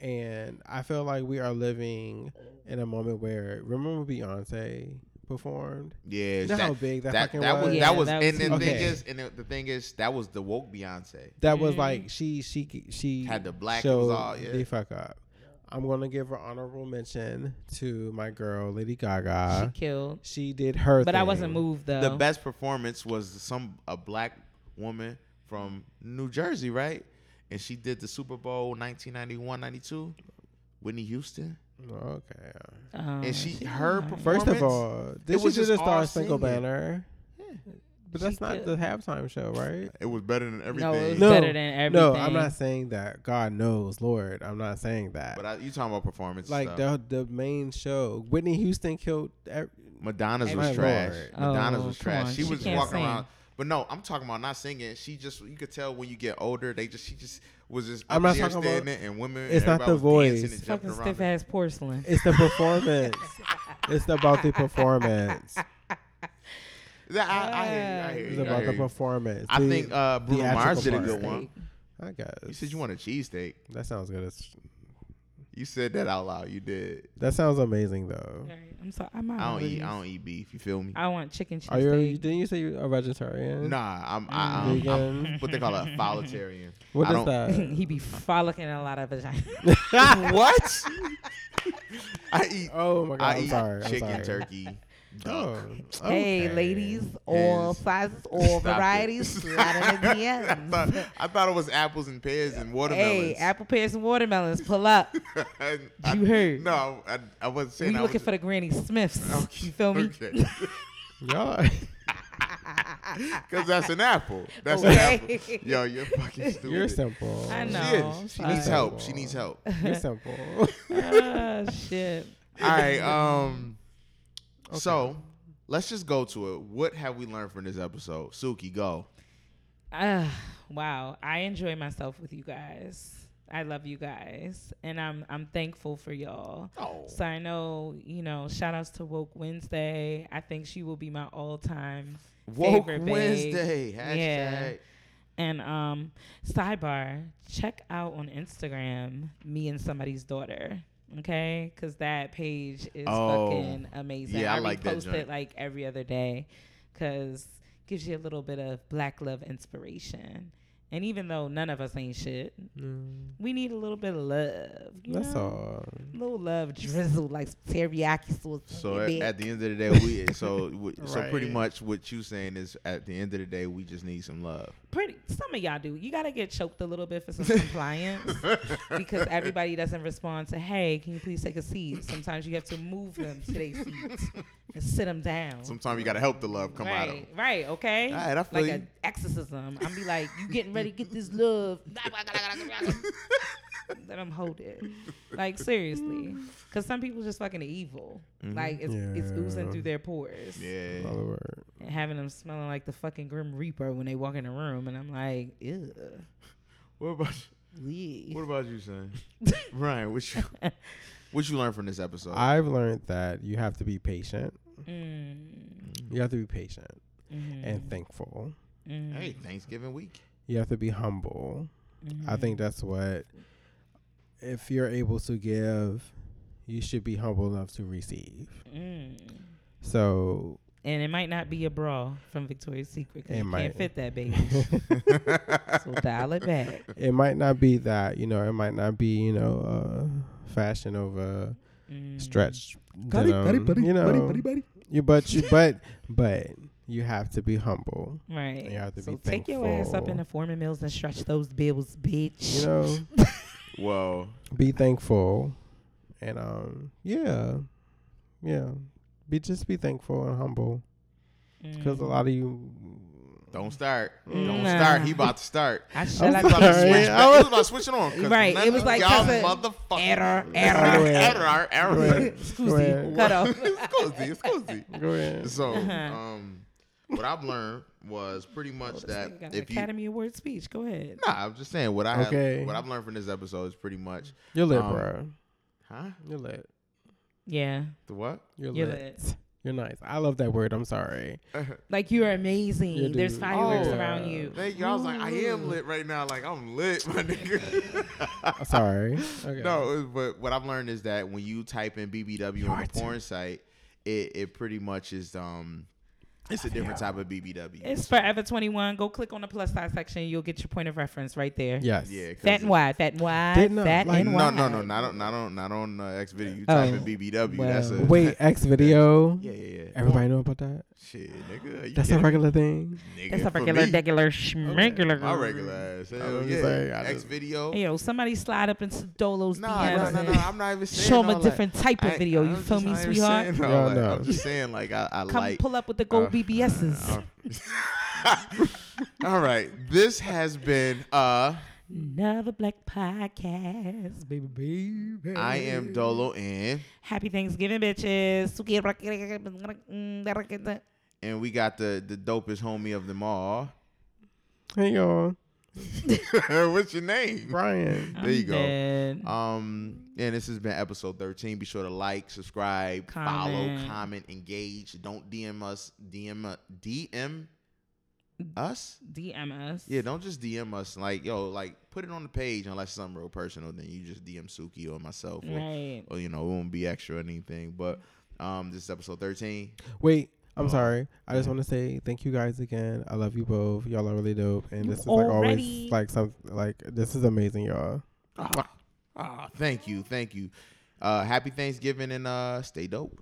S5: and I feel like we are living in a moment where remember when Beyonce performed?
S3: Yeah,
S5: You know how big that fucking
S3: was.
S5: was?
S4: Yeah,
S3: that was,
S4: that
S3: and
S4: was
S3: the thing
S5: huge.
S3: is, and the, the thing is, that was the woke Beyonce.
S5: That was like she she she
S3: Mm-hmm. Had the black, it
S5: showed
S3: was all- yeah.
S5: the fuck up. I'm gonna give her honorable mention to my girl Lady
S4: She
S5: Gaga.
S4: killed.
S5: She, did her,
S4: But I
S5: thing.
S4: wasn't moved though.
S3: The best performance was some a black woman from New Jersey, right? And she did the Super Bowl 1991, 92. Whitney Houston,
S5: Okay.
S4: Um,
S3: and she her performance.
S5: First of all,
S3: it
S5: did she
S3: was
S5: do
S3: just
S5: the
S3: all
S5: Star Spangled
S3: singing.
S5: Banner? But that's
S4: She
S5: not
S4: killed.
S5: the halftime show, right?
S3: it was better than everything.
S4: no, it was
S5: No,
S4: better than everything.
S5: No, I'm not saying that. God knows, Lord, I'm not saying that.
S3: But I, you talking about performance?
S5: like
S3: stuff.
S5: the the main show, Whitney Houston killed. eh, Every,
S3: Madonna's
S5: My
S3: was trash.
S5: lord.
S3: Madonna's
S4: Oh,
S3: was
S4: come
S3: trash.
S4: on.
S3: She,
S4: She
S3: was
S4: can't
S3: walking
S4: sing.
S3: around. But no, I'm talking about not singing. She just you could tell when you get older, they just she just was just
S5: I'm
S3: up
S5: not
S3: there
S5: talking about-
S3: standing and women.
S5: It's not
S3: everybody
S5: the
S3: was dancing
S5: voice.
S3: and jumping
S4: Fucking
S3: around
S4: stiff
S3: the-
S4: ass porcelain.
S5: it's
S3: <laughs>
S5: the performance. it's about the performance.
S3: That- I, I hear you. I hear
S5: It's
S3: you, I
S5: about
S3: hear
S5: the
S3: you.
S5: performance.
S3: I
S5: the
S3: think uh, Bruno Mars
S5: theatrical
S3: did a good
S5: part.
S3: one.
S5: I guess
S3: You said you want a cheesesteak.
S5: That sounds good. It's,
S3: You said that out loud. You did.
S5: That sounds amazing, though.
S4: Right, I'm sorry. I'm out.
S3: I
S4: of
S3: don't eat.
S4: these.
S3: I don't eat beef. You feel me?
S4: I want chicken
S5: Are you?
S4: cheesesteak.
S5: Didn't you say you're a vegetarian?
S3: Nah, I'm. I, I'm, I'm
S5: Vegan.
S3: what they call
S4: <laughs>
S3: a folitarian.
S5: What
S3: I
S5: is
S3: don't- <laughs>
S5: that?
S4: he be frolicking a lot of vagina.
S5: <laughs>
S4: <laughs>
S3: what? I eat.
S5: oh my god!
S3: I
S5: am
S3: eat
S5: sorry. I'm
S3: chicken,
S4: <laughs>
S5: sorry.
S3: turkey, duck.
S5: Oh,
S4: Hey,
S3: Okay.
S4: ladies, all
S3: Yes.
S4: sizes,
S3: <laughs> Stop
S4: all
S3: it. <laughs>
S4: varieties, slide in the
S3: I thought,
S4: DMs.
S3: I thought it was apples and pears and watermelons.
S4: Hey, apple pears and watermelons, pull up.
S3: <laughs> I- I-
S4: You heard.
S3: No, I, I wasn't <laughs>
S4: We
S3: saying. I
S4: looking
S3: was
S4: for the Granny Smiths.
S3: <laughs> Okay,
S4: You feel me?
S3: Okay. <laughs>
S5: y'all. Are,
S3: Because that's an apple. That's an
S4: Okay.
S3: apple. Yo, you're
S4: <laughs>
S3: fucking stupid.
S5: <laughs> you're simple.
S4: I
S3: She
S4: know.
S3: is. She
S4: I'm
S3: needs
S4: sorry.
S3: help. She needs help. All
S5: <laughs>
S4: <laughs>
S5: You're simple.
S4: Ah, shit. <laughs>
S3: right. Um. So let's just go to it. What have we learned from this episode? Suki, go.
S4: Ah, wow. I enjoy myself with you guys. I love you guys, and I'm I'm thankful for y'all.
S3: Oh.
S4: So I know, you know, shout outs to Woke Wednesday. I think she will be my all time
S3: Woke
S4: favorite babe.
S3: Wednesday. Hashtag.
S4: Yeah. And um sidebar, check out on Instagram me and somebody's daughter. Okay? Cause that page is
S3: Oh.
S4: fucking amazing.
S3: Yeah, I like that
S4: repost
S3: joint.
S4: it like every other day. Cause gives you a little bit of black love inspiration. And even though none of us ain't shit,
S5: Mm,
S4: we need a little bit of love. you
S5: That's
S4: know?
S5: all.
S4: Little love drizzle like some teriyaki sauce.
S3: So
S4: on
S3: at,
S4: your
S3: at
S4: back.
S3: the end of the day, we so we, so
S4: <laughs>
S3: pretty
S5: Right.
S3: much what you saying is at the end of the day, we just need some love.
S4: pretty some of y'all do. You gotta get choked a little bit for some
S3: <laughs>
S4: compliance <laughs> because everybody doesn't respond to hey, can you please take a seat? Sometimes you have to move them to their seats and sit them down.
S3: Sometimes you gotta help the love come out of
S4: right,
S3: 'em.
S4: right, okay.
S3: All right, I feel
S4: like
S3: you.
S4: an exorcism. I'm be like, you getting ready to get this love. <laughs> Let them hold it. Like seriously, because some people just fucking evil.
S3: Mm-hmm.
S4: Like it's it's oozing
S5: Yeah.
S4: through their pores
S3: Yeah.
S5: Another word.
S4: and having them smelling like the fucking Grim Reaper when they walk in the room, and I'm like, ew.
S3: What about what about you
S4: <laughs>
S3: saying, Ryan? What you what you learned from this episode?
S5: I've learned that you have to be patient.
S4: Mm,
S5: You have to be patient
S4: mhm,
S5: and thankful.
S4: mhm,
S3: hey, Thanksgiving week.
S5: You have to be humble. I
S4: mhm.
S5: think that's what. If you're able to give, you should be humble enough to receive.
S4: Mm. <laughs>
S5: So
S4: And it might not be a bra from Victoria's Secret
S5: It
S4: because you can't
S5: might.
S4: fit that
S5: <laughs>
S4: baby. so dial it back.
S5: it might not be that you know. It might not be you know uh, fashion over
S4: Mm.
S5: stretch. denim, you know, You but you but but you have to be humble.
S4: Right.
S5: You have to
S4: so
S5: be
S4: take your ass up in
S5: thankful.
S4: the Foreman Mills and stretch those bills, bitch.
S5: You know,
S3: Whoa.
S5: be thankful, and um, yeah, yeah. Be just be thankful and humble because a
S4: Mm.
S5: lot of you.
S3: Don't start. Don't
S4: Nah.
S3: start. He about to start.
S5: <laughs>
S4: I
S3: He
S4: shall
S3: was
S4: I
S5: I'm
S3: about to
S5: sorry.
S3: switch back.
S5: I
S3: He
S5: was-
S3: was about to switch it on. 'cause
S4: Right,
S3: none
S4: it was
S3: of
S4: like
S3: y'all
S4: that's a-
S3: motherfucking
S4: error,
S5: Go
S4: error.
S5: ahead.
S3: <laughs> error,
S5: Go
S3: error.
S5: ahead.
S4: <coughs> Excuse
S5: Go
S4: me.
S5: ahead.
S4: Cut off.
S3: Excuse me, excuse me.
S5: Go ahead.
S3: <laughs> So,
S4: Uh-huh.
S3: um, what I've learned was pretty much that
S4: Got <laughs> an
S3: if you,
S4: Academy Award speech. Go ahead.
S3: nah, I'm just saying what I have,
S5: Okay.
S3: what I've learned from this episode is pretty much,
S5: You're lit,
S3: Um,
S5: bro.
S3: huh?
S5: You're lit.
S4: Yeah.
S3: The
S4: <laughs>
S3: what?
S5: You're,
S4: You're
S5: lit.
S4: lit.
S5: You're nice. I love that word. I'm sorry.
S4: Like you're amazing.
S5: You
S4: There's
S5: do.
S4: fireworks
S5: Oh.
S4: around you.
S3: Thank you. I was like, I am lit right now. Like I'm lit,
S4: <laughs>
S3: my
S5: <laughs>
S3: nigga. <laughs>
S5: I'm sorry. Okay.
S3: No, it- but what I've learned is that when you type in BBW on the porn site, it, it pretty much is um, it's a different type of BBW.
S4: It's Forever 21. Go click on the plus size section. You'll get your point of reference right there.
S5: Yes.
S3: yeah, 'cause
S4: Fat and
S3: it-
S4: wide. Fat and wide.
S5: Didn't I-
S4: fat
S5: like-
S4: and
S3: No,
S4: wide.
S3: no, no, not on, not on, not on uh, X video. You
S4: Oh,
S3: type in BBW. that's a
S4: well.
S5: Wait, X video.
S3: <laughs> Yeah, yeah, yeah.
S5: Everybody know about that.
S3: Shit, nigga. you
S5: That's a
S3: kidding?
S5: regular thing.
S3: Nigga,
S4: That's a
S3: for
S4: regular,
S3: me.
S4: regular,
S3: Okay,
S4: schmegular.
S3: My regular ass. Hell
S5: was
S3: yeah.
S5: saying, I
S3: X
S5: just-
S3: video.
S4: Hey, Yo, somebody slide up into Dolo's
S3: Nah,
S4: DMs
S3: nah, nah,
S4: and
S3: nah. I'm not even saying
S4: show them
S3: all
S4: a
S3: that.
S4: different type of
S3: I-
S4: video.
S3: I'm
S4: you feel
S3: just
S4: me,
S3: not even
S4: sweetheart?
S3: saying all
S5: Yeah, I
S3: that. I'm
S5: know.
S3: just saying, like, I, I
S4: Come
S3: like. uh,
S4: pull up with the gold BBSs.
S3: All right, this has been uh,
S4: Another Black Podcast, baby, baby.
S3: I
S4: Mm.
S3: am Dolo and
S4: Happy Thanksgiving, bitches.
S3: and we got the the dopest homie of them all. <laughs>
S5: Hey y'all,
S3: What's your name? <laughs>
S5: Brian.
S3: There you go.
S4: Dead.
S3: Um, and this has been episode 13. Be sure to like, subscribe, follow,
S4: Comment.
S3: comment, engage. Don't DM us, DM, uh, DM Us?
S4: DM us.
S3: Yeah, don't just DM us. Like, yo, like put it on the page unless something real personal. Then you just DM Suki or myself, or,
S4: Right.
S3: or you know, it won't be extra or anything. But um, this is episode thirteen.
S5: Wait,
S3: Um,
S5: I'm sorry. I just want to say thank you guys again. I love you both. Y'all are really dope, and this is like
S4: Already.
S5: always like some like this is amazing, y'all.
S4: Ah,
S3: Thank you, thank you. Uh, happy Thanksgiving and uh, stay dope.